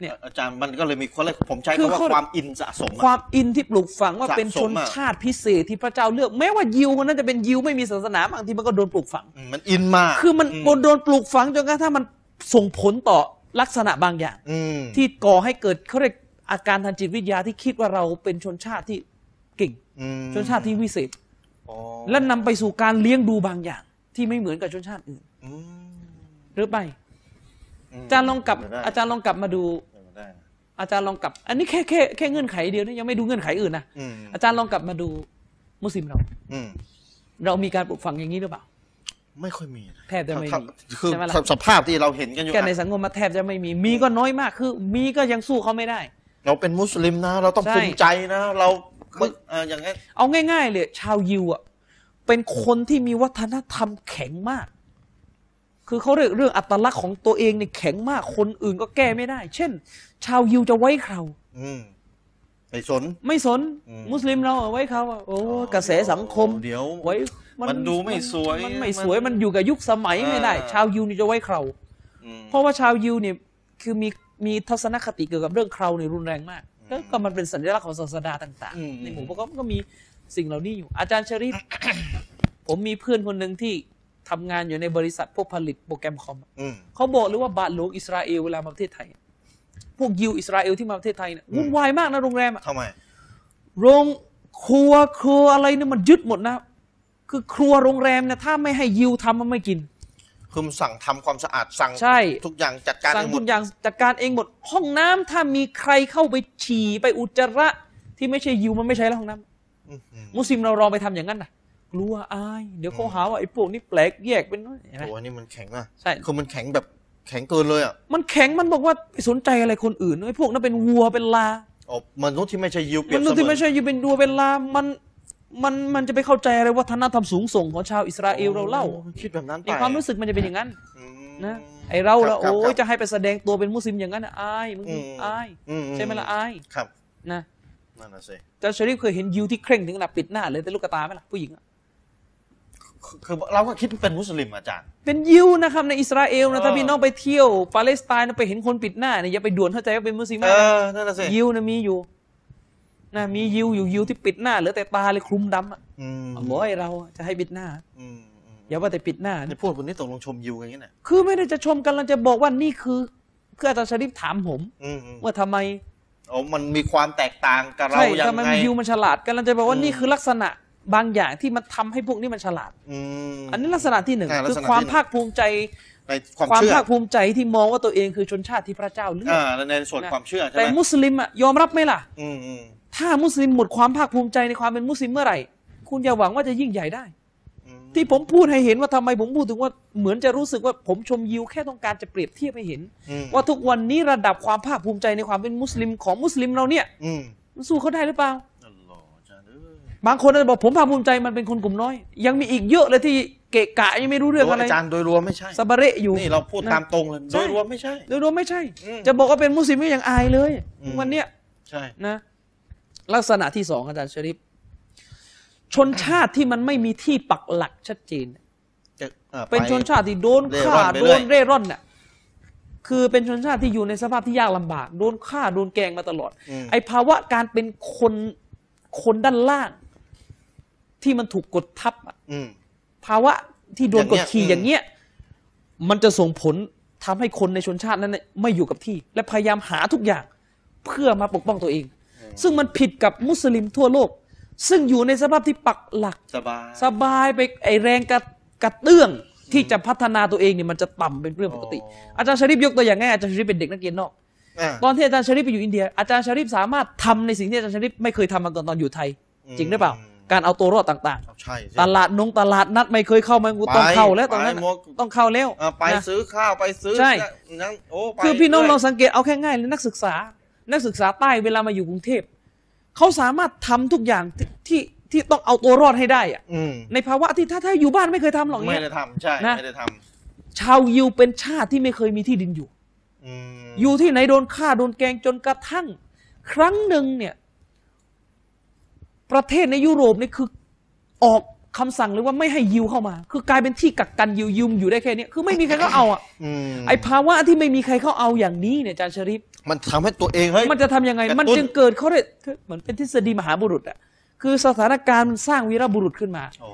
เนี่ย
อาจารย์มันก็เลยมีคนเลยผมใช้
คือ
คำว่า
เขา
ความอินสะสมอะ
ความอินที่ปลูกฝังว่า
สะสมอะ
เป็นชนชาติพิเศษที่พระเจ้าเลือก แม้ว่ายิวคนนั้นจะเป็นยิวไม่มีศาสนาบางทีมันก็โดนปลูกฝัง
อืมมันอินมาก
คือมัน
ม
โดนปลูกฝังจนกระทั่งมันส่งผลต่อลักษณะบางอย่าง
อืม
ที่ก่อให้เกิดเขาเรียกอาการทางจิตวิทยาที่คิดว่าเราเป็นชนชาติที่เก่ง
อืม
ชนชาติที่วิเศษ
อ๋อ
และนำไปสู่การเลี้ยงดูบางอย่าง ที่ไม่เหมือนกับชนชาติอื่น
อืม
หรือไม่
ม
อาจารย์ลองกลับ
เป็นไปได้
อาจารย์ลองกลับมาดู
เป็นไปได้นะ
อาจารย์ลองกลับ อันนี้แค่แค่แค่เงื่อนไขเดียวนะยังไม่ดูเงื่อนไขอื่นนะ
อืม
อาจารย์ลองกลับมาดูมุสลิมเรา
อืม
เรามีการปลูกฝังอย่างนี้หรือเปล่า
ไม่ค่อยมีนะ
แทบจะไม่มี
ถ้าถ้าคือ
ใช่ไหมล่ะ
สภาพที่เราเห็นกันอยู่
แกใน
อะ
สังคมมาแทบจะไม่มี มีก็น้อยมากคือ มีก็ยังสู้เขาไม่ได้
เราเป็นมุสลิมนะ เราต้อง
ใช่
ภูมิใจนะ เรามึงเอ่ออย่างงี้น
เอาง่ายๆเลยชาวยิวอ่ะเป็นคนที่มีวัฒนธรรมแข็งมาก คือเขาเรื่องเรื่องอัตลักษณ์ของตัวเองเนี่ยแข็งมากคนอื่นก็แก้ไม่ได้ เช่น ชาวยิวจะไว้เครา
อืมไปสน
ไม่สน
อืม
มุสลิมเราเอาไว้เขาว่าโอ้กระแสสังคม
เดี๋ยว
ไว้
มันดูไม่สวย
มันไม่
มัน
สวยมันอยู่กับยุคสมัยไม่ได้
อ่า
ชาวยิวนี่จะไว้เครา
อืม
เพราะว่าชาวยิวเนี่ยคือมีมีทัศนคติเกี่ยวกับเรื่องเคราเนี่ยรุนแรงมาก
อืม
ก็มันเป็นสัญลักษณ์ของศาสดาต่าง
อืม
ๆในหมู่พวกเขาก็มีสิ่งเหล่านี้อยู่ อาจารย์ชริป ผมมีเพื่อนคนหนึ่งที่ทำงานอยู่ในบริษัทพวกผลิตโปรแกรมคอม
อืม
เขาบอกเลยว่าบาทหลวงอิสราเอลเวลามาประเทศไทย พวกยิวอิสราเอลที่มาประเทศไทยเนี่ยวุ่นวายมากนะโรงแรมอะ
ทำไม
โรงครัวครัวอะไรเนี่ยมันยึดหมดนะ คือครัวโรงแรมเนะถ้าไม่ให้ยิวทำมันไม่กิน
คือมันสั่งทำความสะอาดสั่ง
ใช่
ทุกอย่างจัดการ
สั่ง
ให้หม
ทุ
ด
กอย่างจัดการเองหมด ห้องน้ำถ้ามีใครเข้าไปฉี่ไปอุจจาระ ที่ไม่ใช่ยิวมันไม่ใช่แล้วห้องน้ำ
อืมอืม
มุสลิมเราลองไปทำอย่างนั้นนะกลัวอาย เดี๋ยวเขาหาว่าไอ้พวกนี้แปลกแยกเป็นน้อยเห็นไหม
โอ้อันนี่มันแข็งนะ
ใช่
คือมันแข็งแบบแข็งเกินเลยอ่ะ
มันแข็งมันบอกว่าไปสนใจอะไรคนอื่นไอ้พวกนั้นเป็นวัวเป็นลา
อ๋อมนุษย์ที่ไม่ใช่ยิวเปรี
มั
ยบ
น
เส
ดู
มื
ที่
อ
ไม่
น
ใช่อยู่เป็นดัวเป็นลามันมันมันจะไปเข้าใจอะไรวัฒนธรรมสูงส่งของชาวอิสราเอลเราเล่า
คิดแบบนั้นไป
ในความรู้สึกมันจะเป็นอย่างนั้น
อืม
นะไอเราละ
คบ
โอ้
ค
ยจะ
รับ
ให้ไปแสดงตัวเป็นมุสลิมอย่างนั้นน่ะอายมึง
อืม
อาย
อืม
ใช่ไหมล่ะอาย
ครับ
นะ
นั่นน่ะสิ
แต่ชาริฟเคยเห็นยิวที่เคร่งถึงขนาดปิดหน้าเลยแต่ลูกตาไหมล่ะผู้หญิงอะ
คือคือเราก็คิดเป็นมุสลิมอาจารย์
เป็นยิวนะครับในอิสราเอลนะถ้า
เออ
พี่น้องไปเที่ยวปาเลสไตน์นะไปเห็นคนปิดหน้าเนี่ยอย่าไปด่วนเข้าใจว่าเป็นมุสลิม
เอ
นะ
อนั่นน่ะสิ
ยิวนะมีอยู่ นะมียิวอยู่ยิวที่ปิดหน้าเหลือแต่ตาเลยคลุมดำอะ
อืม
โอ้ยเราจะให้ปิดหน้า
อืมอืม
อย่าว่าแต่ปิดหน้านะ
นี่พูดวันนี้ตกลงชมยูกันอย่างนี้น่ะ
คือไม่ได้จะชมกันเราจะบอกว่านี่คือคืออาจารย์ชริฟถามผม
อืมอืม
ว่าทำไม
อ๋อมันมีความแตกต่างกับเรา
ใช่
อย่า
ทำ
ง
ไม
ไง
ยิวมันฉลาดกันเราจะบอกว่า
อืม
นี่คือลักษณะบางอย่างที่มันทำให้พวกนี้มันฉลาด
อืม
อันนี้ลักษณะที่หนึ่ง
อ่าลัก
คื
ษ
อ
ณะที่หนึ่ง
ความภาคภูมิใจ
ในความ
ความ
เชื่อ
ภาคภูมิใจที่มองว่าตัวเองคือชนชาติที่พระเจ้าเลือก
อ่าในส่วนความเชื่อใช่
แต่
ไหม
มุสลิมอะยอมรับไหมล่ะ
อืมอืม
ถ้ามุสลิมหมดความภาคภูมิใจในความเป็นมุสลิมเมื่อไหร่ คุณอย่าหวังว่าจะยิ่งใหญ่ได้
อืม
ที่ผมพูดให้เห็นว่าทำไมผมพูดถึงว่าเหมือนจะรู้สึกว่าผมชมยิวแค่ต้องการจะเปรียบเทียบให้เห็น
อืม
ว่าทุกวันนี้ระดับความภาคภูมิใจในความเป็นมุสลิมของมุสลิมเราเนี่ย
อืม
มันสู้เขาได้หรือเปล่า
อัลลอฮ์อาจารย์เอ้ย
บางคนอาจจะบอกผมภาคภูมิใจมันเป็นคนกลุ่มน้อย ยังมีอีกเยอะเลยที่เกะกะยังไม่รู้เรื่องอะไร
โดยจารย์โดยรวมไม่ใช่
สบะเระอยู่
นี่เราพูดตามตรงเลย
ใช่
โดยรวมไม่ใช่
โดยรวมไม่ใช่
อืม
จะบอกว่าเป็นมุสลิมก็ยังอายเลย
อืม
วันเนี้ย
ใช่
นะ ลักษณะที่สองอาจารย์ชริปชนชาติที่มันไม่มีที่ปักหลักชัดเจน
จะอ่อไ
เป็นชนชาติที่โดน
เร่ร่
ฆ่า
อนไป
โด
เรื่อย
นเร่ร่อนน่ะคือเป็นชนชาติที่อยู่ในสภาพที่ยากลำบาก โดนฆ่าโดนแกล้งมาตลอด
อืม
ไอภาวะการเป็นคนคนด้านล่าง ที่มันถูกกดทับอะ
อืม
ภาวะที่โดนกดขี่อย่
อา
ย่างง
เงี้
เงี้
ย
ย มันจะส่งผลทำให้คนในชนชาตินั้นน่ะไม่อยู่กับที่ และพยายามหาทุกอย่างเพื่อมาปกป้องตัวเอง ซึ่งมันผิดกับมุสลิมทั่วโลก ซึ่งอยู่ในสภาพที่ปักหลัก
สบาย
สบายไปไอแรงกระกระเตื้องที่จะพัฒนาตัวเองเนี่ยมันจะต่ำเป็นเรื่องปกติ
อ๋ออ
อาจารย์ชริปยกตัวอย่างง่ายอาจารย์ชริปเป็นเด็กนักเรียนนอก
อ่ะ
ตอนที่อาจารย์ชริปไปอยู่อินเดียอาจารย์ชริปสามารถทำในสิ่งที่อาจารย์ชริปไม่เคยทำมาก่อนตอนอยู่ไทย จริงหรือเปล่า การเอาตัวรอดต่าง
เอาใช่สิ
ๆ ตลาดนงตลาดนัดไม่เคยเข้ามากูต้อง
ไป
เข้าแล้วตอนนั้น
ไป
น่ะ
หมด
ต้องเข้าแล้ว
อ่ะไป
นะ
ซื้อข้าวไปซื้อ
ใช่
นั่งโอ้ไป
คือพี่น้อง
รื่ย
เราสังเกตเอาแค่ง่ายเลยนักศึกษา นักศึกษาใต้เวลามาอยู่กรุงเทพเขาสามารถทำทุกอย่างที่ที่ที่ต้องเอาตัวรอดให้ได้อะ
อืม
ในภาวะที่ถ้าถ้าอยู่บ้านไม่เคยทำหรอก
ไม่
เนี่ย
ได้ทำใช่
นะ
ไม่ได้ท
ชาวยิวเป็นชาติที่ไม่เคยมีที่ดินอยู่
ำอืม
อยู่ที่ไหนโดนฆ่าโดนแกล้งจนกระทั่ง ครั้งหนึ่งเนี่ย ประเทศในยุโรปนี่คือออกคำสั่งเลยว่าไม่ให้ยิวเข้ามา คือกลายเป็นที่กักกันยิวยิวอยู่ได้แค่เนี้ยคือไม่มีใครเขา เอาอ่ะ
อืม
ไอภาวะที่ไม่มีใครเขาเอาอย่างนี้เนี่ยอาจารย์ชริฟ
มันทำให้ตัวเองเฮ้ย
มันจะทำยังไง
กระตุ้น
มันจึงเกิดเขาเรียกเหมือนเป็นทฤษฎีมหาบุรุษอ่ะคือสถานการณ์มันสร้างวีรบุรุษขึ้นมา
โอ้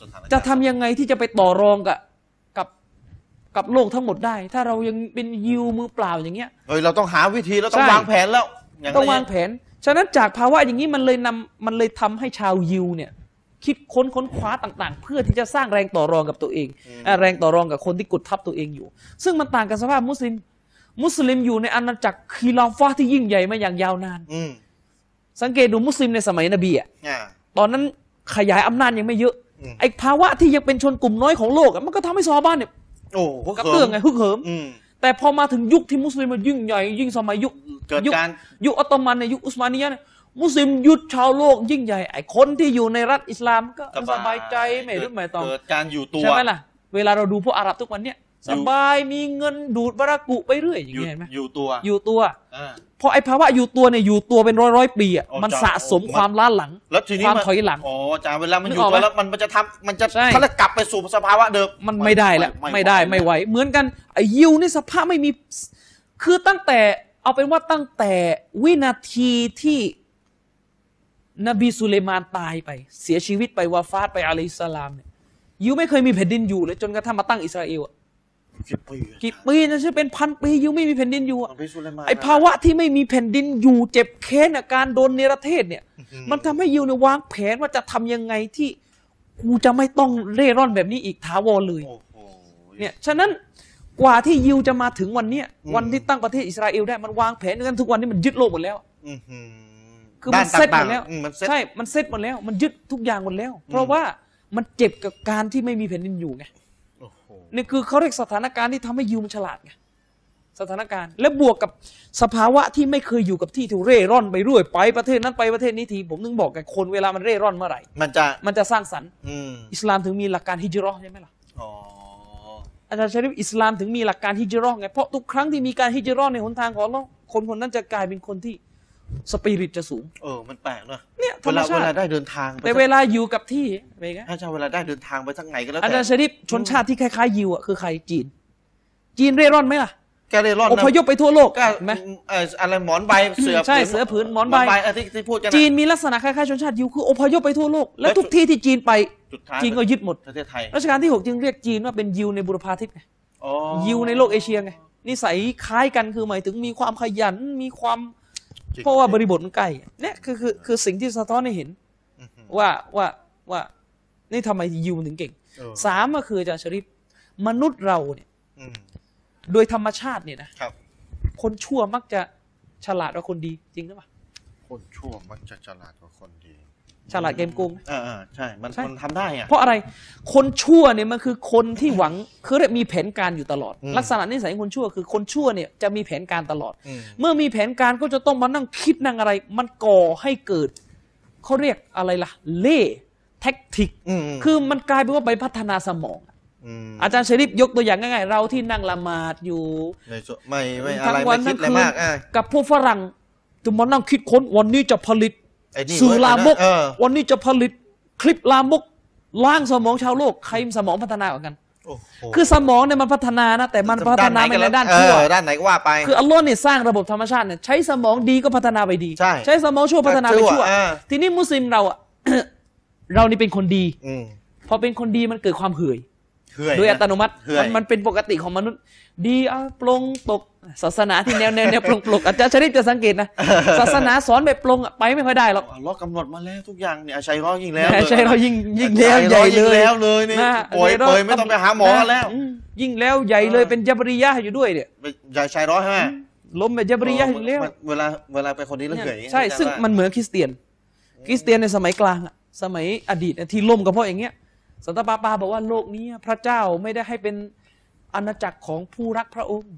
สถานการณ์
จะทำยังไงที่จะไปต่อรองกับกับกับโลกทั้งหมดได้ ถ้าเรายังเป็นยิวมือเปล่าอย่างเงี้ย
เฮ้ยเราต้องหาวิธีเราต้อง
ใช่
วางแผนแล้วย่
ต้องวาง
ไร
แผน ฉะนั้นจากภาวะอย่างนี้มันเลยนำมันเลยทำให้ชาวยิวเนี่ย คิดค้นค้นคว้าต่างๆ เพื่อที่จะสร้างแรงต่อรองกับตัวเองอ่ะแรงต่อรองกับคนที่กดทับตัวเองอยู่ ซึ่งมันต่างกับสภาพมุสลิม มุสลิมอยู่ในอาณาจักรคีลอฟ้าที่ยิ่งใหญ่มาอย่างยาวนาน
อืม
สังเกตดูมุสลิมในสมัยนบีอ่ะ
อ่า
ตอนนั้นขยายอำนาจยังไม่เยอะ
อืม
ไอ้ภาวะที่ยังเป็นชนกลุ่มน้อยของโลกอ่ะมันก็ทำให้ซอบ้านเนี่ย
โอ้พว
กระเตื้องไงฮึกเหิม
อืม
แต่พอมาถึงยุคที่มุสลิมมันยิ่งใหญ่ยิ่งสมัยยุค
เกิด
ยุค
การ
ยุคอัตโตมันในยยุคอุสมานียะเนี่ยมุสลิมยุดชาวโลกยิ่งใหญ่ไอ้คนที่อยู่ในรัฐอิสลามก็สบายใจไม่รู้ไม่ต้อง
เกิดการอยู่ตัว
ใช่ไหมล่ะ เวลาเราดูพวกอาหรับทุกวันเนี่ย
อยู่
สบายมีเงินดูดบารากุไปเรื่อยอย่าง
อยู่
เงี้ยเห็นไหม
อยู่ตัว
อยู่ตัว
อ่า
พอไอ้ภาวะอยู่ตัวเนี่ยอยู่ตัวเป็นร้อยร้อยๆปีอ่ะ
เอามั
มัน
จะ
สะสม
เอา
ความล้าหลัง
แล้วทีนี้
ความถอยหลัง
อ๋ออาจารย์เวลามันอยู่
นึกออก
ตัว
ไหม
แล้วมันมันจะทำมันจะ
ใช่
ถ้าเรากลับไปสู่สภาวะเดิม
มันไม่ได้แล้วไม่ได้ไม่ไหวเหมือนกันไอ้ยิวนี่สภาพไม่มี คือตั้งแต่เอาเป็นว่าตั้งแต่วินาทีที่นบีสุเลมานตายไป เสียชีวิตไปวาฟาตไปอะลัยฮิสสลามเนี่ยยิวไม่เคยมีแผ่นดินอยู่เลยจนกระทั่งมาตั้งอิสราเอลอะ
กี่ปีอะ
กี่ปีนะใช่เป็นพันปียิวไม่มีแผ่นดินอยู่อะ
มันพิสูจน์เลยมา
ไอ้ภาวะที่ไม่มีแผ่นดินอยู่เจ็บแค้นอะการโดนเนรเทศเนี่ย มันทำให้ยิวเนี่ยวางแผนว่าจะทำยังไงที่กูจะไม่ต้องเร่ร่อนแบบนี้อีกถาวรเลย
โอ้โห
เนี่ย ฉะนั้นกว่าที่ยิวจะมาถึงวันเนี้ย
อืม
วันที่ตั้งประเทศอิสราเอลได้มันวางแผนกันทุกวันนี้มันยึดโลกหมดแล้ว
อื้อหือ
คือ
ด้า
มันเซ็ตหม
ต่าง
ด
ๆ
แล้ว
อืมมันเซ็ต
ใช่ มันเซ็ตหมดแล้ว มันยึดทุกอย่างหมดแล้ว เพ
อื
ราะ
ม
ว่ามันเจ็บกับการที่ไม่มีแผ่นดินอยู่ไง
โอ้โห
นี่คือเขาเรียกสถานการณ์ที่ทำให้ยิวมันฉลาดไงสถานการณ์ และบวกกับสภาวะที่ไม่เคยอยู่กับที่ถูกเร่ร่อนไปเรื่อยไปประเทศนั้นไปประเทศนี้ทีผมนึงบอกกับคนเวลามันเร่ร่อนเมื่อไหร่
มันจะ
มันจะสร้างสรรค์
อืม
อิสลามถึงมีหลักการฮิจเราะห์ใช่ไหมล่ะ
อ๋อ
อาจารย์ชริฟอิสลามถึงมีหลักการฮิจเราะห์ไงเพราะทุกครั้งที่มีการฮิจเราะห์ในหนทางของอัลเลาะห์คนคนนั้นจะกลายเป็นคนที่สปิริตจะสูง
เออมันแปลกเนอะ
เนี่ยธ
เว
รรม
ลา
ชา
เวลา
ติ
ได้เดินทางไป
แต่เวลาอยู่กับที่เป็นไง
ถ้าจะเวลาได้เดินทางไปทั้งไหนก็แล้ว
อาจา
แต่
รย์ชริฟชนชาติที่คล้ายๆยิวอ่ะคือใครจีน จีนเร่ร่อนไหมล่ะ
แกเร่ร่อน
อ
นะ
พยพไปทั่วโลก
ก็
เห็นไหม
เอ่ออะไรหมอนใบเสือ
ใช่เสือผืนหมอนใบ
เที่ที่พูดกัะ
จีนมีลักษณะคล้ายๆชนชาติยิวคืออพยพไปทั่วโลก และ
และ
ทุกที่ที่จีนไป
สุดท้าย
จีนก็ยึดหมด
ประเทศไทย
รัชกาลที่ 6 จึงเรียกจีนว่าเป็นยิวในบุรพาทิศไง
อ๋อ
ยิวในโลกเอเชียไงนิสัยคล้ายกันคือหมายถึงมีความขยันมีความ
จง
เพราะว่าบริบทมันใกล้เนี่ยคือคือคือสิ่งที่สะท้อนให้เห็น
อื้อหือ
ว่าว่าว่านี่ทำไมยิวถึงเก่ง
เออ
สามก็คืออาจารย์ชริปมนุษย์เราเนี่ย
อืม
โดยธรรมชาติเนี่ยนะครับ คนชั่วมักจะฉลาดกว่าคนดีจริงหรือเปล่า
คนชั่วมักจะฉลาดกว่าคนดี
ฉลาดเกมโกงไหม
อ่าๆใช่มัน
ใช่
มันทำได้อ่ะ
เพราะอะไรคนชั่วเนี่ยมันคือคนที่หวังคือเรียกมีแผนการอยู่ตลอด
อืม
ลักษณะนิสัยของคนชั่วคือคนชั่วเนี่ยจะมีแผนการตลอด
อืม
เมื่อมีแผนการก็จะต้องมานั่งคิดนั่งอะไร มันก่อให้เกิดเขาเรียกอะไรล่ะ เล่แท็กติก
อืม
คือมันกลายเป็นว่าไปพัฒนาสมอง
ม
อาจารย์ชริปยกตัวอย่างง่ายๆ เราที่นั่งละหมาดอยู่
ในส่วนไม่ไม่อะ
ทั้
ไรง
วั
ไม่คิ
ทั้
ด
ง
อะไร
คืน
มากอ่ะ
กับพวกฝรั่งจะมานั่งคิดค้นวันนี้จะผลิต
ไอ้นี่
สื่อลามก
เออ
วันนี้จะผลิตคลิปลามกล้างสมองชาวโลกใครสมองพัฒนากว่ากัน
โอ้โห
คือสมองเนี่ยมันพัฒนานะแต่มันพัฒนาไปในด้าน
เอ
ชั่ว
อด้านไหนก็ว่าไป
คืออัลลอฮ์เนี่ยสร้างระบบธรรมชาติเนี่ยใช้สมองดีก็พัฒนาไปดี
ใช่
ใช้สมองชั่วพัฒนาไปชั่ว
อ่า
ทีนี้มุสลิมเราอ่ะ เรานี่เป็นคนดี
อืม
พอเป็นคนดีมันเกิดความเหื่อย
เหื่อย
โดยอัต
นะ
โนมัติ
เหื่อย
มันมันเป็นปกติของมนุษย์ ดีอ่ะปลงตกศาสนาที่แนวแนวแนวปลงปลงอาจารย์ชริปจะสังเก ตนะ ศาสนาสอนแบบปลงอ่ะไปไม่ค่อยได้หรอก
อัลเลอฮ์กำหนดมาแล้วทุกอย่างเนี่ยอาชัยร้อยิ่งแล้ว
ใช่เรายิ่งยิ่งแล้ว
อาชั
ให
ร้อ
ญ่เล
ง
ย
แล้วเลยนี่
นะ
ป่วย
ใหญ่
เปยไม่ต้องไปหาหมอ
นะ
แล้ว
มยิ่งแล้วใหญ่เลยเป็นจับริยะห์อยู่ด้วยเนี่ย
ยาชัยร้อยใช่ไหม
ล้มเป็นจับริยะห์อยู่แล้ว
เวลาเวลาไปคนนี้แล้วเหื่อย
ใช่
อาจารย์
ซึ่ง
ว่า
มันเหมือนคริสเตียน คริสเตียนในสมัยกลางอะสมัยอดีตอะที่ล่มก็เพราะอย่างเงี้ยสันตะปาปาบอกว่าโลกนี้พระเจ้าไม่ได้ให้เป็นอาณาจักรของผู้รักพระองค์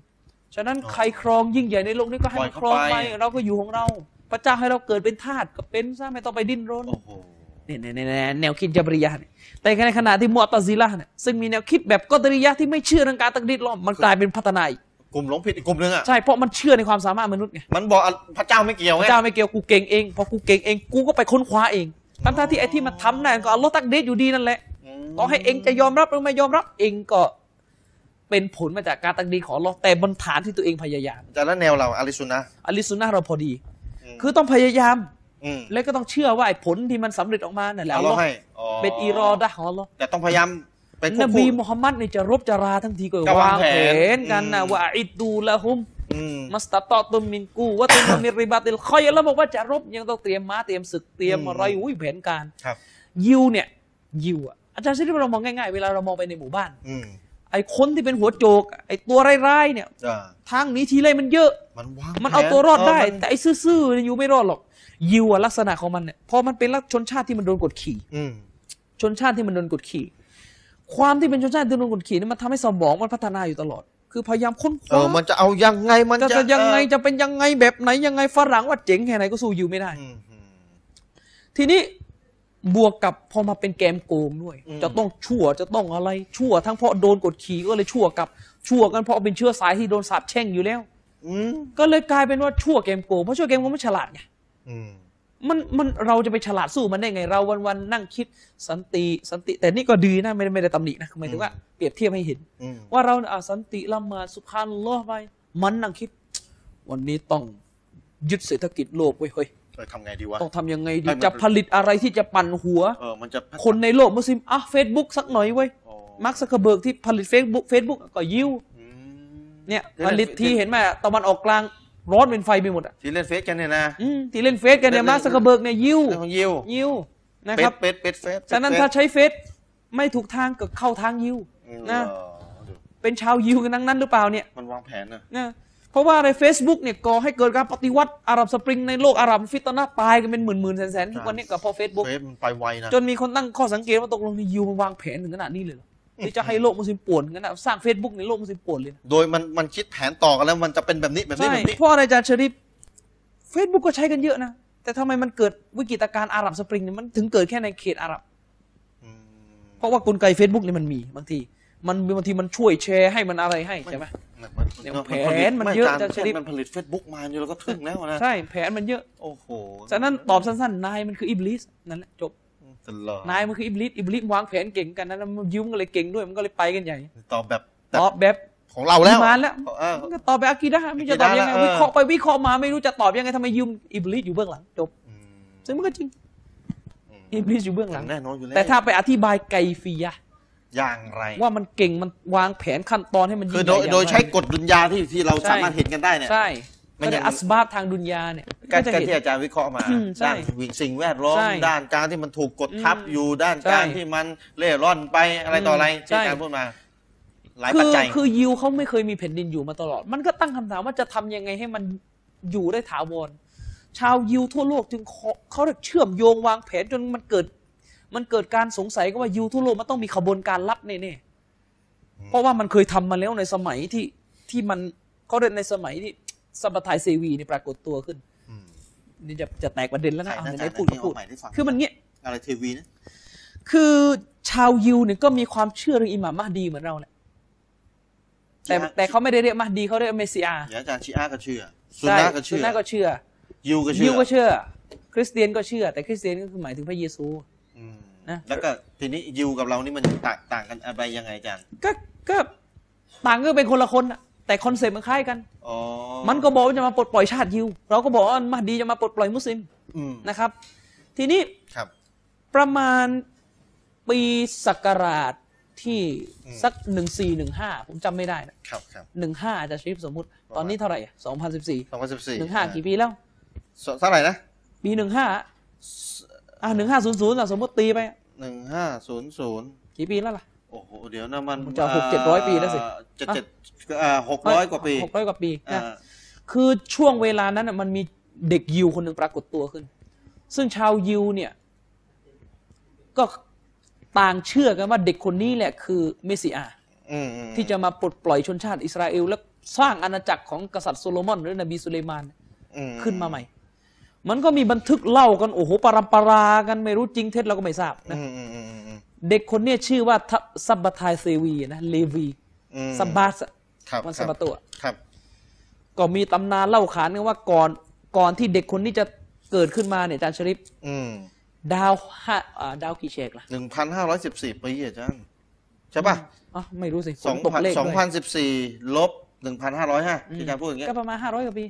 ฉะนั้น
อ๋อ
ใครครองยิ่งใหญ่ในโลกนี้ก็ให้
ปล่อยเขาไป
มันครองไป เราก็อยู่ของเรา พระเจ้าให้เราเกิดเป็นทาสก็เป็นซะไม่ต้องไปดิ้นรน
โอ้โห
เนี่ยเนี่ยเนี่ยเนี่ยแนวคิดจับริยะห์เนี่ยแต่ในขณะที่มุอ์ตะซิละห์เนี่ยซึ่งมีแนวคิดแบบกอตริยะห์ที่ไม่เชื่อเรื่องการตักดีดล้อมมันกลายเป็นพัฒนาอีก
กลุ่มหลงผิดอีกกลุ่มนึงอ่ะ
ใช่เพราะมันเชื่อในความสามารถมนุษย์ไง
มันบอกอ่ะพระเจ้าไม่เกี่ยว
พ
ไง
ระเจ้าไม่เกี่ยวกูเก่งเองพอกูเก่งเองกูก็ไปค้นคว้าเองทั้งๆที่ไอ้ที่มันทำนั่นก็อัลลอฮ์ตักเดชอยู่ดีนั่นแหละต่อให้เองจะยอมรับหรือไม่ยอมรับเองก็เป็นผลมาจากการตักดีของอัลลอฮ์แต่บนฐานที่ตัวเองพยายาม
อาจารย์แล้วแนวเราอะลิสุนนะ
อัลลิสุนนะห์เราพอดี คือต้องพยายาม
อืม
และก็ต้องเชื่อว่าไอ้ผลที่มันสำเร็จออกมานั่นแหละ
เอา
อัลล
เรา
อฮ์
ให้อ๋
เป็นอีรอดะห์ของอัลลอฮ์
แต่ต้องพยายามไปควบ
น
คุ
บี
ม
มุฮัมมัดเนี่ยจะรบจะราทั้งทีก็
ก็วาว
าง ง
แผ
แผ
น
นกันนะ
อืม
ว่าอิดดูละฮุม
อืม
มัสตาตอตุมมินกูว่าตุมมินริบาติลคอยแล้วบอกว่าจะรบยังต้องเตรียมม้าเตรียมศึกเตรียม
อืม
อะไรอุ้ยแผนการ
ครับ
ยิวเนี่ยยิวอะอาจารย์ใช้ที่เรามองง่ายๆ เวลาเรามองไปในหมู่บ้าน
อืม
ไอ้คนที่เป็นหัวโจก ไอ้ตัวร้ายๆเนี่ย
อ่า
ทางหนี้ทีไรมันเยอะ
มันวาง
มันเอาตัวรอดได้
เมัน
แต่ไอ้ซื่อๆเนี่ยอยู่ไม่รอดหรอก ยิวอะลักษณะของมันเนี่ยพอมันเป็นลักษณะชนชาติที่มันโดนกดขี่
อืม
ชนชาติที่มันโดนกดขี่ ความที่เป็นชนชาติที่โดนกดขี่เนี่ยมันทำให้สมองมันพัฒนาอยู่ตลอด คือพยายามค้นค
เอ
ว้า
อมันจะเอายังไงมัน
จะ
จะ
จะยังไง
เอ
จะเป็นยังไงแบบไหนยังไงฝรั่งว่าเจ๋งแค่ไหนก็สู้ยูไม่ได้
ออืมอืม
ทีนี้บวกกับพอมาเป็นแกมโกงด้วย
อืม
จะต้องชั่วจะต้องอะไรชั่ว ทั้งเพราะโดนกดขี่ก็เลยชั่วกับชั่วกันเพราะเป็นเชื้อสายที่โดนสาปแช่งอยู่แล้ว
อืม
ก็เลยกลายเป็นว่าชั่วเกมโกงเพราะชั่วเกมโกงมันฉลาดไง
อืม
มันมันเราจะไปฉลาดสู้มันได้ไงเราวันวันๆนั่งคิดสันติสันติ แต่นี่ก็ดีนะไม่ได้ไม่ได้ตำหนินะหมายถึงว่าเปรียบเทียบให้เห็น
อืม
ว่าเราอ่ะสันติละหมาดสุภานัลลอฮ์ไปมันนั่งคิด วันนี้ต้องยึดเศรษฐกิจโลกไว้ยเฮ้ย
เออทำไงดีวะ
ต้องทำยังไงดี
ให้มัน
จะผลิตอะไรที่จะปั่นหัว
เออมันจะพัฒ
คนในโลกมุสลิมอ่ะเฟซบุ๊กสักหน่อยเว้ย
อ๋อ
มาร์คซักเคอร์เบิร์กที่ผลิตเฟซบุ๊กเฟซบุ๊กก็ยิว
อืม
เนี่ยผลิตที่เห็นไหมตะวันออกกลางร้อนเป็นไฟไปหมดอ่ะ
ที่เล่นเฟซกันเนี่ยนะ
อืมที่เล่นเฟซกันเนี่ยมาร์คซักเคอร์เบิร์กเนี่ยยิว
เรื่องของยิว
ยิวนะ
เป็
ครั
ด
บ
เป็ดเป็ดเฟซเป็ด
ฉะนั้น
เฟซ
ถ้าใช้เฟซไม่ถูกทางก็เข้าทางยิว
อืม
นะ
เออดู
เป็นชาวยิวกันทั้งนั้นหรือเปล่าเนี่ย
มันวางแผนนะ
นะเพราะว่าใน Facebook เนี่ยก่อให้เกิดการปฏิวัติอาหรับสปริงในโลกอาหรับฟิตนะตายกันเป็นหมื่นหมื่นๆแสนแสนๆทุกวันนี้ก็เพราะ Facebook
เฟซมันไปไวนะ
จนมีคนตั้งข้อสังเกตว่าตกลงนี่ยูมันวางแผนถึงขนาดนี้เลยเหรอที่จะ ให้โลกมุสลิมป่วนกันนะสร้าง Facebook ในโลกมุสลิมป่วนเลยนะ
โดยมันมันคิดแผนต่อกันแล้วมันจะเป็นแบบนี้แบบนี้
ใช่
แบบนี้
เพราะอะไรอาจารย์ชริป Facebook ก็ใช้กันเยอะนะ แต่ทำไมมันเกิดวิกฤตการณ์อาหรับสปริงเนี่ยมันถึงเกิดแค่ในเขตอาหรับ
อืม
เพราะว่ากลไก Facebook เนี่ยมันมีบางที มันบางทีมันช่วยแชร์ให้มันอะไรให้ใช่ไหม
มันมัน
เนี่ย
มั
แผนมันเยอะ
ไจาน
จะชนิด
มันผลิตเฟซบุ๊กมาอยู่แล้วก็ถึงแล้วนะ
ใช่แผนมันเยอะ
โอ้โห
ฉะนั้นตอบสั้นๆนายมันคืออิบลิสนั่นแหละจบ
ตลอด
นายมันคืออิบลิสอิบลิสวางแผนเก่งกันนะแล้วมันยิ้มกันเลยเก่งด้วยมันก็เลยไปกันใหญ่
ตอบแบบ
ตอบแบบ
ของเราแล้ว
อิมานแล้ว
เออ
มันก็ตอบไปอากีดะฮ์ไม่รู้จะตอบยังไง
อากีดะฮ์เออ
วิเคราะห์ไปวิเคราะห์มาไม่รู้จะตอบยังไงทำไมยืมอิบลิสอยู่เบื้องหลังจบ
อืม
ซึ่งมันก็จริง
อืม
อิบลิสอยู่เบื้องหลัง
แน่นอนอยู่แล้ว
แต่ถ้าไปอธิบายไกฟียะห์
อย่างไร
ว่ามันเก่งมันวางแผนขั้นตอนให้มัน
คือง โดย
ญ่าง
โดย
ไร
ใช้กฎดุนยาที่ที่เรา
ใช่
สามารถเห็นกันได้เนี่ย
ใช่
มั
ก็
นยั
จะ
ง
อัสบาบทางดุนยาเนี่ย
การ
จะ
การ
เห็น
ที่อาจารย์วิเคราะห์มา
อืมใช่
ด้านสิ่งแวดล้อม
ใช่
ด้านการที่มันถูกกดทับ
อืม
อยู่ด้าน
ใช่
การที่มันเล่ร่อนไปอะไรต่ออะไร
ใช่
ที่อาจารย์พูดมา หลาย
คื
ปัจ
อ
จัย
คือยิวเขาไม่เคยมีแผ่นดินอยู่มาตลอด มันก็ตั้งคำถามว่าจะทำยังไงให้มันอยู่ได้ถาวร ชาวยิวทั่วโลกจึงขอเขาเรียกเชื่อมโยงวางแผนจนมันเกิด มันเกิดการสงสัยก็ว่ายิวทั่วโลกมันต้องมีขบวนการลับแน่
อืม
ๆเพราะว่ามันเคยทำมาแล้วในสมัยที่ที่มันเขาเรียกในสมัยที่สมบัติเซวีนี่ปรากฏตัวขึ้น
ม
นี่จะจะแตกประเด็นแล้ว
ใคร
นะเอา
นะอา
ไห
จาร
น
ย์
ๆพูด
ไหนๆ
ก็พูด
เอาใหม่ได้ฟัง
คือมันเงี้ย
อะไรทีวีนะ
คือชาวยิวเนี่ยก็มีความเชื่อเรื่องอิหม่ามมหดีเหมือนเราแหละแต่แต่เขาไม่ได้เรียกมหดีเขาเรียกเมสสิอา
เดี๋ยวอาจารย์ชีอาก็เชื่อซุน
ใช่
นะก็เชื่
ซุ
อ
นนะก็เชื่อ
ยิวก็เชื่
ยิว
อ
ก็เชื่อ คริสเตียนก็เชื่อ แต่คริสเตียนก็คือหมายถึงพระเยซู
ม
นะ
แล้วก็ทีนี้ยิวกับเรานี่มันต่างต่างกันอะไรยังไงอาจารย์
ก็ก็ต่างก็เป็นคนละคนน่ะแต่คอนเซ็ปต์มันคล้ายกัน
อ๋อ
มันก็บอกว่าจะมาปลดปล่อยชาติยิว เราก็บอกว่ามหดีจะมาปลดปล่อยมุสลิม
อืม
นะครับ ทีนี้
ครับ
ประมาณปีศักราชที่
อืม
สักหนึ่งสี่หนึ่งห้าผมจำไม่ได้นะครับ
ครับ
หนึ่งห้าอาจจะชริปสมมุติ ตอนนี้เท่าไหร่สองพันสิบสี่
สองพันสิบสี่
หนึ่งห้ากี่ปีแล้ว
เท่าไหร่นะ
ปีหนึ่งห้าอ่ะหนึ่งห้าศูนย์ศูนย์สมมติตีไป
หนึ่งห้าศูนย์ศูนย์
กี่ปีแล้วล่ะ
โอ้โห เดี๋ยวนะมัน
จะหกเจ็ดร้อยปีแล้วสิ
เจ็ดเจ็ดเอ่อหกร้อยกว่าปี
หกร้อยกว่าปี
อ่า
นะคือช่วงเวลานั้นน่ะมันมีเด็กยิวคนหนึ่งปรากฏตัวขึ้น ซึ่งชาวยิวเนี่ย ก็ต่างเชื่อกันว่าเด็กคนนี้แหละคือเมสสิอา
อืมอืม
ที่จะมาปลดปล่อยชนชาติอิสราเอล และสร้างอาณาจักรของกษัตริย์โซโลมอน หรือนบีสุเลมาน
อื
ขึ้นมาใหม่ มันก็มีบันทึกเล่ากัน โอ้โหปรำปรากันไม่รู้จริงเท็จเราก็ไม่ทราบนะ
อืมอืมอืมอืม
เด็กคนเนี้ชื่อว่าทะซับบาทายเซวีนะเลวี
อืม
ซับบาส
ครับ
วัน
ค
ซั
รั
บบาตัว
ครับ
ก็มีตำนานเล่าขานกันว่าก่อนก่อนที่เด็กคนนี้จะเกิดขึ้นมาเนี่ยอาจารย์ชริป
อืม
ดาวห้าอ่าดาวกี่เชกล่ะ
หนึ่งพันห้าร้อยสิบสี่ปีอาจารย์ใช่ป่ะ
อ๋อไม่รู้สิผ
สอง
มตก
พัน
เลข
สอง
ด้วย
พันสิบสี่ลบหนึ่งพันห้าร้อยห้าที่อาจารย์พูดอย่างเงี้ย
ก็ประมาณห้าร้อยกว่าปี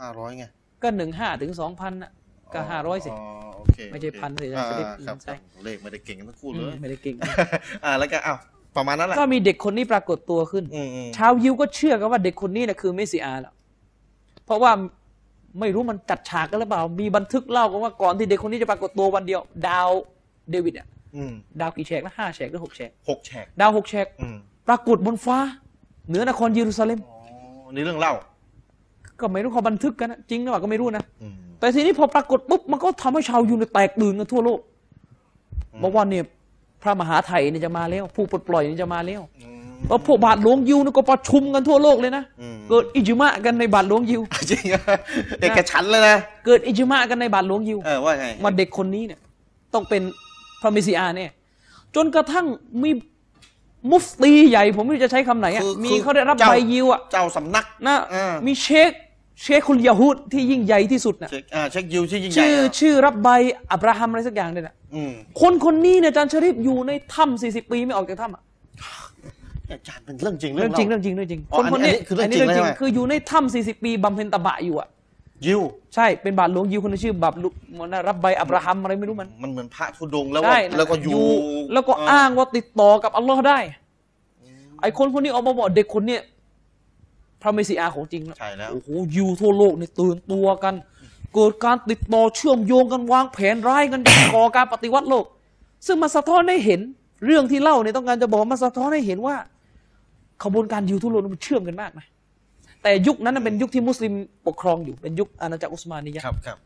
ห้าร้อยไง
ก็หนึ่งห้าถึงสองพันะก็ห้าร้อยสิ
โอเค
ไม่ใช่พันเลยนะ
อ่า
จะได้
ครับ
ใช่
เลขไม่ได้เก่งกันทั้งคู่เลย
ไม่ได้เก่ง
อ่าแล้วก็อ้าวประมาณนั้นแหละ
ก็มีเด็กคนนี้ปรากฏตัวขึ้น
อืมอืม
ชาวยิวก็เชื่อกันว่าเด็กคนนี้นะคือเมสสิอาห์แล้วเพราะว่าไม่รู้มันจัดฉากกันหรือเปล่า มีบันทึกเล่ากันว่าก่อนที่เด็กคนนี้จะปรากฏตัววันเดียว ดาวเดวิดอะ
อืม
ดาวกี่แฉกนะห้าแฉกหรือหกแฉก
หกแฉก
ดาวหกแฉก
อืม
ปรากฏบนฟ้า เหนือนครเยรูซาเล็ม
อ๋อนี่เรื่องเล่า ก็
ก็ไม่รู้เขาบันทึกกันนะจริงหรือเปล่าก็ไม่รู้นะ
อืม
แต่ทีนี้พอปรากฏปุ๊บมันก็ทำให้ชาวยิวเนี่ยแตกตื่นกันทั่วโลก
อืม
บอกว่าเนี่ยพระมหาไทยเนี่ยจะมาแล้ว ผู้ปลดปล่อยเนี่ยจะมาแล้ว
อืม
แล้วพวกบาทหลวงยิวนี่ก็ประชุมกันทั่วโลกเลยนะ
อืม
เกิดอิจมากันในบาทหลวงยิว
จริงอะเอกฉันท์เลยนะ
เกิดอิจมากันในบาทหลวงยิว
เออว่าไง
ว่าเด็กคนนี้เนี่ย ต้องเป็นพระเมสสิอาห์แน่จนกระทั่งมีมุฟตีใหญ่ ผมไม่รู้จะใช้คำไหนอ่ะ
คือ
มี
คือ
เขาได้รับ
จ้
ใบยิวอ่ะ
เจ้าสำนัก
นะ
เออ
มีเชคเชคคุลยาฮูดที่ยิ่งใหญ่ที่สุดนะ
เช็คอ่าเช็คยิวชื่อยิ่งใหญ่
ชื่อ
อะ
ชื่อรับใบอับราฮัมอะไรสักอย่างเนี่ยนะ
อืม
คนคนนี้เนี่ยอาจารย์ชริฟอยู่ในถ้ำสี่สิบปีไม่ออกจากถ้ำอะ
อาจารย์เป็นเรื่องจริง
เรื่องจริง
เล่า
เรื่องจริงเรื่องจริง
อ๋อ
คนคนเนี้ย
อันนี้คือเรื่องจริง
นนี้
ใช่ไหม
คืออยู่ในถ้ำสี่สิบปีบำเพ็ญตบะอยู่อ่ะ
ยิว
ใช่เป็นบาทหลวงยิวคนหนึงชื่อบาบลุมันนะรับใบอับราฮัมอะไรไม่รู้มัน
มันเหมือนพระธุดงค์แล้วว่า
ใช่นะ
แล้วก็อยู่
แล้วก็
เ
อ้างว่าติดต่อกับอัลลอฮ์ได้ ไอ้คนคนนี้ออกมาบอกเด็กคนเนี้ยพระเมสสิอาของจริงแล้ว
ใช่แล้ว
โอ้โหยิวทั่วโลกเนี่ยตื่นตัวกัน เกิดการติดต่อเชื่อมโยงกันวางแผนร้ายกัน จะก่อการปฏิวัติโลก ซึ่งมาสะท้อนให้เห็นเรื่องที่เล่าเนี่ยต้องการจะบอกว่ามาสะท้อนให้เห็นว่าขบวนการยิวทั่วโลกมันเชื่อมกันมากนะแต่ยุคนั้นนะเป็นยุคที่มุสลิมปกครองอยู่เป็นยุคอาณาจักรอุสมานียะ
ครับครับ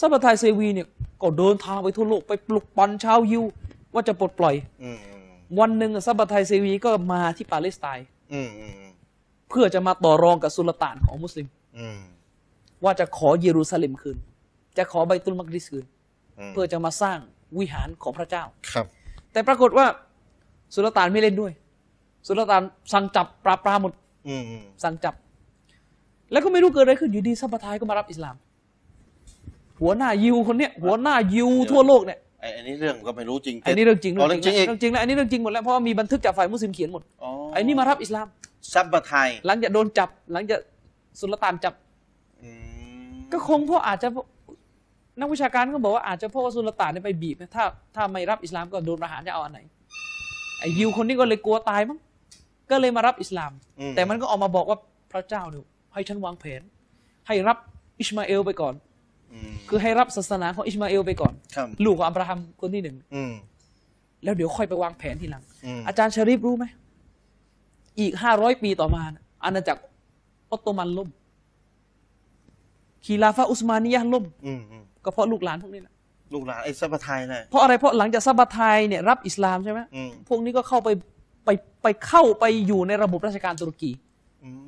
ซาบะทายเซวีเนี่ยก็เดินทางไปทั่วโลกไปปลุกปั่นชาวยิวว่าจะปลดปล่อย
อืมอืม
วันหนึ่งซาบะทายเซวีก็มาที่ปาเลสไตน์
อืมอืมอืม
เพื่อจะมาต่อรองกับสุลต่านของมุสลิม
อืม
ว่าจะขอเยรูซาเล็มคืน จะขอไบตุลมักดิสคืน
ม
เพื่อจะมาสร้างวิหารของพระเจ้า
ครับ
แต่ปรากฏว่าสุลต่านไม่เล่นด้วย สุลต่านสั่งจับปราบปรามหมด
อืมอืม
สั่งจับ แล้วก็ไม่รู้เกิดอะไรขึ้นอยู่ดีซาบะทายก็มารับอิสลาม หัวหน้ายิวคนเนี้ยหัวหน้ายิวทั่วโลกเนี่ย
ไอ้อันนี้เรื่องก็ไม่รู้จริงท็จ
อันนี้เรื่องจริง
อ๋อเรื่องจริงอีก
เรื่องจริงแล้วอันนี้เรื่องจริงหมดแล้วเพราะว่ามีบันทึกจากฝ่ายมุสลิมเขียนหมด
อ๋อ
ไอ้นี่มารับอิสลาม
ซับบะไทย
หลังจากโดนจับ หลังจากสุลต่านจับ
อืม
ก็คงเพราะอาจจะนักวิชาการก็บอกว่าอาจจะเพราะว่าสุลต่านเนี่ยไปบีบถ้าถ้าไม่รับอิสลามก็โดนประหารจะเอาอันไหนไอ้ยิวคนนี้ก็เลยกลัวตายมั้งก็เลยมารับอิสลาม
อื
แต่มันก็ออกมาบอกว่าพระเจ้าเนี่ยให้ฉันวางแผน ให้รับอิสมาเอลไปก่อน
อืม
คือให้รับศาสนาของอิสมาเอลไปก่อน
ครับ
ลูกของอับราฮัมคนที่หนึ่ง
อืม
แล้วเดี๋ยวค่อยไปวางแผนทีหลัง
อืม
อาจารย์ชาริฟรู้ไหม อีกห้าร้อยปีต่อมาน่ะอาณาจักรออตโตมันล่มคีลาฟาอุสมานียะห์ล่ม
อืมอืม
ก็เพราะลูกหลานพวกนี้แหละ
ลูกหลานไอ้ซับบะไทยแหละ
เพราะอะไร เพราะหลังจากซาบะไทยเนี่ยรับอิสลามใช่ไหม
อืม
พวกนี้ก็เข้าไปไปไปเข้าไปอยู่ในระบบราชการตุรกี
อืม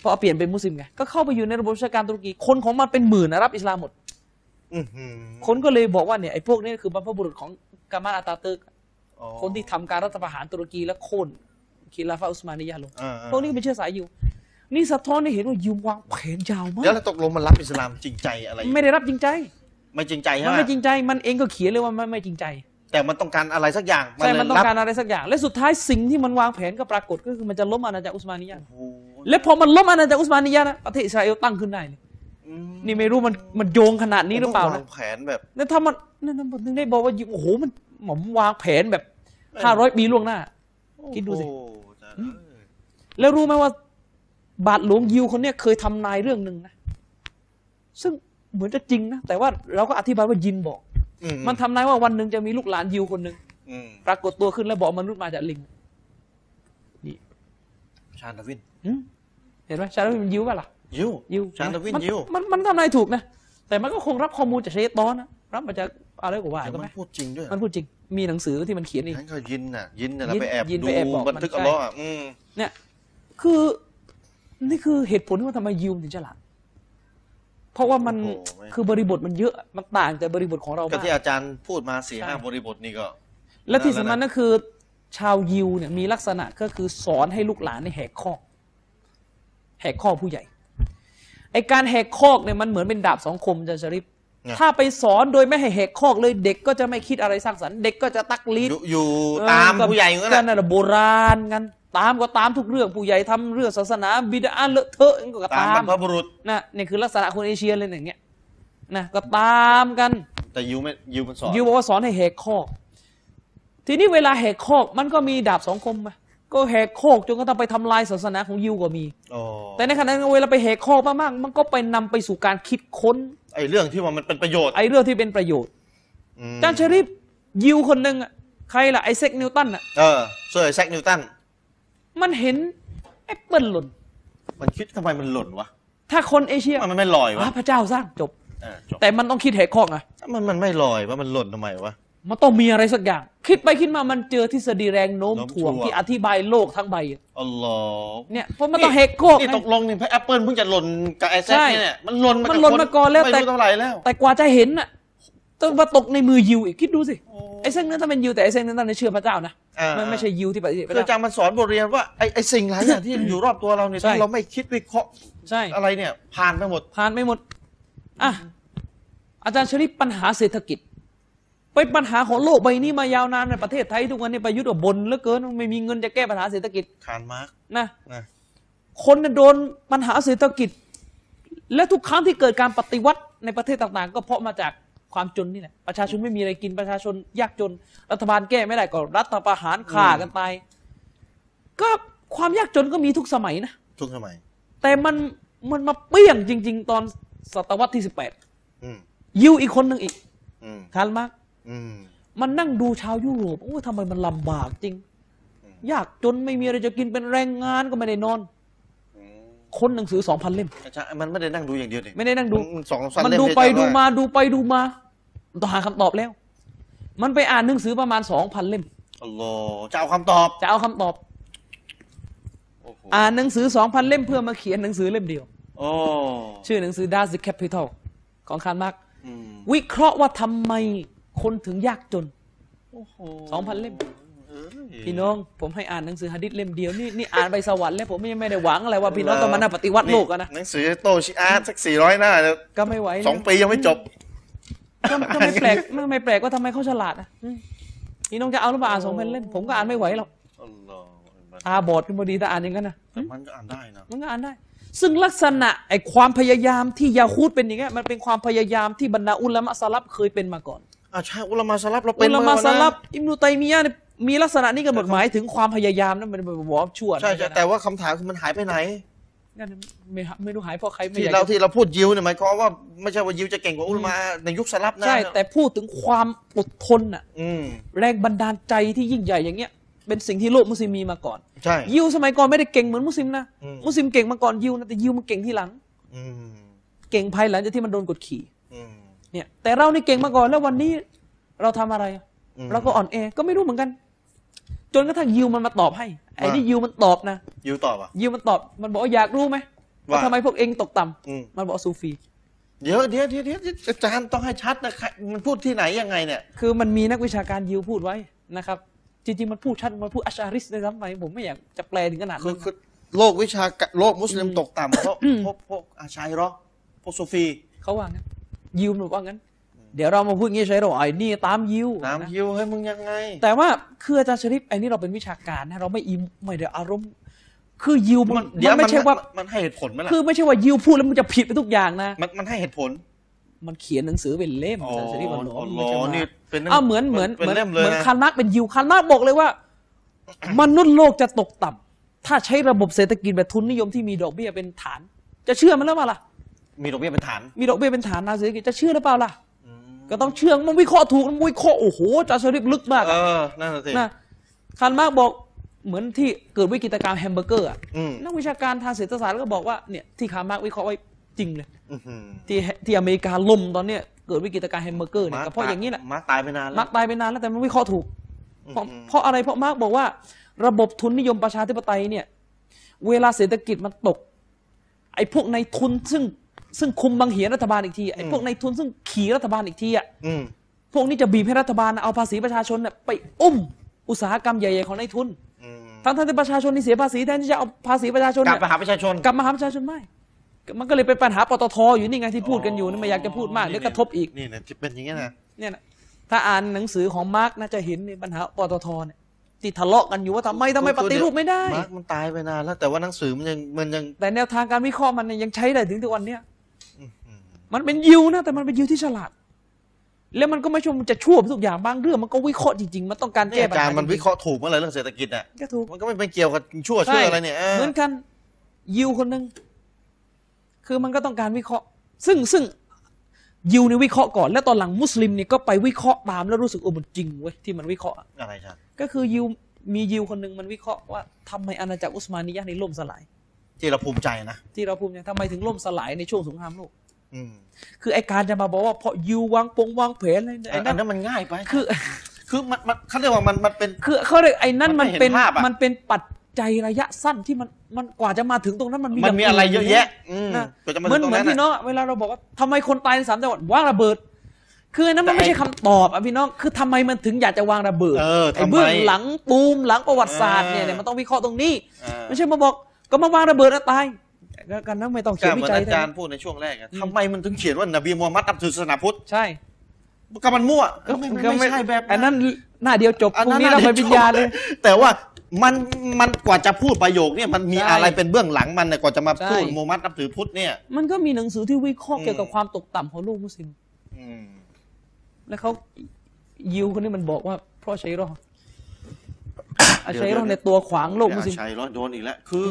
เพราะเปลี่ยนเป็นมุสลิมไง ก็เข้าไปอยู่ในระบบราชการตุรกี คนของมันเป็นหมื่นนะรับอิสลามหมด
อื้อหือ
คนก็เลยบอกว่าเนี่ยไอ้พวกนี้คือบรรพบุรุษของกามาลอาตาเติร์ก
อ๋อ
คนที่ทำการรัฐประหารตุรกีและโค่นคีลาฟาอุสมานียะห์ลง
อ่าๆ
พวกนี้ก็เป็นเชื้อสายยิว นี่สะท้อนให้เห็นว่ายิววางแผนยาวมา
เดี๋ยว
ก
เราตกลงมันรับอิสลามจริงใจอะไร
ไม่ได้รับจริงใจ
ไม่จริงใจใช่
มัน
ไหม
ไม่จริงใจ มันเองก็เขียนเลยว่ามันไม่จริงใจ
แต่มันต้องการอะไรสักอย่าง
ใช่
เลย
มันต้องการ
บ
อะไรสักอย่าง และสุดท้ายสิ่งที่มันวางแผนก็ปรากฏก็คือมันจะล้มอาณาจักรอุสมานียะห์
โอ้โห
และพอมันล้มอาณาจักรอุสมานียะห์นะประเทศอิสราเอลตั้งขึ้นได้เลย
อืม
นี่ไม่รู้มันมันโยงขนาดนี้หรือเปล่า
ต้
นะ
งวงแผนแบบ
แล้วถ้ามันนั่นผมถึงได้บอกว่ายิวโอ้โหมันหมอมวางแผนแบบ
เออ
ห้าร้อยปีล่วงหน้า คิดดูสิ
โอ้โหแต่เอ้ย
แล้วรู้ไหมว่า บาทหลวงยิวคนเนี้ยเคยทำนายเรื่องหนึ่งนะ ซึ่งเหมือนจะจริงนะ แต่ว่าเราก็อธิบายว่ายินบอก
อื
มันทำนายว่าวันหนึ่งจะมีลูกหลานยิวคนหนึ่ง
อืม
ปรากฏตัวขึ้นแล้วบอกมนุษย์มาจากลิง
ชาญทวิน
หึเห็นไหมชาลวินยิวป่ะล่ะ
ยิว
ยิว
ชาญทวิน
มั
ยิว
มันมันทำนายถูกนะ แต่มันก็คงรับข้อมูลจากเชตอนนะรับมาจากอะไรก็ว่า
แต่
ก็
มั
ไหม
นพูดจริงด้วย
มันพูดจริง มีหนังสือที่มันเขียนเอง
ฉันก็ยินน่ะ ยินน่ะเรา
ยิน
ไปแอบ
ยิน
ดู
ไปแอบบอก
บันทึก
มั
อัล
น
เลอฮ์อ่ะอืม
เนี่ย คือ นี่คือเหตุผลที่ว่าทำไมยิวถึงฉลาดเพราะว่ามันคือบริบทมันเยอะ มันต่างจากบริบทของเรา
ก็
มาก
ที่อาจารย์พูดมาสี่
ใช่
ห้าบริบทนี่ก็
และที่สำคัญก็คือ ชาวยิวเนี่ยมีลักษณะก็คือสอนให้ลูกหลานในยแหกคอก แหกคอกผู้ใหญ่ไอการแหกคอกเนี่ยมันเหมือนเป็นดาบสองคมอาจารย์ชริป
นะ
ถ้าไปสอนโดยไม่ให้แหกคอกเลยเด็กก็จะไม่คิดอะไรสร้างสรรค์เด็กก็จะตักลิ้น
อยู่อยู่ตาม
เออ
ผู้ใหญ่อยู่
ก็
นั่น
นั่
น่ะ
นแหละโบราณกันตามก็ตามทุกเรื่องผู้ใหญ่ทำเรื่องศาสนาบิดาเลอะเทอะก็
ตามบร
ตา
ร
ม
พบุรุษ
นะนี่คือลักษณะคนเอเชียเลยอย่างเงี้ยนะก็ตามกัน
แต่ยิวไม่ยิวมันสอน
ยิวบอกว่าสอนให้แหกคอก ทีนี้เวลาแหกคอกมันก็มีดาบสองคมอะก็แหกคอกจนก็ต้องไปทำลายศาสนาของยิวก็มี
อ๋อ
แต่ในขณะนั้นเวลาไปแหกคอกมากๆมันก็ไปนำไปสู่การคิดค้น
ไอ้เรื่องที่ว่ามันเป็นประโยชน์
ไอ้เรื่องที่เป็นประโยชน์
อืม
อาจารย์ชริปยิวคนหนึ่งอะใครล่ะไอเซ็กนิวตันอะ
เออเซอร์ไอแซคนิวตัน
มันเห็นแอปเปิลหล่น
มันคิดทำไมมันหล่นวะ
ถ้าคนเอเชีย
ทำไมมันไม่ลอยวะ
อ่ะพระเจ้าสร้างจบ
เออจบ
แต่มันต้องคิดแหกคอกอะ
มันมันไม่ลอยวะมันหล่นทำไมวะ
มันต้องมีอะไรสักอย่าง คิดไปคิดมามันเจอทฤษฎีแรงโน้ม
โน้มถ่
ถ่
ว
ว
ง
งที่อธิบายโลกทั้งใบอะ
อ๋อเหรอ
เนี่ยเพราะมันต้องแหกคอก
นี่ตกลงนี่แอปเปิลเพิ่งจะหล่นกับไอแซค
ใช่
เนี่ย มันหล่นมา
มัน
บ
หล่นมาก่อนแล้ว
ไม่
แต่
รู้เท่าไหร่แล้ว
แต่กว่าจะเห็นน่ะต้องมาตกในมือยิวอีกคิดดูสิ
โอ้
ไอ้เส้นนั้นต้องเป็นยิวแต่ไอ้เส้นนั้นต้องเชื่อพระเจ้านะ
อ่ามั
มันไม่ใช่ยิวที่ปฏิเสธพระ
คืออาจา
เจ้า
รย์มันสอนบทเรียนว่าไอไอสิ่งหลาย อย่างที่อยู่รอบตัวเราเนี่ย
ใช่
ถ้าเราไม่คิดวิเคราะห์
ใช่
อะไรเนี่ย ผ่านไปหมด
ผ่านไม่หมดอ่ะอาจารย์ชลิปปัญหาเศรษฐกิจเป็นปัญหาของโลกใบนี้มายาวนานในประเทศไทยทุกวันนี้ประยุทธ์ก็บ่นเหลือเกินไม่มีเงินจะแก้ปัญหาเศรษฐกิจ
คานมาร์ก
นะ
นะ
คนน่ะโดนปัญหาเศรษฐกิจ และทุกครั้งที่เกิดการปฏิวัติในประเทศต่างๆ ก็เพราะมาจากความจนนี่แหละประชาชนไม่มีอะไรกินประชาชนยากจน รัฐบาลแก้ไม่ได้ก็รัฐประหารฆ่ากันตายก็ความยากจนก็มีทุกสมัยนะ
ทุกสมัย
แต่มันมันมาเปรี้ยงจริง ๆ ตอนศตวรรษที่
อืม
18 ยิวอีกคนหนึ่งอีก
อืม
คาร์ลมาร์กซ์
อืม
มันนั่งดูชาวยุโรปโอ้ยทำไมมันลำบากจริง ยากจนไม่มีอะไรจะกินเป็นแรงงานก็ไม่ได้นอน
อืม
คนหนังสือสองพันเล่ม
อาจารย์มันไม่ได้นั่งดูอย่างเดียวนี่
ไม่ได้นั่งดู
มันสองสาม
มัน
เล่
ดู
ที่
ไป
อจรย์
ดู
ว่
มาดูไปดูมาต้องหาคำตอบแล้ว มันไปอ่านหนังสือประมาณสองพันเล่ม
อัลลอฮ์จะเอาคำตอบ
จะเอาคำตอบ
โอ้โห
อ่านหนังสือสองพันเล่มเพื่อมาเขียนหนังสือเล่มเดียว
โอ้
ชื่อหนังสือ Das the Capital ของคาร์ลมาร์กซ์
อืม
วิเคราะห์ว่าทำไมคนถึงยากจน
โอ้โห
2,000เล่ม
เอ้ย
พี่น้อง ผมให้อ่านหนังสือหะดิษเล่มเดียวนี่นี่อ่านไปสวรรค์แล้วผมยังไม่ได้หวังอะไรว่าพี่น้อง
เหรอ
ต้องมานั่งปฏิวัติโลกอะนะ
หนังสือโตชิอาร์ตสักสี่ร้อยหน้าเนี่ย
ก็ไม่ไหวนะ
สองปียังไม่จบ
ก็ก็ไม่แปลกไม่ไม่แปลกว่าทำไมเขาฉลาดนะอืมพี่น้องจะเอาหรือเปล่าอ่านสองพันเล่มผมก็อ่านไม่ไหวหรอก
อัลลอฮ์เห็นไหม กัน
ตาบอดขึ้นพอดีแต่อ่านอย่างนั้นนะ
แต่มันก็อ่านได้นะ
มันก็อ่านได้ ซึ่งลักษณะไอ้ความพยายามที่ยาฮูดเป็นอย่างเงี้ยมันเป็นความพยายามที่บรรดาอุลามะสลับเคยเป็นมาก่อน
อ่าใช่อุลามะสลับเราเป็
อุ
น
ลามะ
วัน
ส
นั้น
ลับอิมนุตัยมียะห์เนี่ยมีลักษณะนี้กันหมดหมายถึงความพยายามนั่นมันเป็นบอกว่าชั่วนะ
ใช่ใช่แต่ว่าคำถามคือมันหายไปไหน
นั่นไม่หาไม่รู้หายเพราะใครไม่
ที่
อยาก
เรา
จะ
ที่เราพูดยิวเนี่ยหมายความว่าไม่ใช่ว่ายิวจะเก่งกว่าอุลามะในยุคสลับนะ
ใช่ แต่พูดถึงความอดทนน่ะ
อืม
แรงบันดาลใจที่ยิ่งใหญ่อย่างเงี้ย เป็นสิ่งที่โลกมุสลิมมีมาก่อน
ใช่
ยิวสมัยก่อนไม่ได้เก่งเหมือนมุสลิมนะ
อืม
มุสลิมเก่งมาก่อนยิวนะแต่ยิวมันเก่งทีหลัง
อืม
เก่งภายหลังจากที่มันโดนกดขี่
อืม
เนี่ยแต่เรานี่เก่งมาก่อนแล้ววันนี้เราทำอะไร
อืม
เราก็อ่อนแอก็ไม่รู้เหมือนกัน จนกระทั่งยิวมันมาตอบให้ไอ้
ว่านี่
นี่ยิวมันตอบนะ
ยิวตอบอ่ะ
ยิวมันตอบมันบอกว่าอยากรู้ไหม
ว่า
ว่าทำไมพวกเองตกต่ำ
อืม
มันบอกว่าซูฟี
เดี๋ยวเดี๋ยวเดี๋ยวเดี๋ยวอาจารย์ต้องให้ชัดนะใครมันพูดที่ไหนยังไงเนี่ย
คือมันมีนักวิชาการยิวพูดไว้นะครับ จริงๆ มันพูดชัดมันพูดอัชชาริสในซ้ำไปผมไม่อยากจะแปลถึงขนาด
คือ
นั้น
คือโลกวิชากะโลกมุสลิมตกต่ำเพราะพวกพวกอาชัยเหรอพวกซูฟี
เขาว่างั้นยิวมันบอกว่างั้น เดี๋ยวเรามาพูดอย่างนี้ใช่หรอไอ้นี่ตามยิว
น้ำ
นะ
ยิวเฮ้ยมึงยังไง
แต่ว่าคืออาจารย์ชริปไอ้นี่เราเป็นวิชาการนะเราไม่อิมไม่ได้อารมณ์ คือยิวมัน
เดี๋ยว
มันไม่ใช่ว่าน
นให้เหตุผลไหมล่ะ
คือไม่ใช่ว่ายิวพูดแล้วมันจะผิดไปทุกอย่างนะ
มันมันให้เหตุผล
มันเขียนหนังสือเป็นเล่มอาจารย์ชริปมันหลอมไม่ใช่ว่า
นี่เป็น
อ้าวเหมือนเหมือน
เป็น
เหมือน
เล่มเลย
เหมือน
นะ
คานักเป็นยิวคานักบอกเลยว่า มนุษย์โลกจะตกต่ำถ้าใช้ระบบเศรษฐกิจแบบทุนนิยมที่มีดอกเบี้ยเป็นฐาน จะเชื่อมันหรือเปล่าล่ะ
มีดอกเบี้ยเป็นฐาน
มีดอกเบี้ยเป็นฐานทางเศรษฐกิจจะเชื่อหรือเปล่าล่ะ
อืม
ก็ต้องเชื่อมันวิเคราะห์ถูกมันวิเคราะห์โอ้โหอาจารย์สริปลึกมาก
เอ
อะ
อนั่นน่ะสิ
นะคานักบอกเหมือนที่เกิดวิกฤตการณ์แฮมเบอร์เกอร์อะ
อืม
นักวิชาการทางเศรษฐศาสตร์ก็บอกว่าเนี่ยที่คานักวิเคราะห์ไว้จริงเลย
อื้อหือ
ที่ที่อเมริกาล่มตอนเนี้ยเกิดวิกฤตการณ์แฮมเบอร์เกอร์เนี่ยก็เพราะอย่างนี้แหละ
มาร์คตายไปนาน
มา
แล้ว
ร์กตายไปนานแล้วแต่มันวิเคราะห์ถูก
อืม
เพราะ
อืม
เพราะอะไรเพราะมาร์กบอกว่า ระบบทุนนิยมประชาธิปไตยเนี่ย เวลาเศรษฐกิจมันตก ไอ้พวกในทุนซึ่งซึ่งคุมบังเหียนรัฐบาลอีกทีไอ้พวกในทุนซึ่งขี่รัฐบาลอีกทีอ่ะ
อืม
พวกนี้จะบีบให้รัฐบาลเอาภาษีประชาชนน่ะไปอุ้มอุตสาหกรรมใหญ่ๆของในทุน
อืม
ทั้งๆที่ประชาชนนี่เสียภาษีแทนที่จะเอาภาษีประชาชน
กลับ
เนี่ย
มาหาประชาชน
กลับมาหาประชาชนไม่มันก็เลยเป็นปัญหาปตทอยู่นี่ไงที่พูดกันอยู่นี่ไม่อยากจะพูดมากเดี๋ยวกระทบอีก
นี่นะที่เป็นอย่างเงี้ยนะ
เนี่ยนะถ้าอ่านหนังสือของมาร์กน่าจะเห็นในปัญหาปตทเนี่ยที่ทะเลาะกันอยู่ว่าทำไมทำไมปฏิรูปไม่ได้
มาร์กมันตายไปนานแล้วแต่ว่าหนังสือมันยังมันยัง
แต่แนวทางการวิเคราะห์มันเนี่ยยังใช้ได้ถึงทุกวันเนี้ย
อื้อหือ
มันเป็นยิวนะแต่มันเป็นยิวที่ฉลาด แล้วมันก็ไม่ใช่ว่ามันจะชั่วไปทุกอย่างบางเรื่องมันก็วิเคราะห์จริงๆ มันต้องการ
นี่
แก้ปั
อา
ญ
จาร
หา
ย์มันวิเคราะห์ถูกเมื่อไหรเรื่องเศรษฐกิจอ่ะ
ก็ถูก
มันก็ไม่ไปเกี่ยวกับชั่วเชื่ออะไรเนี่ยเออ
เหมือนกันยิวคนหนึ่งคือมันก็ต้องการวิเคราะห์ ซึ่งซึ่งยิวเนี่ยวิเคราะห์ก่อนแล้วตอนหลังมุสลิมเนี่ยก็ไปวิเคราะห์ตามแล้วรู้สึกเออมันจริงเว้ยที่มันวิเคราะห์อะ
อะไรอาจารย์
ก็คือยิวมียิวคนหนึ่งมันวิเคราะห์ว่าทำไมอาณาจักรอุสมานียะห์ในล่มสลาย
ที่เราภูมิใจนะ
ที่เราภูมิใจทำไมถึงล่มสลายในช่วงสงครามโลก
อืม
คือไอการจะมาบอกว่าเพราะยิววางปงวางแผนอะไรเนี่ย
อั
ไอ้
น
นั่น
นั้นมันง่ายไป
คือ
คือมันมันเขาเรียกว่ามันมันเป็น
คือเขาเรียกไอ้นั่น
มั
มัน น
ไม่เห็น
เป็น
ภาพอะ
มันเป็นปัจจัยระยะสั้นที่มันมันกว่าจะมาถึงตรงนั้นมันมี
มันมีอะไรเยอะแยะ อืม
นะ
กว่าจะ
เห
มา
มื
ถึ
อน
งตรง
เหมือ
นั้
น
น
พี่
น่ะ
น้องอะเวลาเราบอกว่าทำไมคนตายในสามจังหวัดวางระเบิด คืออันนั้นมัน
แต่
ไม่
ไอ้
ใช่คำตอบอ่ะพี่น้องคือทำไมมันถึงอยากจะวางระเบิด
เออ
ไอ้
ทำไม
เบื้องหลังปูมหลังประวัติศาสตร์เนี่ย
อ่า
เนี่ยมันต้องวิเคราะห์ตรงนี้
อ่า
ไม่ใช่มาบอกก็มาวางระเบิดแล้วตายแล้วกันนะไม่ต้องเขียน
เห
วิ
มือน
จัย
อาจารย์พูดในช่วงแรกอะทำไมมันถึงเขียนว่านบีมูฮัมมัดนับถือศาสนาพุทธ
ใช่
ก็มันมั่วก็ไม่ไม่ใช่แบบ
อันนั้นหน้าเดียวจบ
อั
พรุ่งนี้เราไปวิญญาณเลย
แต่ว่ามันมันกว่าจะพูดประโยคเนี่ยมันมี
ใช่
อะไรเป็นเบื้องหลังมันเนี่ยกว่าจะมา
ใช่
พูดมูฮัมมัดนับถือพุทธเนี่ย
มันก็มีหนังสือที่วิเคราะห์
อืม
เกี่ยวกับความตกต่ำของโลกมุสลิม
อืม
แล้วเขายิวคนนี้มันบอกว่าเพราะชัยรอห์อาชัยรอห์
เดี๋ยว
ในยตัวขวางโลกมุสลิม
ใช่ร้อนโดนอีกแล้ว คือ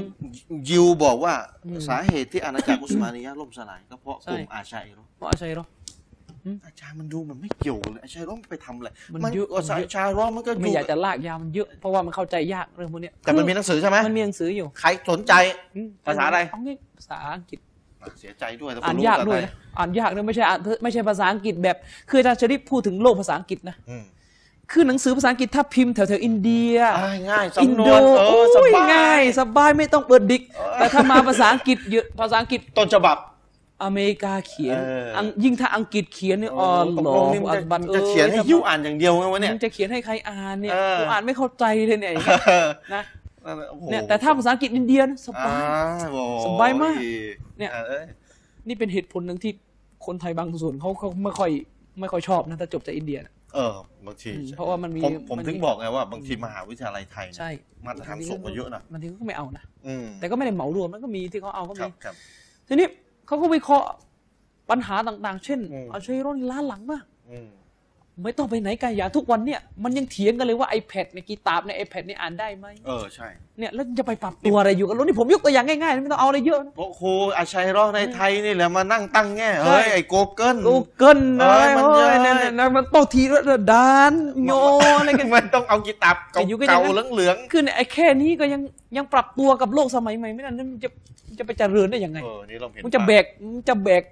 ยิวบอกว่า
อืม
สาเหตุที่อาณาจักรอุสมานียะล่มสลายก็เพราะกลุ่ม
ใช่
อาชัยรอ
เพราะอาชัยรอห์
อาจารย์มันดูมันไม่เกี่ยวเลยอาชัยรอไปทำอะไร
มัน
มัน
เยอะ
อา
มันเยอะ
ชัยรอมันก็
ไม่อยากจะลากยาวมันเยอะเพราะว่ามันเข้าใจยากเรื่องพวกเนี้ย
แต่มันมีหนังสือใช่ไหม
มันมีหนังสืออยู่
ใครสนใจ
อืม
ภาษาอะไร
เงี้ยภาษาอังกฤษ
เสียใจด้วยแต่ผม
อ่าน
รู้
ยากด้วย
แต่
นะอ่านยากด้วยไม่ใช่อ่านไม่ใช่ภาษาอังกฤษแบบ คืออาจารย์ชริปพูดถึงโลกภาษาอังกฤษนะ
อืม
คือหนังสือภาษาอังกฤษถ้าพิมพ์แถวแถวๆอินเดีย
อ่าง่าย
อิน
สำน
โด
วนเออส
โอ้ย
บาย
ง่าย สบายไม่ต้องเปิดดิก แต่ถ้ามาภาษาอังกฤษเยอะภาษาอังกฤษ
ต้นฉบับ
อเมริกาเขียน
เอออั
งยิ่งถ้าอังกฤษเขียนเนี่ยอ๋อ
ตก
หล
ล
อง
นี่มัน
อั
จะ
บัต
มันจะเขียนให้ยิ้วอ่านอย่างเดียวไงวะเนี่ย
มึงจะเขียนให้ใครอ่านเนี่ย
เออ
กูอ่านไม่เข้าใจเลยเนี่ยนะ
เออโอ้โห
เนี่ยแต่ถ้าภาษาอังกฤษอินเดียนะส
อ่า
บาย
โอ้โห
สบายมากเนี่ย
อออ้
นี่เป็นเหตุผลหนึ่งที่คนไทยบางส่วนเขาเขาไม่ค่อยไม่ค่อยชอบนะถ้าจบจากอินเดียนะ
อ เออบางที
อืม
ใช่
เพราะว่ามันมี
ผมผม
มัน
ถึง
มี
บอกไงว่าบางทีมหาวิทยาลัยไทยเนี่ย
ใช่
มาตรฐานสูงกว่าเยอะนะ
บางทีเขาก็ไม่เอานะ
อืม
แต่ก็ไม่ได้เหมารวมมันก็มีที่เขาเอาก็
ครั
มี
บครับ
ทีนี้เขาก็วิเคราะห์ปัญหาต่างๆ เช่น
อืม
เอาใช้รถล้าหลังมาก
อืม
ไม่ต้องไปไหนไกันอย่างทุกวันเนี่ยมันยังเถียงกันเลยว่า iPad เนี่ยกีตาบใน iPad เนี่ยอ่านได้ไหม
เออใช่
เนี่ยแล้วจะไปปรับตัวอะไรอยู่กับรถนี่ผมยกตัวอย่างง่ายๆนะไม่ต้องเอาอะไรเยอะนะ
เพราะครูอาชัยรอในไทยนี่แหละมานั่งตั้งแง่
ใช่
เฮ้ยไอ้โกเกิล
กูเกิลนะ
เอ้ยมัน
โอ้ย
เย
เนี่
อะ
ยเนี่ยมันโตทีระดานโยอะไรกัน
มันต้องเอากีตับ
แต่อยู่ก็อ
เก่า
ย่างนั้น
ๆเหลือง
คือเนี่ยไอ้แค่นี้ก็ยังยังปรับตัวกับโลกสมัยใหม่ไม่ได้นั่นมันจะจะไปเจริญได้ยั
ๆ
งไง
เออนี่เราเห็น
มันจะแบกมันจะแบก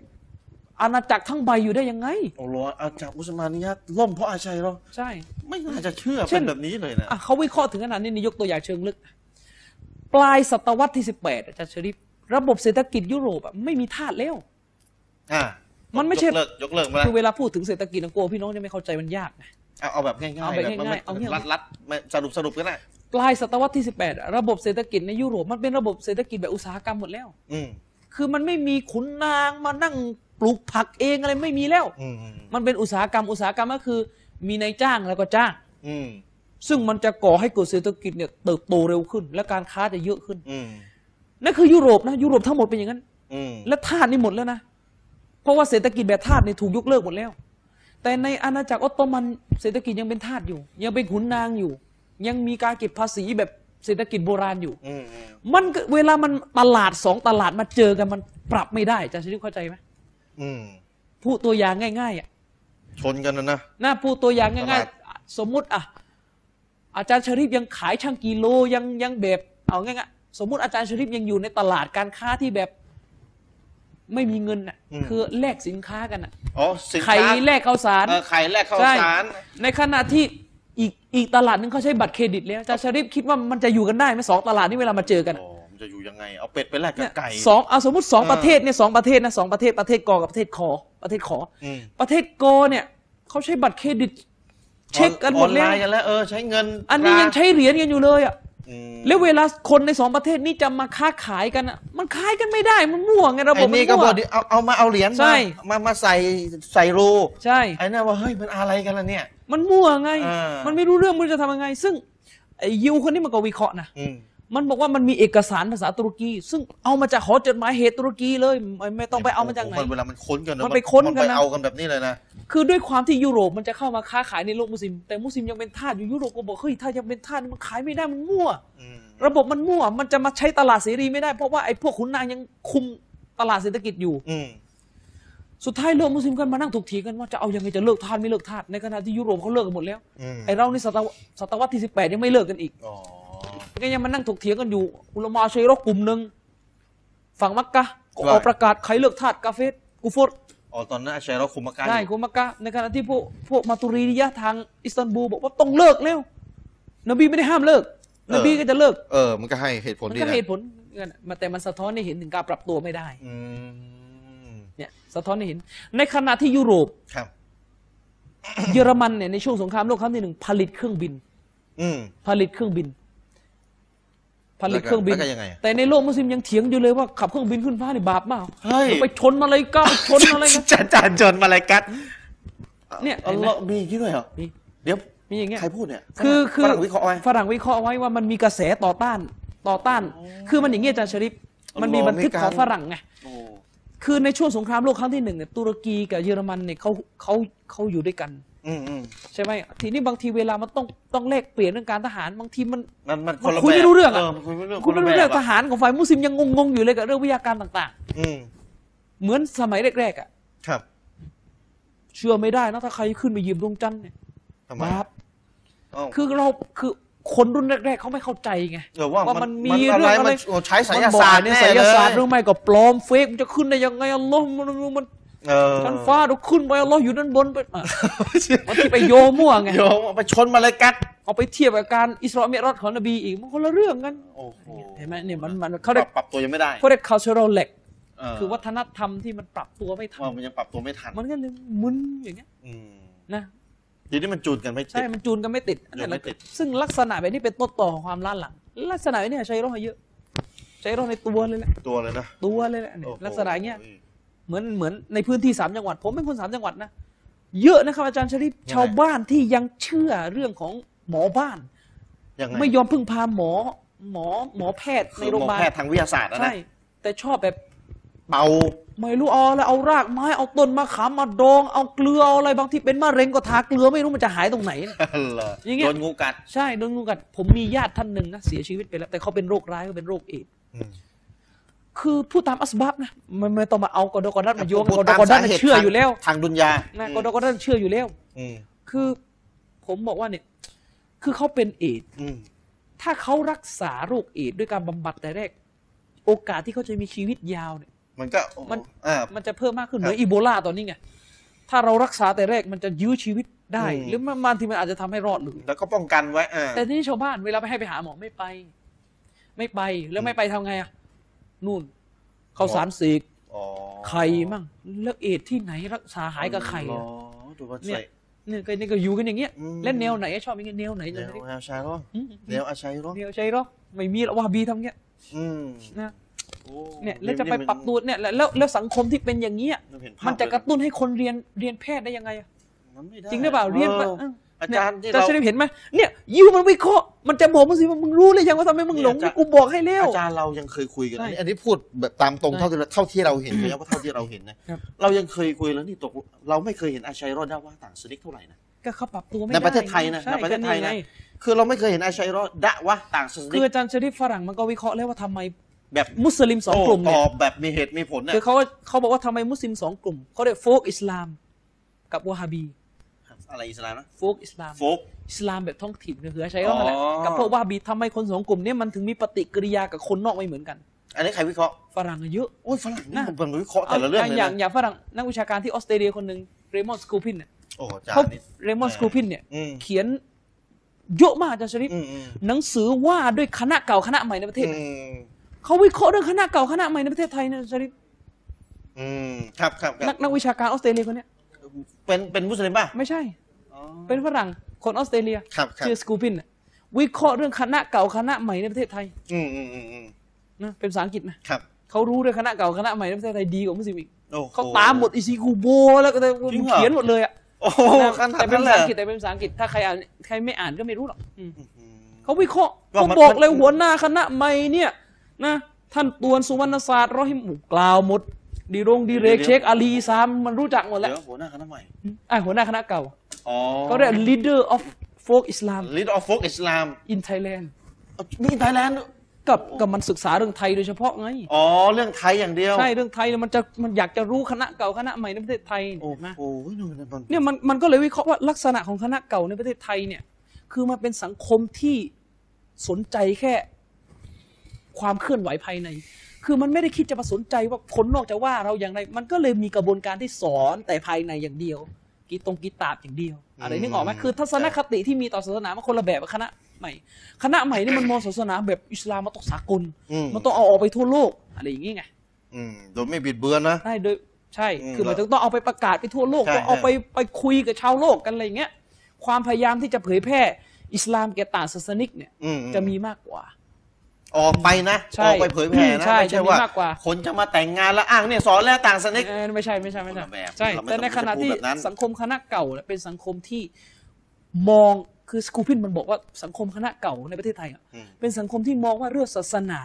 อาณาจักรทั้งใบอยู่ได้ยังไง
โอ้โหอาจารย์อุสมานิยะล่มเพราะอาชัยเรา
ใช่
ไม่น่าจะเชื่อ
เช่
เป็น นแบบนี้เลยนะ
อ่ะเขาวิเคราะห์ถึงขนาดนี้นี่ยกตัวอย่างเชิงลึก ปลายศตวรรษที่ 18 อาจารย์ชริฟระบบเศรษฐกิจยุโรปอะไม่มีทาสแล้ว
อ่ะ
มันไม่ใช่
ยกเลิกยกเลิกมาแล้ว
คือเวลาพูดถึงเศรษฐกิจนะกลัวพี่น้องจะไม่เข้าใจมันยากนะ
เอาเอาแบบง่าย
เอา
ๆ
แบบ
มัน
ง่ายๆเอาเงี้ย
รัดรัดไม่สรุปสรุปก็ได้
ปลายศตวรรษที่ 18อะระบบเศรษฐกิจในยุโรปมันเป็นระบบเศรษฐกิจแบบอุตสาหกรรมหมดแล้ว
อืม
คือมันไม่มีขุนนางมานั่งปลูกผักเองอะไรไม่มีแล้ว
อืมอืม
มันเป็นอุตสาหกรรมอุตสาหกรรมก็คือ มีนายจ้างแล้วก็จ้าง
อืม
ซึ่งมันจะก่อให้เกิดเศรษฐกิจเนี่ยเติบโตเร็วขึ้น และการค้าจะเยอะขึ้น
อืม
นั่นคือยุโรปนะยุโรปทั้งหมดเป็นอย่างนั้น
อืม
และทาสนี่หมดแล้วนะ เพราะว่าเศรษฐกิจแบบทาสนี่ถูกยกเลิกหมดแล้ว แต่ในอาณาจักรออตโตมันเศรษฐกิจยังเป็นทาสอยู่ ยังเป็นขุนนางอยู่ ยังมีการเก็บภาษีแบบเศรษฐกิจโบราณอยู่
อืมอืม
มันก็เวลามันตลาดสองตลาดมาเจอกันมันปรับไม่ได้อาจะชริฟเข้าใจไหม
อืม
พูดตัวอย่างง่ายๆอ่ะ
ชนกันนะนะ
นะพูดตัวอย่าง
ตลา
ง่าย
ด
ๆ สมมุติอ่ะอาจารย์ชริฟยังขายช่างกิโลยังยังแบบเอาง่ายๆสมมุติอาจารย์ชริฟยังอยู่ในตลาดการค้าที่แบบไม่มีเงินอ่ะคือแลกสินค้ากันอ่ะ
อ๋อสิน
ไข่
ค้า
แลกข้าวสาร
เออไข่แรกข้าว
ใช่
สาร
ในขณะที่อีกอีกตลาดหนึงเขาใช้บัตรเครดิตแล้วอาจารย์ชริฟคิดว่ามันจะอยู่กันได้ไหมสองตลาดนี้เวลามาเจอกัน
โอ้มันจะอยู่ยังไง เอาเป็ดไปแลกกั
เนี่
บ
ย
ไก่
สองเอาสมมติสอง
เออ
ประเทศเนี่ยสองประเทศนะสองประเทศประเทศกอกับประเทศขอประเทศขอ
อืม
ประเทศกอเนี่ยเขาใช้บัตรเครดิต เช็คกันหมดแล้ว
ออนไลน์กันแล้วเออใช้เงิน
อันนี้ยังใช้เหรียญกันอยู่เลยอ่ะ
อืม
แล้วเวลาคนในสองประเทศนี้จะมาค้าขายกันอ่ะมันขายกันไม่ได้มันมั่วไงระบบ
ไอ้
มัน
นี่ก็
มั่
บอ
ว
กดิเอาเอามาเอาเหรียญ
ใช่
มามามาใส่ใส่รู
ใช่
ไอ้นั่นว่าเฮ้ยมันอะไรกันล่ะเนี่ย
มันมั่วไง
อ่ามั
มันไม่รู้เรื่องมันจะทำยังไง ซึ่งไอ้ยิวคนนี้มันก็วิเคราะห์นะ
อืม
มันบอกว่ามันมีเอกสารภาษาตุรกี ซึ่งเอามาจากหอจดหมายเหตุตุรกีเลยไม่ไม่ต้องไปเอามาจากไหน
โโเวลามันค้นกัน
มันไปค้นกันนะ
มัไปเอากันแบบนี้เลยนะ
คือด้วยความที่ยุโรปมันจะเข้ามาค้าขายในโลกมุสลิม แต่มุสลิมยังเป็นทาสอยู่ยุโรปก็บอกเฮ้ยถ้ายังเป็นทาสมันขายไม่ได้มันมั่ว
อืม
ระบบมันมั่วมันจะมาใช้ตลาดเสรีไม่ได้เพราะว่าไอ้พวกขุนนางยังคุมตลาดเศรษฐกิจอยู่
อืม
สุดท้ายโลกมุสลิมก็มานั่งถกเถียงกันว่าจะเอายังไงจะเลิกทาสไม่เลิกทาสในขณะที่ยุโรปเขาเลิกกันหมดแล้ว
อืม
ไอ้เราในศตวรรษศตวรรษที่ 18 ยังไม่เลิกกันอีก
อ๋อ
ก็ยังมานั่งถกเถียงกันอยู่ อุลามาชัยรกกลุ่มหนึ่งฝั่งมักกะก็ออกประกาศใครเลิกทาสกาเฟสกูฟอด
อ๋อตอนนั้นอาชัยเราคุมอาการ
ได้กูมักกะในขณะที่พวกพวกมาตุรีนิยะทางอิสตันบูลบอกว่าต้องเลิกแล้วนบีไม่ได้ห้ามเลิก นบีก็จะเลิก
เออ มันก็ให้เหตุผล
มัน
ดี
ก็
นะ
เหตุผลกันมาแต่มันสะท้อนให้เห็นถึงการปรับตัวไม่ได้
อืม
เนี่ยสะท้อนให้เห็น ในขณะที่ยุโรป
ครับ
เยอรมันเนี่ยในช่วงสงครามโลกครั้งที่หนึ่งผลิตเครื่องบิน
อืม
ผลิตเครื่องบิน ผลิตเครื่องบิน
แล้วก็ยังไงอะ
แต่ในโลกมุสลิมยังเถียงอยู่เลยว่าขับเครื่องบินขึ้นฟ้านี่บาปมาก
เฮ้ย
ไปชนอะไรก็ไปชนอะไรกัน
จานจานจนมาลายกัด
เนี่ย
อ๋อ
เห็นไหม
แล้วมีอย่างนี้ด้วยเหรอ
มี
เดี๋ยว
มีอย่างเงี้ย
ใครพูดเนี่ย
คือ
ฝ
คือ
รั่งฝรั่งวิเคราะห์ไว้
ฝรั่งวิเคราะห์ไว้ว่ามันมีกระแสต่อต้านต่อต้าน คือมันอย่างเงี้ยอาจารย์ชริปมันมีบันทึก
มีการ
ของฝรั่งไง
โอ้
คือในช่วงสงครามโลกครั้งที่หนึ่งเนี่ยตุรกีกับเยอรมันเนี่ยเขาเขาเขาอยู่ด้วยกัน
อืมอืม
ใช่ไหมทีนี้บางทีเวลามันต้องต้องแลกเปลี่ยนเรื่องการทหารบางทีมัน
มันมัน
มันคุยไม่รู้เรื่องอะ
มันคุยไม่รู้เรื่อง
คุณไม่
น
รู้
ละ
เรื่อง
แบบ
ท
อะ
หารของฝ่ายมุสลิมยังงงๆอยู่เลยกับเรื่องวิทยาการต่าง
อืม
ๆ เหมือนสมัยแรกๆอ่ะ
ครับ
เชื่อไม่ได้นะถ้าใครขึ้นไปยืมดวงจันทร์เนี่ย
ทำไม
บาป
เอ้า
คือเราคือคนรุ่นแรกๆเขาไม่เข้าใจไง
เดี๋ยวว่า
ว่ามั
มัน น
มี
มี
เรื่
เรื่อ
อ
งง
อะ
อะไร ไรโอ้ใช้ไสาย
มันบอก
ศาสตร์
เนี่ย
แน่
ศิล
เลย
ศาสตร์เรื่องไม่ก็ปลอมเฟกมันจะขึ้นได้ยังไงอัลลอฮ์มันมัน
เออ
ชั้นฟ้าเราขึ้นไปอัลลอฮ์อยู่ด้านบนไปอ่ะมันที่ไปโยมั่วไง
โยมเอาไปชนมาเลยกัด
เอาไปเทียบกับการอิสราเอลของนบีอีกมันคนละเรื่องกัน
โอ้โห
เห็นไหมเนี่ยมันมันเขาเรียก
ปรับตัวยังไม่ได้
เขาเรียก cultural lag
เอ
คือวัฒนธรรมที่มันปรับตัวไม่ทัน
ว่ามันยังปรับตัวไม่ทัน
มันก็เลยมึนอย่างเงี้ย
อืม
นะ
ทีนี้มันจูนกันไม่ติ
ใช่
ด
มันจูนกันไม่ติดอันนั้นแห
จู
ละ
นไม่ติด
ซึ่งลักษณะแบบนี้เป็นต้นต่อของความล้าหลัง ลักษณะแบบนี้ใช้ร้องเยอะใช้ร้องในตัวเลยแหละ
ตัวเลยนะ
ตัวเลยแหละเนี่ย
โอ้โห
ลักษณะอย่างเงี้ย
อืม
เหมือนเหมือนในพื้นที่สามจังหวัด ผมเป็นคนสามจังหวัดนะ เยอะนะครับอาจารย์ชริป
ยังไง
ชาวบ้านที่ยังเชื่อเรื่องของหมอบ้าน
ยังไง
ไม่ยอมพึ่งพาหมอหมอหมอแพทย์ใน
คือ
โรง
หมอย
พาบาล
แพทย์ทางวิทยาศาสตร์อะนะ
ใช่ แต่ชอบแบบ
เป่า
ไม่รู้เอ๋อแล้วเอารากไม้เอาต้นมะขามมาดองเอาเกลือเอาอะไรบางทีเป็นมะเร็งก็ทาเกลือไม่รู้มันจะหายตรงไหนนะ
เหรอ
อย่างเงี้ย
โดนงูกัด
ใช่โดนงูกัดผมมีญาติท่านหนึ่งนะเสียชีวิตไปแล้ว แต่เขาเป็นโรคร้ายเขาเป็นโรคเอดส์
อืม
คือพูดตามอัสบับนะมันไม่ต้องมาเอากอดอกอดัตมาโยง
พู
กอ
ด
ดอ
ตาม
กอดั
สา
ตมั
เห
น
ตุ
เชื่ออยู่แล้ว
ทางดุนยา
นะ
อืม
กอดอกอดัตมันเชื่ออยู่แล้ว
อืม
คือผมบอกว่าเนี่ย คือเขาเป็นเอดส์
อืม
ถ้าเขารักษาโรคเอดส์ด้วยการบำบัดแต่แรก โอกาสที่เขาจะมีชีวิตยาวเนี่ย
มันก็
มัน
อ่า
มันจะเพิ่มมากขึ้นเห
ครับ
มือนอีโบลาตอนนี้ไง ถ้าเรารักษาแต่แรกมันจะยื้อชีวิตได้
อืม
หรือมันบางทีมันอาจจะทำให้รอดหรือ
แล้วก็ป้องกันไว้อ่า
แต่ทีนี้ชาวบ้านเวลาไปให้ไปหาหมอไม่ไป ไม่ไปแล้วไม่ไปทำไงอะนู่นข้าวสารสีก
อ๋อ
ไข่มั่งแล้วเอดที่ไหนรักษาหายกับไข่
อ๋
อะ
อดูว่า
เนี่
ใส่
ย เนี่ยก็นี่ก็อยู่กันอย่างเงี้ย
อืม
เล่นแนวไหนชอบอย่างเงี้ยแนวไหน
เดว
จะไม่ได้
อาชัยร้อง
อืม
เดวอาชัยร้อง
แนวใจหรอไม่มีหรอกวาฮาบีทำเงี้ย
อืม
นะ
โอ้
เนี่ยแล้วจะไปปรับตัวเนี่ยแล้วแล้วแล้วสังคมที่เป็นอย่างเงี้ย
เราเห็ภาพ
มันจะกระตุ้นให้คนเรียนเรียนแพทย์ได้ยังไงอะ
มันไม่ได้
จริงหรือเปล่าเรียนไป
ออ
เออ
อาจารย์ที่
เนี่ย
เรา
อาจารย์ชลิมเห็นไหมเนี่ยยิวมันวิเคราะห์มันจะบอกมึงสิว่ามึงรู้เลยยังว่าทำไมมึงหลง
เนี่ยอาจารย์
กูบอกให้แล้ว
อาจารย์เรายังเคยคุยกัน
ใช่
นะอันนี้พูดแบบตามตรง
ใช่
เท่าที่เราเท่าที่เราเห็นเลยนะว่าเท่าที่เราเห็นนะครับ เรายังเคยคุยแล้วนี่ตกลงเราไม่เคยเห็นอาชัยรอดได้ว่าต่างสลิกเท่าไหร่นะ
ก็เขาปรับตัวไม่ได้
ในประเทศไทยนะ
ใช่
ในประเทศไทยนะ
ก็ง
คือเราไม่เคยเห็นอาชัยรอดดะว่าต่างสลิ
คื
ก
ออาจารย์ชลิมฝรั่งมันก็วิเคราะห์แล้วว่าทำไม
แบบ
มุสลิมสองกลุ่
ต
มเนี่ย
อบแบบมีเหตุมีผลนะ
คือเขาเขาบอกว่าทำไมมุสลิมสองกลุ่มเขาเรียกโฟกอิสลามกับวาฮาบี
อะไรอิสลามนะ
โฟกอิสลาม
โฟก
อิสลามแบบท้องถิ่นก็คืออาชัยรอดนั่นแหละ
อ๋อ
กับพวกวาฮาบีทำไมคนสองกลุ่มเนี่ยมันถึงมีปฏิกิริยากับคนนอกไม่เหมือนกัน
อันนี้ใครวิเคราะห์
ฝรั่งอะเยอะ
โอ้ยฝรั่งนี่
น่ะ
มันเป็นวิเคราะห์แต่ละเรื่องเลย
อย่าง
นะ
อย่างฝรั่งนักวิชาการที่ออสเตรเลียคนหนึ่งเรมอนสกูพินเนี่ย
โอ้อาจาร
เขา
ย์นี่
เรมอน
เออ
สกูพินเนี่ย
อืม
เขียนเยอะมากอาจารย์ชริป
อืมอืม
หนังสือว่าด้วยคณะเก่าคณะใหม่ในประเทศ
อื
นะ
ม
เขาวิเคราะห์เรื่องคณะเก่าคณะใหม่ในประเทศไทยนะอาจารย์ชริป
อืมครับครับค
นั
รับ
กนักวิชาการออสเตรเลียคนเนี้ย
เป็นเป็นมุสลิมป่ะ
ไม่ใช่
อ๋อ
เป็นฝรั่งคนออสเตรเลีย
ครับครับ
ชื่อสกูพินน่ะวิเคราะห์เรื่องคณะเก่าคณะใหม่ในประเทศไทย
อืมอืมอืมอืม
นะเป็นภาษาอังกฤษนะครับ เขารู้เรื่องคณะเก่าคณะใหม่ในประเทศไทยดีกว่ามุสลิมอีก
โอ้โห
เขาตามหมดอิซิกูโบแล้วก็
จริงเหรอ
เขียนหมดเลยอะ
โอ้โห
นะ
ขนาด
แต่เป็
นั้น นเล
ภาษาย อังกฤษแต่เป็นภาษาอังกฤษถ้าใครอ่านใครไม่อ่านก็ไม่รู้หรอกอืม
อืม
เขาวิเคราะห์
ว่า
เขา
มัน
บอกเลยหัวหน้าคณะใหม่เนี่ยนะท่านตวนสุวรรณศาสตร์ร้อยหมู่กล่าวหมดดีรงดีเรกเชคอาลีซามมันรู้จักหมดแล้
เดี๋
ว
ยวหัวหน้าคณะใหม่
ไอ้หัวหน้าคณะเก่า
อ๋อ
เขาเรียก leader of folk Islam
ลิดออฟโฟกอิสลาม
in Thailand
มีไทยแลนด์
กับกับมันศึกษาเรื่องไทยโดยเฉพาะไง
อ๋อเรื่องไทยอย่างเดียว
ใช่เรื่องไทยเนี่ยมันจะมันอยากจะรู้คณะเก่าคณะใหม่ในประเทศไทย
โอ้
เห็นไหม
โหนี่มันมัน
เนี่ยมันมันก็เลยวิเคราะห์ว่าลักษณะของคณะเก่าในประเทศไทยเนี่ยคือมันเป็นสังคมที่สนใจแค่ ความเคลื่อนไหวภายใน คือมันไม่ได้คิดจะมาสนใจว่าคนนอกจะว่าเราอย่างไร มันก็เลยมีกระบวนการที่สอนแต่ภายในอย่างเดียว กีตรงกีตาบอย่างเดียว อะไรนึกออกไหมคือทัศนคติที่มีต่อศาสนามันคนละแบบกับคณะใหม่ คณะใหม่นี่มันมองศาสนาแบบอิสลามมันต้องสากล
อืม
มันต้องเอาออกไปทั่วโลก อะไรอย่างงี้ไง
อืมโดยไม่บิดเบือนนะ
ได้โดยใช่
อืม
คือหมันต้องเอาไปประกาศไปทั่วโลก
ใช่
ต้องเอา
ใช่
ไปไปคุยกับชาวโลกกันอะไรอย่างเงี้ย ความพยายามที่จะเผยแพร่อิสลามแก่ต่างศาสนิกเนี่ย
อื
จะมีมากกว่า
ออกไปนะ
ใช่
ออกไปเผยแพร่นะ
ใช่
ไม่ใช่ว่า
จะมีมากกว่า
คนจะมาแต่งงานแล้วอ้างเนี่ยสอนแล้วต่างสนิก
เออไม่ใช่ไม่ใช่ไม่ใช่
คนละแบบ
ใช่
เราไม่
แต่ในขณะที่
จำเป็นต้องพูดแบบนั้น
สังคมคณะเก่าเนี่ยเป็นสังคมที่มองคือสกูพินมันบอกว่าสังคมคณะเก่าในประเทศไทยอะเป็นสังคมที่มองว่าเรื่องศาสนา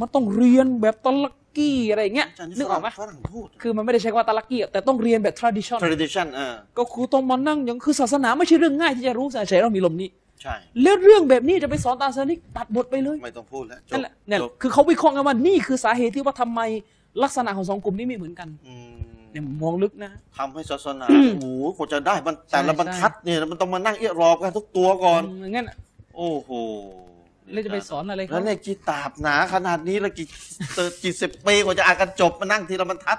มันต้องเรียนแบบตะลักกี้อะไรอย่างเงี้ย
จารย์
นึกออกไหม
ฝรั่งพูด
คือมันไม่ได้ใช้คำว่าตะลักกี้อะแต่ต้องเรียนแบบ tradition
tradition อ่า
ก็คือต้องมานั่งอย่างคือศาสนาไม่ใช่เรื่องง่ายที่จะรู้ศาสนาเรามีลมนี้
ใช่
แล้วเรื่องแบบนี้จะไปสอนตาสนิกตัดบทไปเลย
ไม่ต้องพูดแล้วจ
นั่
บ
นแหละเนี่ย
จบ
คือเขาวิเคราะห์กันว่านี่คือสาเหตุที่ว่าทำไมลักษณะของสองกลุ่มนี้ไม่เหมือนกัน
อืม
เนี่ยมองลึกนะ
ทำให้ศาสนาโอ้โหกว่าจะได้มันแต่ละ
ใช่
บรรทัดเนี่ยมันต้องมานั่งเอียรอบกันทุกตัวก่อน
อย่างงั้นอะ
โอ้โห
แล้วจะไปสอนอะไรเขา
แล้วเนี่ยกีตาบหนาขนาดนี้แล้วกี่ เติร์กี่สิบปีกว่าจะอ่านกันจบมานั่งทีละบรรทัด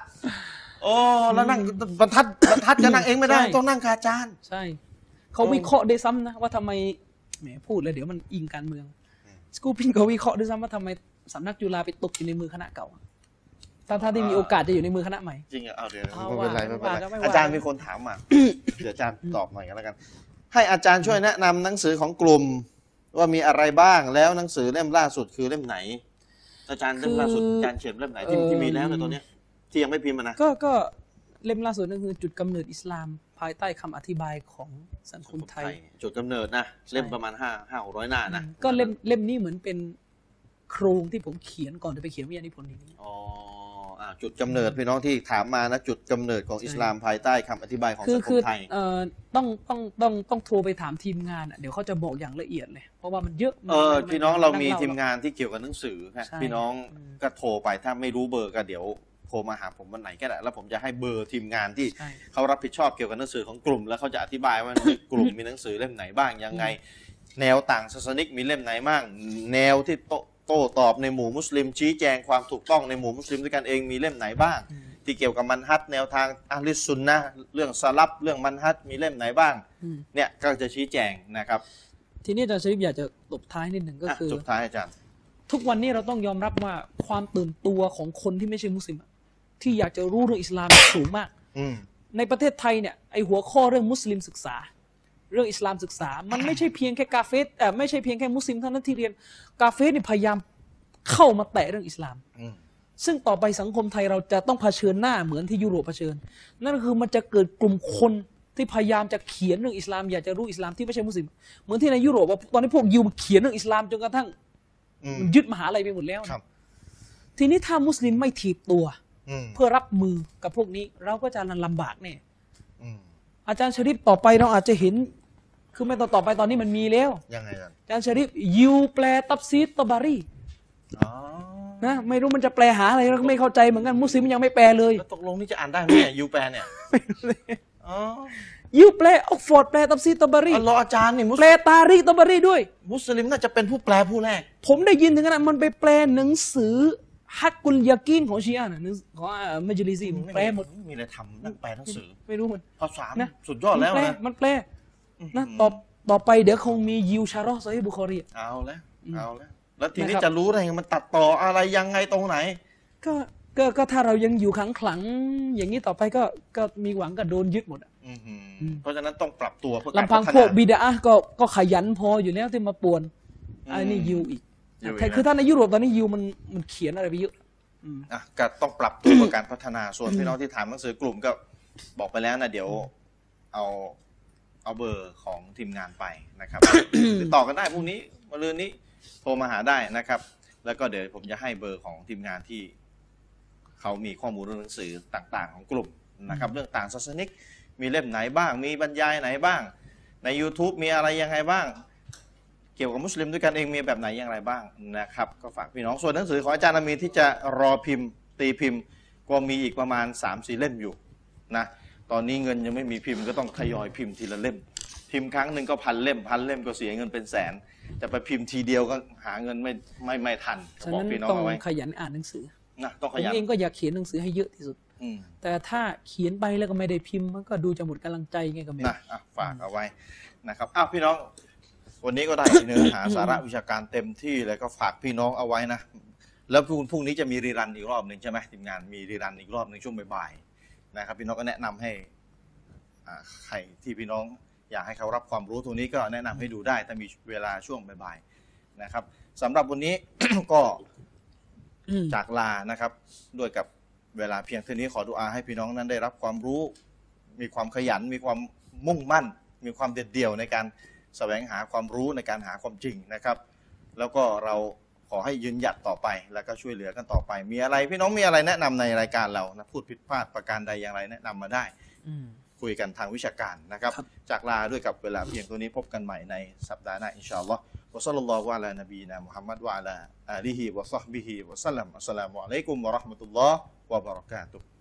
โอ้แล้วนั่งบรรทัดบรรทัดจะนั่งเองไม่ได้ต้องนั่งคาจาน
ใช่เขาวิเคราะห์ได้วยซ้ำนะว่าทำไมแหมพูดแล้วเดี๋ยวมันอิงการเมืองสกูปินก็วิเคราะห์ได้วยซ้ำว่าทำไมสำนักจุฬาไปตกอยู่ในมือคณะเก่าตามท่าที่มีโอกาสจะอยู่ในมือคณะใหม่
จริงเหรอเอาเดี๋ยว
เอา
ไม่เป็นไร
ว่า
ไม่เป็นไร
ว่าก็ไม่ว่า
อาจารย์มีคนถามมา เดี๋ยวอาจารย์ตอบหน่อยกันแล้วกัน ให้อาจารย์ช่วยแนะนำหนังสือของกลุ่ม ว่ามีอะไรบ้างแล้วหนังสือเล่มล่าสุดคือเล่มไหน อาจารย์เล่มล่าสุดอาจารย์เขียนเล่มไหนที่ที่มีแล้วในตอนเนี้ยที่ยังไม่พิมพ์มานะ
ก็ก็เล่มล่าสุดนั่นคือจุดกำเนิดอิสลาม ภายใต้คำอธิบายของสังคมไทย
จุดกำเนิดนะ เล่มประมาณห้าห้าร้อยหน้านะ
ก็เล่มเล่มนี้เหมือนเป็นโครงที่ผมเขียนก่อนจะไปเขียนวิทยานิพนธ์นี้
อ๋ออ่าจุดกำเนิดพี่น้องที่ถามมานะ จุดกำเนิดของ
ใช่
อิสลามภายใต้คำอธิบายของ
คื
สั
อง
ค
คื
ม
อ
ไทย
เอ่อต้องต้องต้องต้องโทรไปถามทีมงานอะเดี๋ยวเขาจะบอกอย่างละเอียดเลย เพราะว่ามันเยอะมาก
เออ
ไ
พี่น้องเรามี
ไล่
ทีมงานที่เกี่ยวกับหนังสือฮะ
ใช่
พี่น้อง
อืม
ก็โทรไปถ้าไม่รู้เบอร์ก็เดี๋ยวโทรมาหาผมวันไหนก็ได้แล้วผมจะให้เบอร์ทีมงานที่
ใช่
เขารับผิดชอบเกี่ยวกับหนังสือของกลุ่ม แล้วเขาจะอธิบายว่า ในกลุ่มมีหนังสือเล่มไหนบ้างยังไง แนวต่างศาสนิกมีเล่มไหนบ้างแนวที่โตโต้ตอบในหมู่มุสลิม ชี้แจงความถูกต้องในหมู่มุสลิมด้วยกันเองมีเล่มไหนบ้าง
อืม
ที่เกี่ยวกับมันฮัดแนวทางอะลิสซุนนะห์เรื่องสลับเรื่องมันฮัดมีเล่มไหนบ้าง
อืม
เนี่ยก็จะชี้แจงนะครับ
ทีนี้อาจารย์ชริฟอยากจะตบท้ายนิดหนึ่งก็
ะ
คือ
สุดท้ายอาจารย์
ทุกวันนี้เราต้องยอมรับว่าความตื่นตัวของคนที่ไม่ใช่มุสลิมอะที่อยากจะรู้เรื่องอิสลามสูงมาก
อืม
ในประเทศไทยเนี่ยไอหัวข้อเรื่องมุสลิมศึกษา เรื่องอิสลามศึกษา มันไม่ใช่เพียงแค่กาเฟสแต่อไม่ใช่เพียงแค่มุสลิมเท่านั้นที่เรียนกาเฟสเนี่ยพยายามเข้ามาแตะเรื่องอิสลาม
อืม
ซึ่งต่อไปสังคมไทยเราจะต้องเผชิญหน้าเหมือนที่ยุโรปเผชิญ นั่นก็คือมันจะเกิดกลุ่มคนที่พยายามจะเขียนเรื่องอิสลาม อยากจะรู้อิสลามที่ไม่ใช่มุสลิมเหมือนที่ในยุโรปว่าตอนนี้พวกยิวเขียนเรื่องอิสลามจนกระทั่ง
อืม
มันยึดมหาลัยไปหมดแล้วนะครับ ทีนี้ถ้ามุสลิมไม่ถีบตัว
อืม
เพื่อรับมือกับพวกนี้เราก็จะลำบากแน่
อืม
อาจารย์ชริปต่อไปเราอาจจะเห็น คือไม่ต่อต่อไปตอนนี้มันมีแล้ว
ยังไงอาจารย์
อาจารย์ชริปยิวแปลตับซีดตะบารี
อ๋อ
นะไม่รู้มันจะแปลหาอะไรเราก็ไม่เข้าใจเหมือนกันมุสลิมยังไม่แปลเลย
แล้วตกลงนี่จะอ่านได้ไหมเนี่ยยูแปนเนี่ยอ๋อ
ยิวแปลออกฟอร์ดแปลตับซีดตะบารี
อ๋อรออาจารย์นี่มุส
แปล
ลิม
ตารีตะบารีด้วย
มุสลิมน่าจะเป็นผู้แปลผู้แรก
ผมได้ยินถึงขนาดมันไปแปลหนังสือฮักกุลยากินของชีอะห์นะหนังของอ่ามัจลิซีมันแปลหมด
ไม่มีอะไรทำนั่งแปลหนังสือ
ไม่รู้มัน
ภาษา
นะ
สุดยอดแล้ว
มันแปล
นะ
มันแปลนะต่อต่อไปเดี๋ยวคงมียิวชาร์ลซอฮีบุคอรี
เอาแล้ว
อืม
เอาแล้วแล้วทีนี้
นะครับ
จะรู้ได้ไงมันตัดต่ออะไรยังไงตรงไหน
ก็ก็ก็ถ้าเรายังอยู่ขังขลังอย่างนี้ต่อไปก็ก็มีหวังกับโดนยึดหมดอะ
อื้อหืออ
ม
เพราะฉะนั้นต้องปรับตัวเพื่อ
ลำพั
า
ง
รพัฒ
พวก
นา
บิดาก็ก็ขยันพออยู่แล้วที่มาป่วน
อืม
อันนี้ยิวอีก
ยิวอีก
แต่
นะ
คือถ้าในยุโรปตอนนี้ยิวมันมันเขียนอะไรไปเยอะอืม
อ่ะก็ต้องปรับ ตัวเพื่อการพัฒนาส่วนพี่น้องที่ถามหนังสือกลุ่มก็บอกไปแล้วนะเดี๋ยวเอาเอาเบอร์ของทีมงานไปนะครับ ติดต่อกันได้พรุ่งนี้มะรืนนี้โทรมาหาได้นะครับ แล้วก็เดี๋ยวผมจะให้เบอร์ของทีมงานที่ เขามีข้อมูลเรื่องหนังสือต่างๆ ของกลุ่มนะครับ เรื่องต่างศาสนิก มีเล่มไหนบ้าง มีบรรยายไหนบ้าง ใน YouTube มีอะไรยังไงบ้าง เกี่ยวกับมุสลิมด้วยกันเองมีแบบไหนอย่างไรบ้างนะครับก็ฝากพี่น้องส่วนหนังสือของอาจารย์อามีนที่จะรอพิมพ์ตีพิมพ์ ก็มีอีกประมาณ3ามสี่เล่มอยู่นะตอนนี้เงินยังไม่มีพิมพ์ก็ต้องทยอยพิมพ์ทีละเล่ม พิมพ์ครั้งหนึ่งก็พันเล่มพันเล่มก็เสียเงินเป็นแสนจะไปพิมพ์ทีเดียวก็หาเงินไม่ไม่ไม่ทันก็
ฉะ
บอก
นั้น
พี่น้อง
ต้อง
เอาไว้
ขยันอ่านหนังสือ
นะต้อง
ผ
ข
ม
ยัน
เองก็อยากเขียนหนังสือให้เยอะที่สุด
อืม
แต่ถ้าเขียนไปแล้วก็ไม่ได้พิมพ์มันก็ดูจะหมดกำลังใจไงก็ไม่รู้
นะอ่ะฝากเอาไว้นะครับอ้าวพี่น้องวันนี้ก็ได้เนื้อหาสาระวิชาการเต็มที่เลยก็ฝากพี่น้องเอาไว้นะ แล้วพรุ่งพรุ่งนี้จะมีรีรันอีกรอบหนึ่งใช่ไหมทีมงานมีรีรันอีกรอบหนึ่งช่วงบ่ายๆนะครับ พี่น้องก็แนะนำให้อ่าใครที่พี่น้องอยากให้เขารับความรู้ตรงนี้ก็แนะนำให้ดูได้แต่มีเวลาช่วงบ่ายๆนะครับสำหรับวันนี้ ก็
อืม
จากลานะครับ ด้วยกับเวลาเพียงเท่านี้ขอดุอาให้พี่น้องนั้นได้รับความรู้ มีความขยัน มีความมุ่งมั่น มีความเด็ดเดี่ยวในการแสวงหาความรู้ในการหาความจริงนะครับ แล้วก็เราขอให้ยืนหยัดต่อไป แล้วก็ช่วยเหลือกันต่อไป มีอะไรพี่น้องมีอะไรแนะนำในรายการเรานะพูดผิดพลาดประการใดอย่างไรแนะนำมาได้
อืม
คุยกันทางวิชาการนะครับ
ครับ
จากลาด้วยกับเวลาเพียงตัวนี้พบกันใหม่ในสัปดาห์หน้า อินชาอัลลอฮ์วะซัลลัลลอฮุอะลานบีนะมุฮัมมัดวะอะลาอาลีฮิวะซอฮบิฮิวะสัลลัมอัสสลามุอะลัยกุมวะเราะห์มะตุลลอฮ์วะบะเราะกาตุฮ์